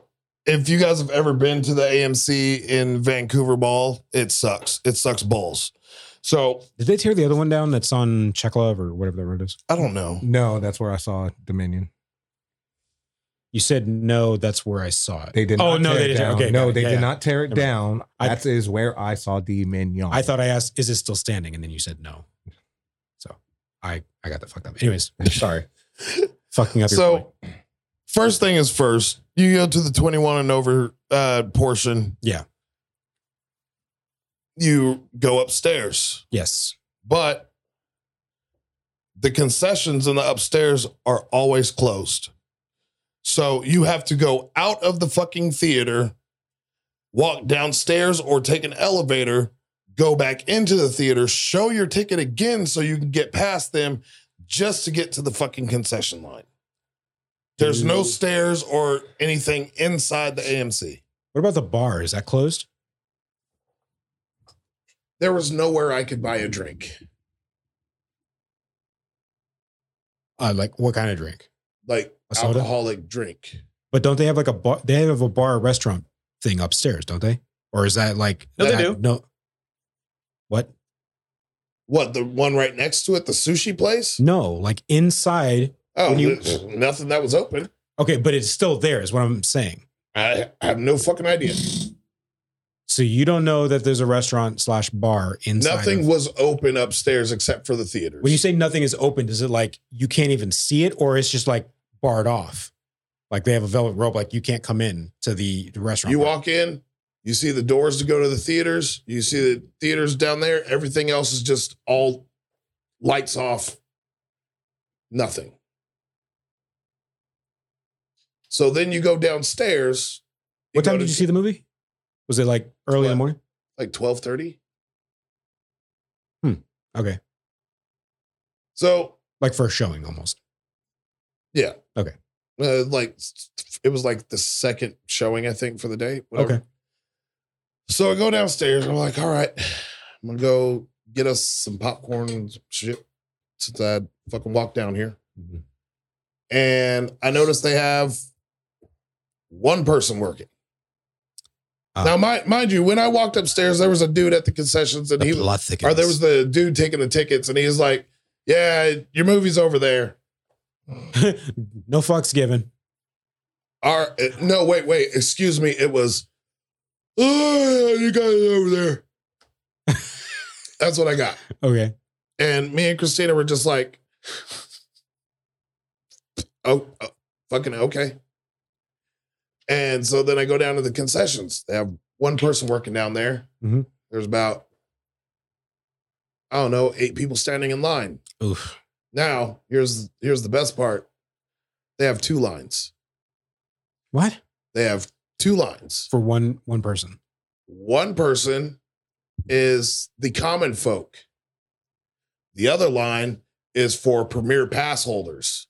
[SPEAKER 1] if you guys have ever been to the AMC in Vancouver Mall, it sucks. It sucks balls. So
[SPEAKER 4] Did they tear the other one down that's on Cheklov or whatever that road is?
[SPEAKER 1] I don't know.
[SPEAKER 6] No, that's where I saw Dominion.
[SPEAKER 4] You said no, that's where I saw it.
[SPEAKER 6] They did.
[SPEAKER 4] Oh
[SPEAKER 6] not
[SPEAKER 4] no,
[SPEAKER 6] tear
[SPEAKER 4] they
[SPEAKER 6] it
[SPEAKER 4] didn't.
[SPEAKER 6] down.
[SPEAKER 4] Okay, got
[SPEAKER 6] no,
[SPEAKER 4] it.
[SPEAKER 6] they
[SPEAKER 4] Yeah,
[SPEAKER 6] did
[SPEAKER 4] yeah.
[SPEAKER 6] not tear it
[SPEAKER 4] Never mind.
[SPEAKER 6] down.
[SPEAKER 4] I-
[SPEAKER 6] that is where I saw Dominion.
[SPEAKER 4] I thought I asked, is it still standing? And then you said no. So I I got that fucked up. Anyways, sorry. Fucking up. your
[SPEAKER 1] So-
[SPEAKER 4] point.
[SPEAKER 1] First thing is first, you go to the 21 and over uh, portion.
[SPEAKER 4] Yeah.
[SPEAKER 1] You go upstairs,
[SPEAKER 4] yes,
[SPEAKER 1] but the concessions in the upstairs are always closed. So you have to go out of the fucking theater, walk downstairs or take an elevator, go back into the theater, show your ticket again so you can get past them just to get to the fucking concession line. There's no
[SPEAKER 4] Dude.
[SPEAKER 1] stairs or anything inside the AMC.
[SPEAKER 4] What about the bar? Is that closed?
[SPEAKER 1] There was nowhere I could buy a drink.
[SPEAKER 4] Uh, like what kind of drink?
[SPEAKER 1] Like
[SPEAKER 4] A soda?
[SPEAKER 1] alcoholic drink.
[SPEAKER 4] But don't they have like a bar? They have a bar restaurant thing upstairs, don't they? Or is that like
[SPEAKER 2] No, they
[SPEAKER 4] that-
[SPEAKER 2] do.
[SPEAKER 4] No. What?
[SPEAKER 1] What, the one right next to it, the sushi place?
[SPEAKER 4] No, like inside.
[SPEAKER 1] Oh,
[SPEAKER 4] When you-
[SPEAKER 1] th- nothing that was open.
[SPEAKER 4] Okay, but it's still there. Is what I'm saying.
[SPEAKER 1] I, I have no fucking idea.
[SPEAKER 4] So you don't know that there's a restaurant slash bar inside.
[SPEAKER 1] Nothing
[SPEAKER 4] of-
[SPEAKER 1] was open upstairs except for the theaters.
[SPEAKER 4] when you say nothing is open, is it like you can't even see it, or it's just like barred off? Like they have a velvet rope, like you can't come in to the, the restaurant.
[SPEAKER 1] You walk in, you see the doors to go to the theaters, you see the theaters down there, everything else is just all lights off, nothing. So then you go downstairs.
[SPEAKER 4] What time did you see the movie? Was it like early in the morning?
[SPEAKER 1] Like 12:30.
[SPEAKER 4] Okay,
[SPEAKER 1] So,
[SPEAKER 4] like for a showing almost.
[SPEAKER 1] yeah.
[SPEAKER 4] Okay.
[SPEAKER 1] Uh, like it was like the second showing I think for the day. whatever.
[SPEAKER 4] Okay.
[SPEAKER 1] So I go downstairs. I'm like, all right, I'm gonna go get us some popcorn and shit since I fucking walked down here. And I noticed they have one person working. now, mind, mind you, when I walked upstairs, there was a dude at the concessions, and he
[SPEAKER 20] blood
[SPEAKER 1] was,
[SPEAKER 20] thickens.
[SPEAKER 1] or there was the dude taking the tickets, and he's like, "Yeah, your movie's over there."
[SPEAKER 4] No fucks given.
[SPEAKER 1] Our, no, wait, wait. Excuse me. It was, oh, you got it over there. That's what I got.
[SPEAKER 4] Okay.
[SPEAKER 1] And me and Christina were just like, oh, oh, fucking okay. And so then I go down to the concessions. They have one person working down there.
[SPEAKER 4] Mhm.
[SPEAKER 1] There's about, I don't know, eight people standing in line.
[SPEAKER 20] Oof.
[SPEAKER 1] Now, here's here's the best part. They have two lines.
[SPEAKER 4] What?
[SPEAKER 1] They have two lines.
[SPEAKER 4] For one one person.
[SPEAKER 1] One person is the common folk. The other line is for premier pass holders.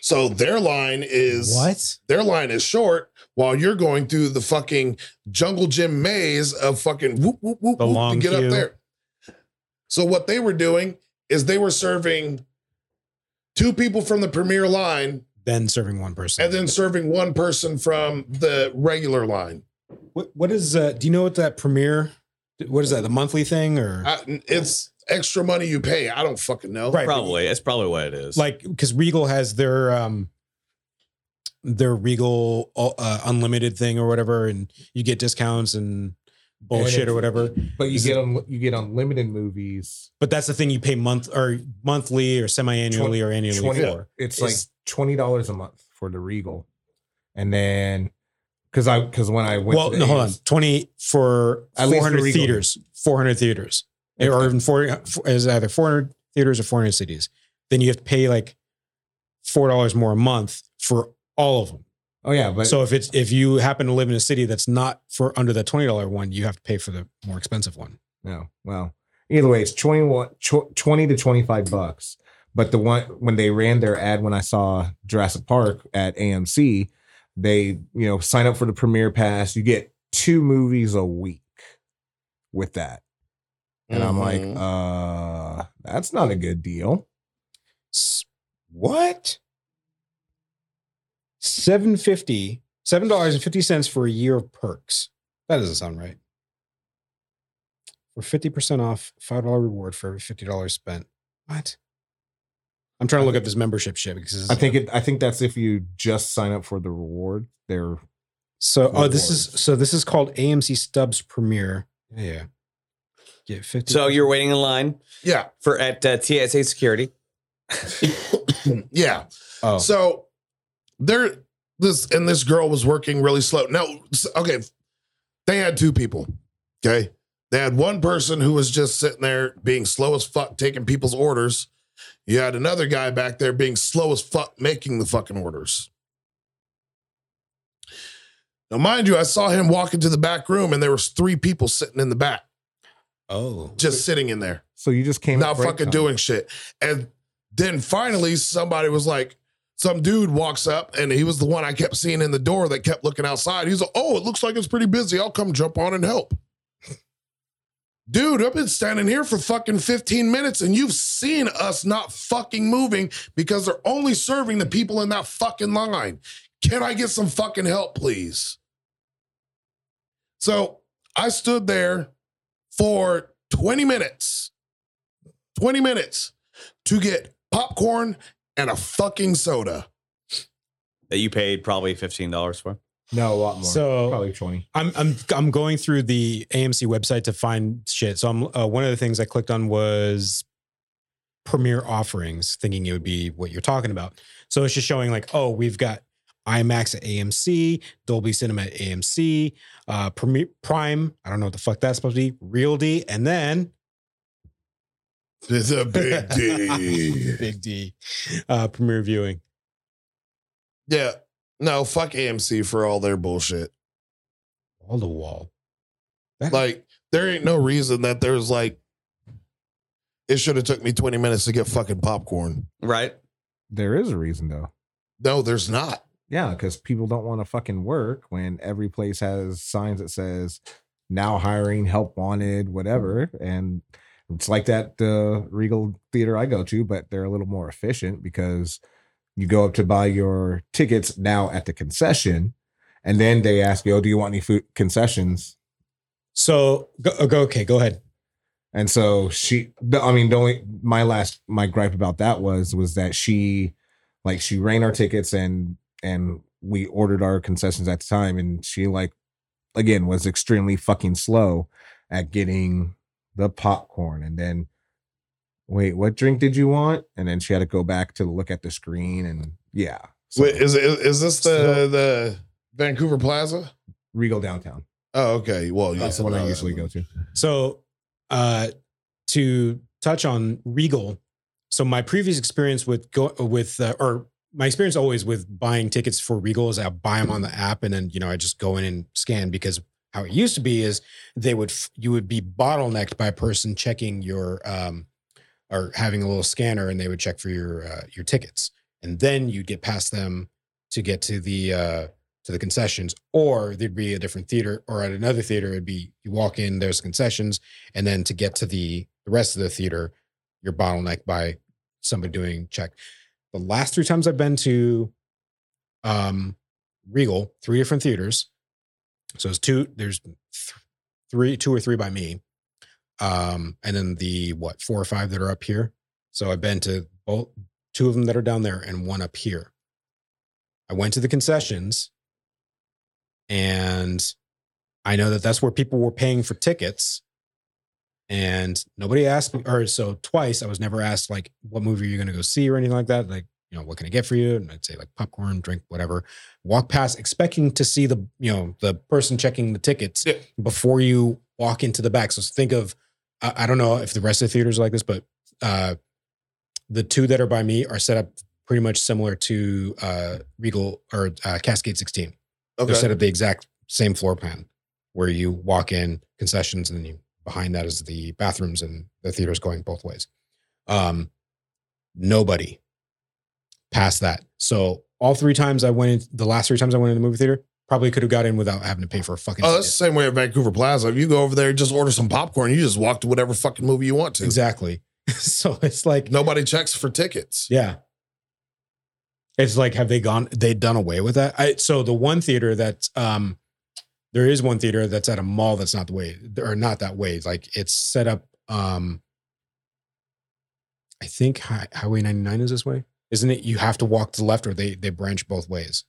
[SPEAKER 1] so their line is
[SPEAKER 4] What?
[SPEAKER 1] Their line is short while you're going through the fucking jungle gym maze of fucking whoop whoop whoop,
[SPEAKER 4] The
[SPEAKER 1] whoop
[SPEAKER 4] long
[SPEAKER 1] to get
[SPEAKER 4] queue.
[SPEAKER 1] up there. So what they were doing is they were serving two people from the premier line
[SPEAKER 4] Then serving one person.
[SPEAKER 1] and then serving one person from the regular line.
[SPEAKER 4] What what is uh do you know what that premiere what is that, the monthly thing or
[SPEAKER 1] I, it's extra money you pay. I don't fucking know.
[SPEAKER 4] Right.
[SPEAKER 2] Probably. That's probably what it is.
[SPEAKER 4] like because Regal has their um their Regal uh, unlimited thing or whatever, and you get discounts and bullshit or whatever.
[SPEAKER 6] But you
[SPEAKER 4] Is
[SPEAKER 6] get
[SPEAKER 4] it-
[SPEAKER 6] un- you get unlimited movies.
[SPEAKER 4] But that's the thing you pay month or monthly or semi annually or annually
[SPEAKER 6] 20
[SPEAKER 4] for.
[SPEAKER 6] It's like twenty dollars a month for the Regal, and then because I because when I went,
[SPEAKER 4] well,
[SPEAKER 6] to the
[SPEAKER 4] no, hold on,
[SPEAKER 6] AMC
[SPEAKER 4] twenty for
[SPEAKER 6] At least
[SPEAKER 4] four hundred
[SPEAKER 6] for Regal.
[SPEAKER 4] theaters, four hundred theaters, or even forty is either four hundred theaters or four hundred cities. Then you have to pay like four dollars more a month for all of them.
[SPEAKER 6] Oh yeah, but
[SPEAKER 4] so if it's if you happen to live in a city that's not for under the twenty dollar one, you have to pay for the more expensive one.
[SPEAKER 6] No. Well, either way, it's 21, tw- 20 to 25 bucks. But the one when they ran their ad when I saw Jurassic Park at AMC, they, you know, sign up for the premiere pass, you get two movies a week with that. And
[SPEAKER 1] Mm-hmm.
[SPEAKER 6] I'm like, uh, that's not a good deal.
[SPEAKER 4] What? Seven fifty, seven dollars and fifty cents for a year of perks. That doesn't sound right. For fifty percent off, five dollar reward for every fifty dollars spent. What? I'm trying to look up this membership shit because
[SPEAKER 6] I think it I think that's if you just sign up for the reward. They're
[SPEAKER 4] so. Oh, this is
[SPEAKER 6] rewards.
[SPEAKER 4] so. This is called AMC Stubbs Premiere. Yeah. Get fifty.
[SPEAKER 2] So you're waiting in line
[SPEAKER 1] Yeah.
[SPEAKER 2] for at uh, TSA security.
[SPEAKER 1] yeah.
[SPEAKER 4] Oh.
[SPEAKER 1] So there this and this girl was working really slow. Now s- okay, they had two people. Okay. They had one person who was just sitting there being slow as fuck taking people's orders. You had another guy back there being slow as fuck making the fucking orders. Now, mind you, I saw him walk into the back room and there was three people sitting in the back,
[SPEAKER 4] Oh.
[SPEAKER 1] just sitting in there
[SPEAKER 6] So you just came at
[SPEAKER 1] not
[SPEAKER 6] break
[SPEAKER 1] fucking
[SPEAKER 6] time.
[SPEAKER 1] doing shit. And then finally, somebody was like, some dude walks up, and he was the one I kept seeing in the door that kept looking outside. He's like, "Oh, it looks like it's pretty busy. I'll come jump on and help." Dude, I've been standing here for fucking 15 minutes and you've seen us not fucking moving because they're only serving the people in that fucking line. Can I get some fucking help, please? So I stood there for 20 minutes, 20 minutes to get popcorn and a fucking soda.
[SPEAKER 2] That you paid probably fifteen dollars for.
[SPEAKER 6] No, a lot more.
[SPEAKER 8] So
[SPEAKER 6] probably twenty.
[SPEAKER 8] I'm I'm I'm going through the AMC website to find shit. So I'm uh, one of the things I clicked on was premiere offerings, thinking it would be what you're talking about. So it's just showing like, oh, we've got IMAX at AMC, Dolby Cinema at AMC, uh, Premier, Prime. I don't know what the fuck that's supposed to be. Real D, and then
[SPEAKER 1] It's a big D.
[SPEAKER 8] Big D, uh, premiere viewing.
[SPEAKER 1] Yeah. No, fuck AMC for all their bullshit.
[SPEAKER 8] Wall to wall.
[SPEAKER 1] Like, there ain't no reason that there's like it should have took me 20 minutes to get fucking popcorn.
[SPEAKER 2] Right.
[SPEAKER 6] There is a reason though.
[SPEAKER 1] No, there's not.
[SPEAKER 6] Yeah, because people don't want to fucking work when every place has signs that says now hiring, help wanted, whatever. And it's like that uh, Regal theater I go to, but they're a little more efficient because you go up to buy your tickets now at the concession, and then they ask you, "Oh, do you want any food concessions?"
[SPEAKER 8] So go, go okay, go ahead.
[SPEAKER 6] And so she, the- I mean, the only my last my gripe about that was was that she, like, she ran our tickets and and we ordered our concessions at the time, and she like, again, was extremely fucking slow at getting the popcorn, and then, wait, what drink did you want? And then she had to go back to look at the screen, and yeah, so-
[SPEAKER 1] Wait, is, is is this the the Vancouver Plaza?
[SPEAKER 6] Regal downtown.
[SPEAKER 1] Oh, okay. Well, yeah,
[SPEAKER 6] That's the one
[SPEAKER 1] no,
[SPEAKER 6] I
[SPEAKER 1] that
[SPEAKER 6] usually
[SPEAKER 1] one.
[SPEAKER 6] go to.
[SPEAKER 8] So, uh, to touch on Regal, so my previous experience with go with uh, or my experience always with buying tickets for Regal is I buy them on the app and then you know I just go in and scan because how it used to be is they would f- you would be bottlenecked by a person checking your um or having a little scanner and they would check for your uh, your tickets and then you'd get past them to get to the uh to the concessions, or there'd be a different theater, or at another theater, it'd be you walk in, there's concessions, and then to get to the the rest of the theater, you're bottlenecked by somebody doing check. The last three times I've been to um Regal, three different theaters. So it's two, there's th- three, two or three by me. Um, and then the what four or five that are up here. So I've been to both two of them that are down there and one up here. I went to the concessions and I know that that's where people were paying for tickets. And nobody asked me, or so twice I was never asked, like, what movie are you going to go see or anything like that? Like, you know, what can I get for you? And I'd say, like, popcorn, drink, whatever. Walk past, expecting to see the, you know, the person checking the tickets before you walk into the back. So think of, I, I don't know if the rest of the theaters are like this, but uh, the two that are by me are set up pretty much similar to uh, Regal or uh, Cascade 16
[SPEAKER 1] Okay.
[SPEAKER 8] they're set up the exact same floor plan where you walk in concessions and then you behind that is the bathrooms and the theaters going both ways um nobody past that so all three times i went in the last three times i went in the movie theater probably could have got in without having to pay for a fucking
[SPEAKER 1] Oh,
[SPEAKER 8] ticket.
[SPEAKER 1] that's the same way at Vancouver Plaza. If you go over there, just order some popcorn. You just walk to whatever fucking movie you want to.
[SPEAKER 8] exactly so it's like
[SPEAKER 1] Nobody checks for tickets.
[SPEAKER 8] Yeah. It's like, have they gone, they done away with that? I, so the one theater that's, um, there is one theater that's at a mall that's not the way, or not that way. It's Like it's set up, um, I think Hi- Highway 99 is this way, isn't it? You have to walk to the left or they, they branch both ways.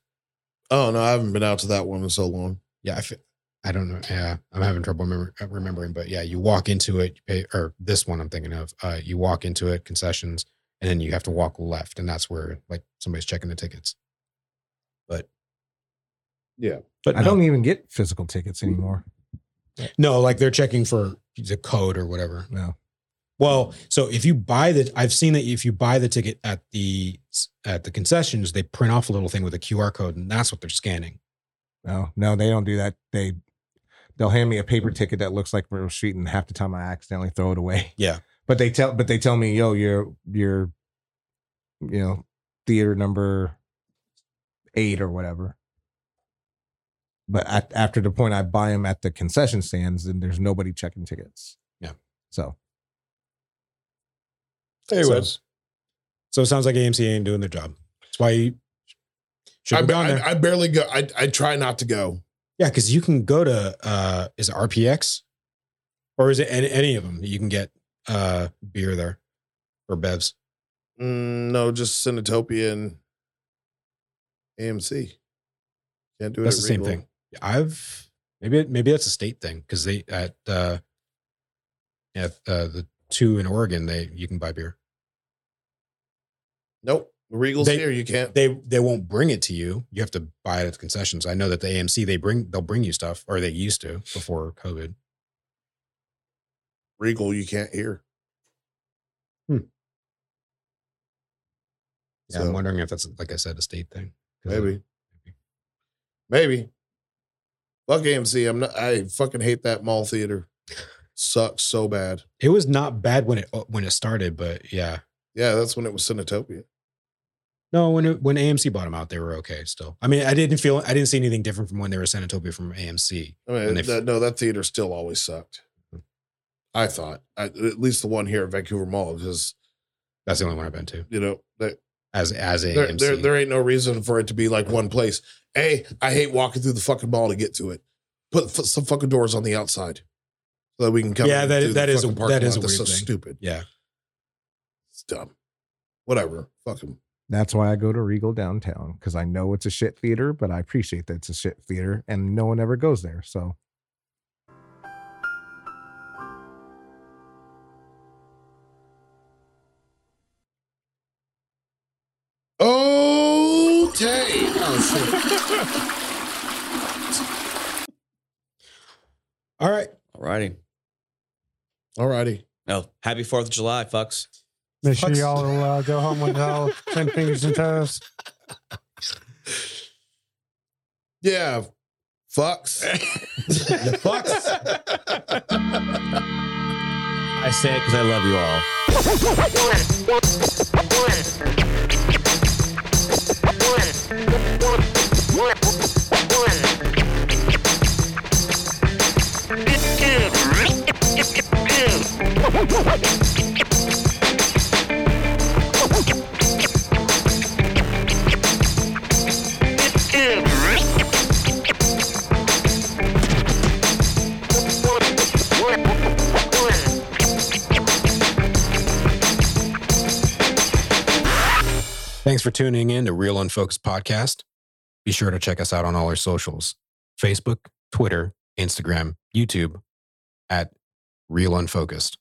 [SPEAKER 1] Oh no, I haven't been out to that one in so long.
[SPEAKER 8] Yeah. I, fe- I don't know. Yeah. I'm having trouble remember, remembering, but yeah, you walk into it, you pay, or this one I'm thinking of, uh, you walk into it, concessions, and then you have to walk left. And that's where like somebody's checking the tickets.
[SPEAKER 1] Yeah.
[SPEAKER 8] But
[SPEAKER 6] I
[SPEAKER 8] no.
[SPEAKER 6] don't even get physical tickets anymore.
[SPEAKER 8] No, like they're checking for the code or whatever.
[SPEAKER 6] No.
[SPEAKER 8] Well, so if you buy the, I've seen that if you buy the ticket at the at the concessions, they print off a little thing with a QR code, and that's what they're scanning.
[SPEAKER 6] No, no, they don't do that. They they'll hand me a paper ticket that looks like a receipt, and half the time I accidentally throw it away.
[SPEAKER 8] Yeah.
[SPEAKER 6] But they tell but they tell me, yo, your your you know, theater number eight or whatever. But at, after the point I buy them at the concession stands, then there's nobody checking tickets.
[SPEAKER 8] Yeah.
[SPEAKER 6] So
[SPEAKER 8] Anyways. So it sounds like AMC ain't doing their job. That's why you should
[SPEAKER 1] I,
[SPEAKER 8] have
[SPEAKER 1] ba-
[SPEAKER 8] gone there.
[SPEAKER 1] I, I barely go. I, I try not to go.
[SPEAKER 8] yeah, because you can go to uh is it RPX or is it any, any of them? that You can get uh beer there or bevs.
[SPEAKER 1] Mm, no, just Cinetopia and AMC. Can't do it
[SPEAKER 8] that's
[SPEAKER 1] at
[SPEAKER 8] the same
[SPEAKER 1] Regal.
[SPEAKER 8] thing. I've maybe maybe that's a state thing because they at uh, at uh, the two in Oregon they you can buy beer.
[SPEAKER 1] Nope, Regal's
[SPEAKER 8] They-
[SPEAKER 1] here. You can't.
[SPEAKER 8] They they won't bring it to you. You have to buy it at the concessions. I know that the AMC they bring they'll bring you stuff or they used to before COVID.
[SPEAKER 1] Regal, you can't hear.
[SPEAKER 8] Hmm. Yeah,
[SPEAKER 1] So-
[SPEAKER 8] I'm wondering if that's like I said a state thing. 'Cause
[SPEAKER 1] Maybe. Maybe. Fuck AMC. I'm not. I fucking hate that mall theater. Sucks so bad.
[SPEAKER 8] It was not bad when it when it started, but yeah,
[SPEAKER 1] Yeah, that's when it was Cinetopia.
[SPEAKER 8] No, when it, when AMC bought them out, they were okay still. I mean, I didn't feel I didn't see anything different from when they were Sanatopia from AMC.
[SPEAKER 1] I mean,
[SPEAKER 8] when they-
[SPEAKER 1] that, no, that theater still always sucked. I thought, I, at least the one here at Vancouver Mall, because
[SPEAKER 8] that's the only one I've been to
[SPEAKER 1] you know that
[SPEAKER 8] as as a
[SPEAKER 1] there,
[SPEAKER 8] AMC.
[SPEAKER 1] there there ain't no reason for it to be like one place. Hey, I hate walking through the fucking mall to get to it. Put f- some fucking doors on the outside so that we can come.
[SPEAKER 8] yeah,
[SPEAKER 1] in through
[SPEAKER 8] that
[SPEAKER 1] the
[SPEAKER 8] that is a,
[SPEAKER 1] fucking parking
[SPEAKER 8] that is a
[SPEAKER 1] lot.
[SPEAKER 8] weird
[SPEAKER 1] That's so
[SPEAKER 8] thing.
[SPEAKER 1] stupid.
[SPEAKER 8] Yeah,
[SPEAKER 1] It's dumb. Whatever. Fuck 'em.
[SPEAKER 6] That's why I go to Regal downtown because I know it's a shit theater, but I appreciate that it's a shit theater and no one ever goes there. So
[SPEAKER 1] Okay.
[SPEAKER 8] All right.
[SPEAKER 2] Alrighty.
[SPEAKER 1] Alrighty.
[SPEAKER 2] Oh, happy Fourth of July, fucks.
[SPEAKER 3] Make sure
[SPEAKER 2] Fucks.
[SPEAKER 3] y'all uh, go home with all ten fingers and toes.
[SPEAKER 1] Yeah. Fucks.
[SPEAKER 8] the fucks.
[SPEAKER 2] I say it because I love you all.
[SPEAKER 8] Thanks for tuning in to Real Unfocused Podcast. Be sure to check us out on all our socials Facebook, Twitter, Instagram, YouTube at Real Unfocused.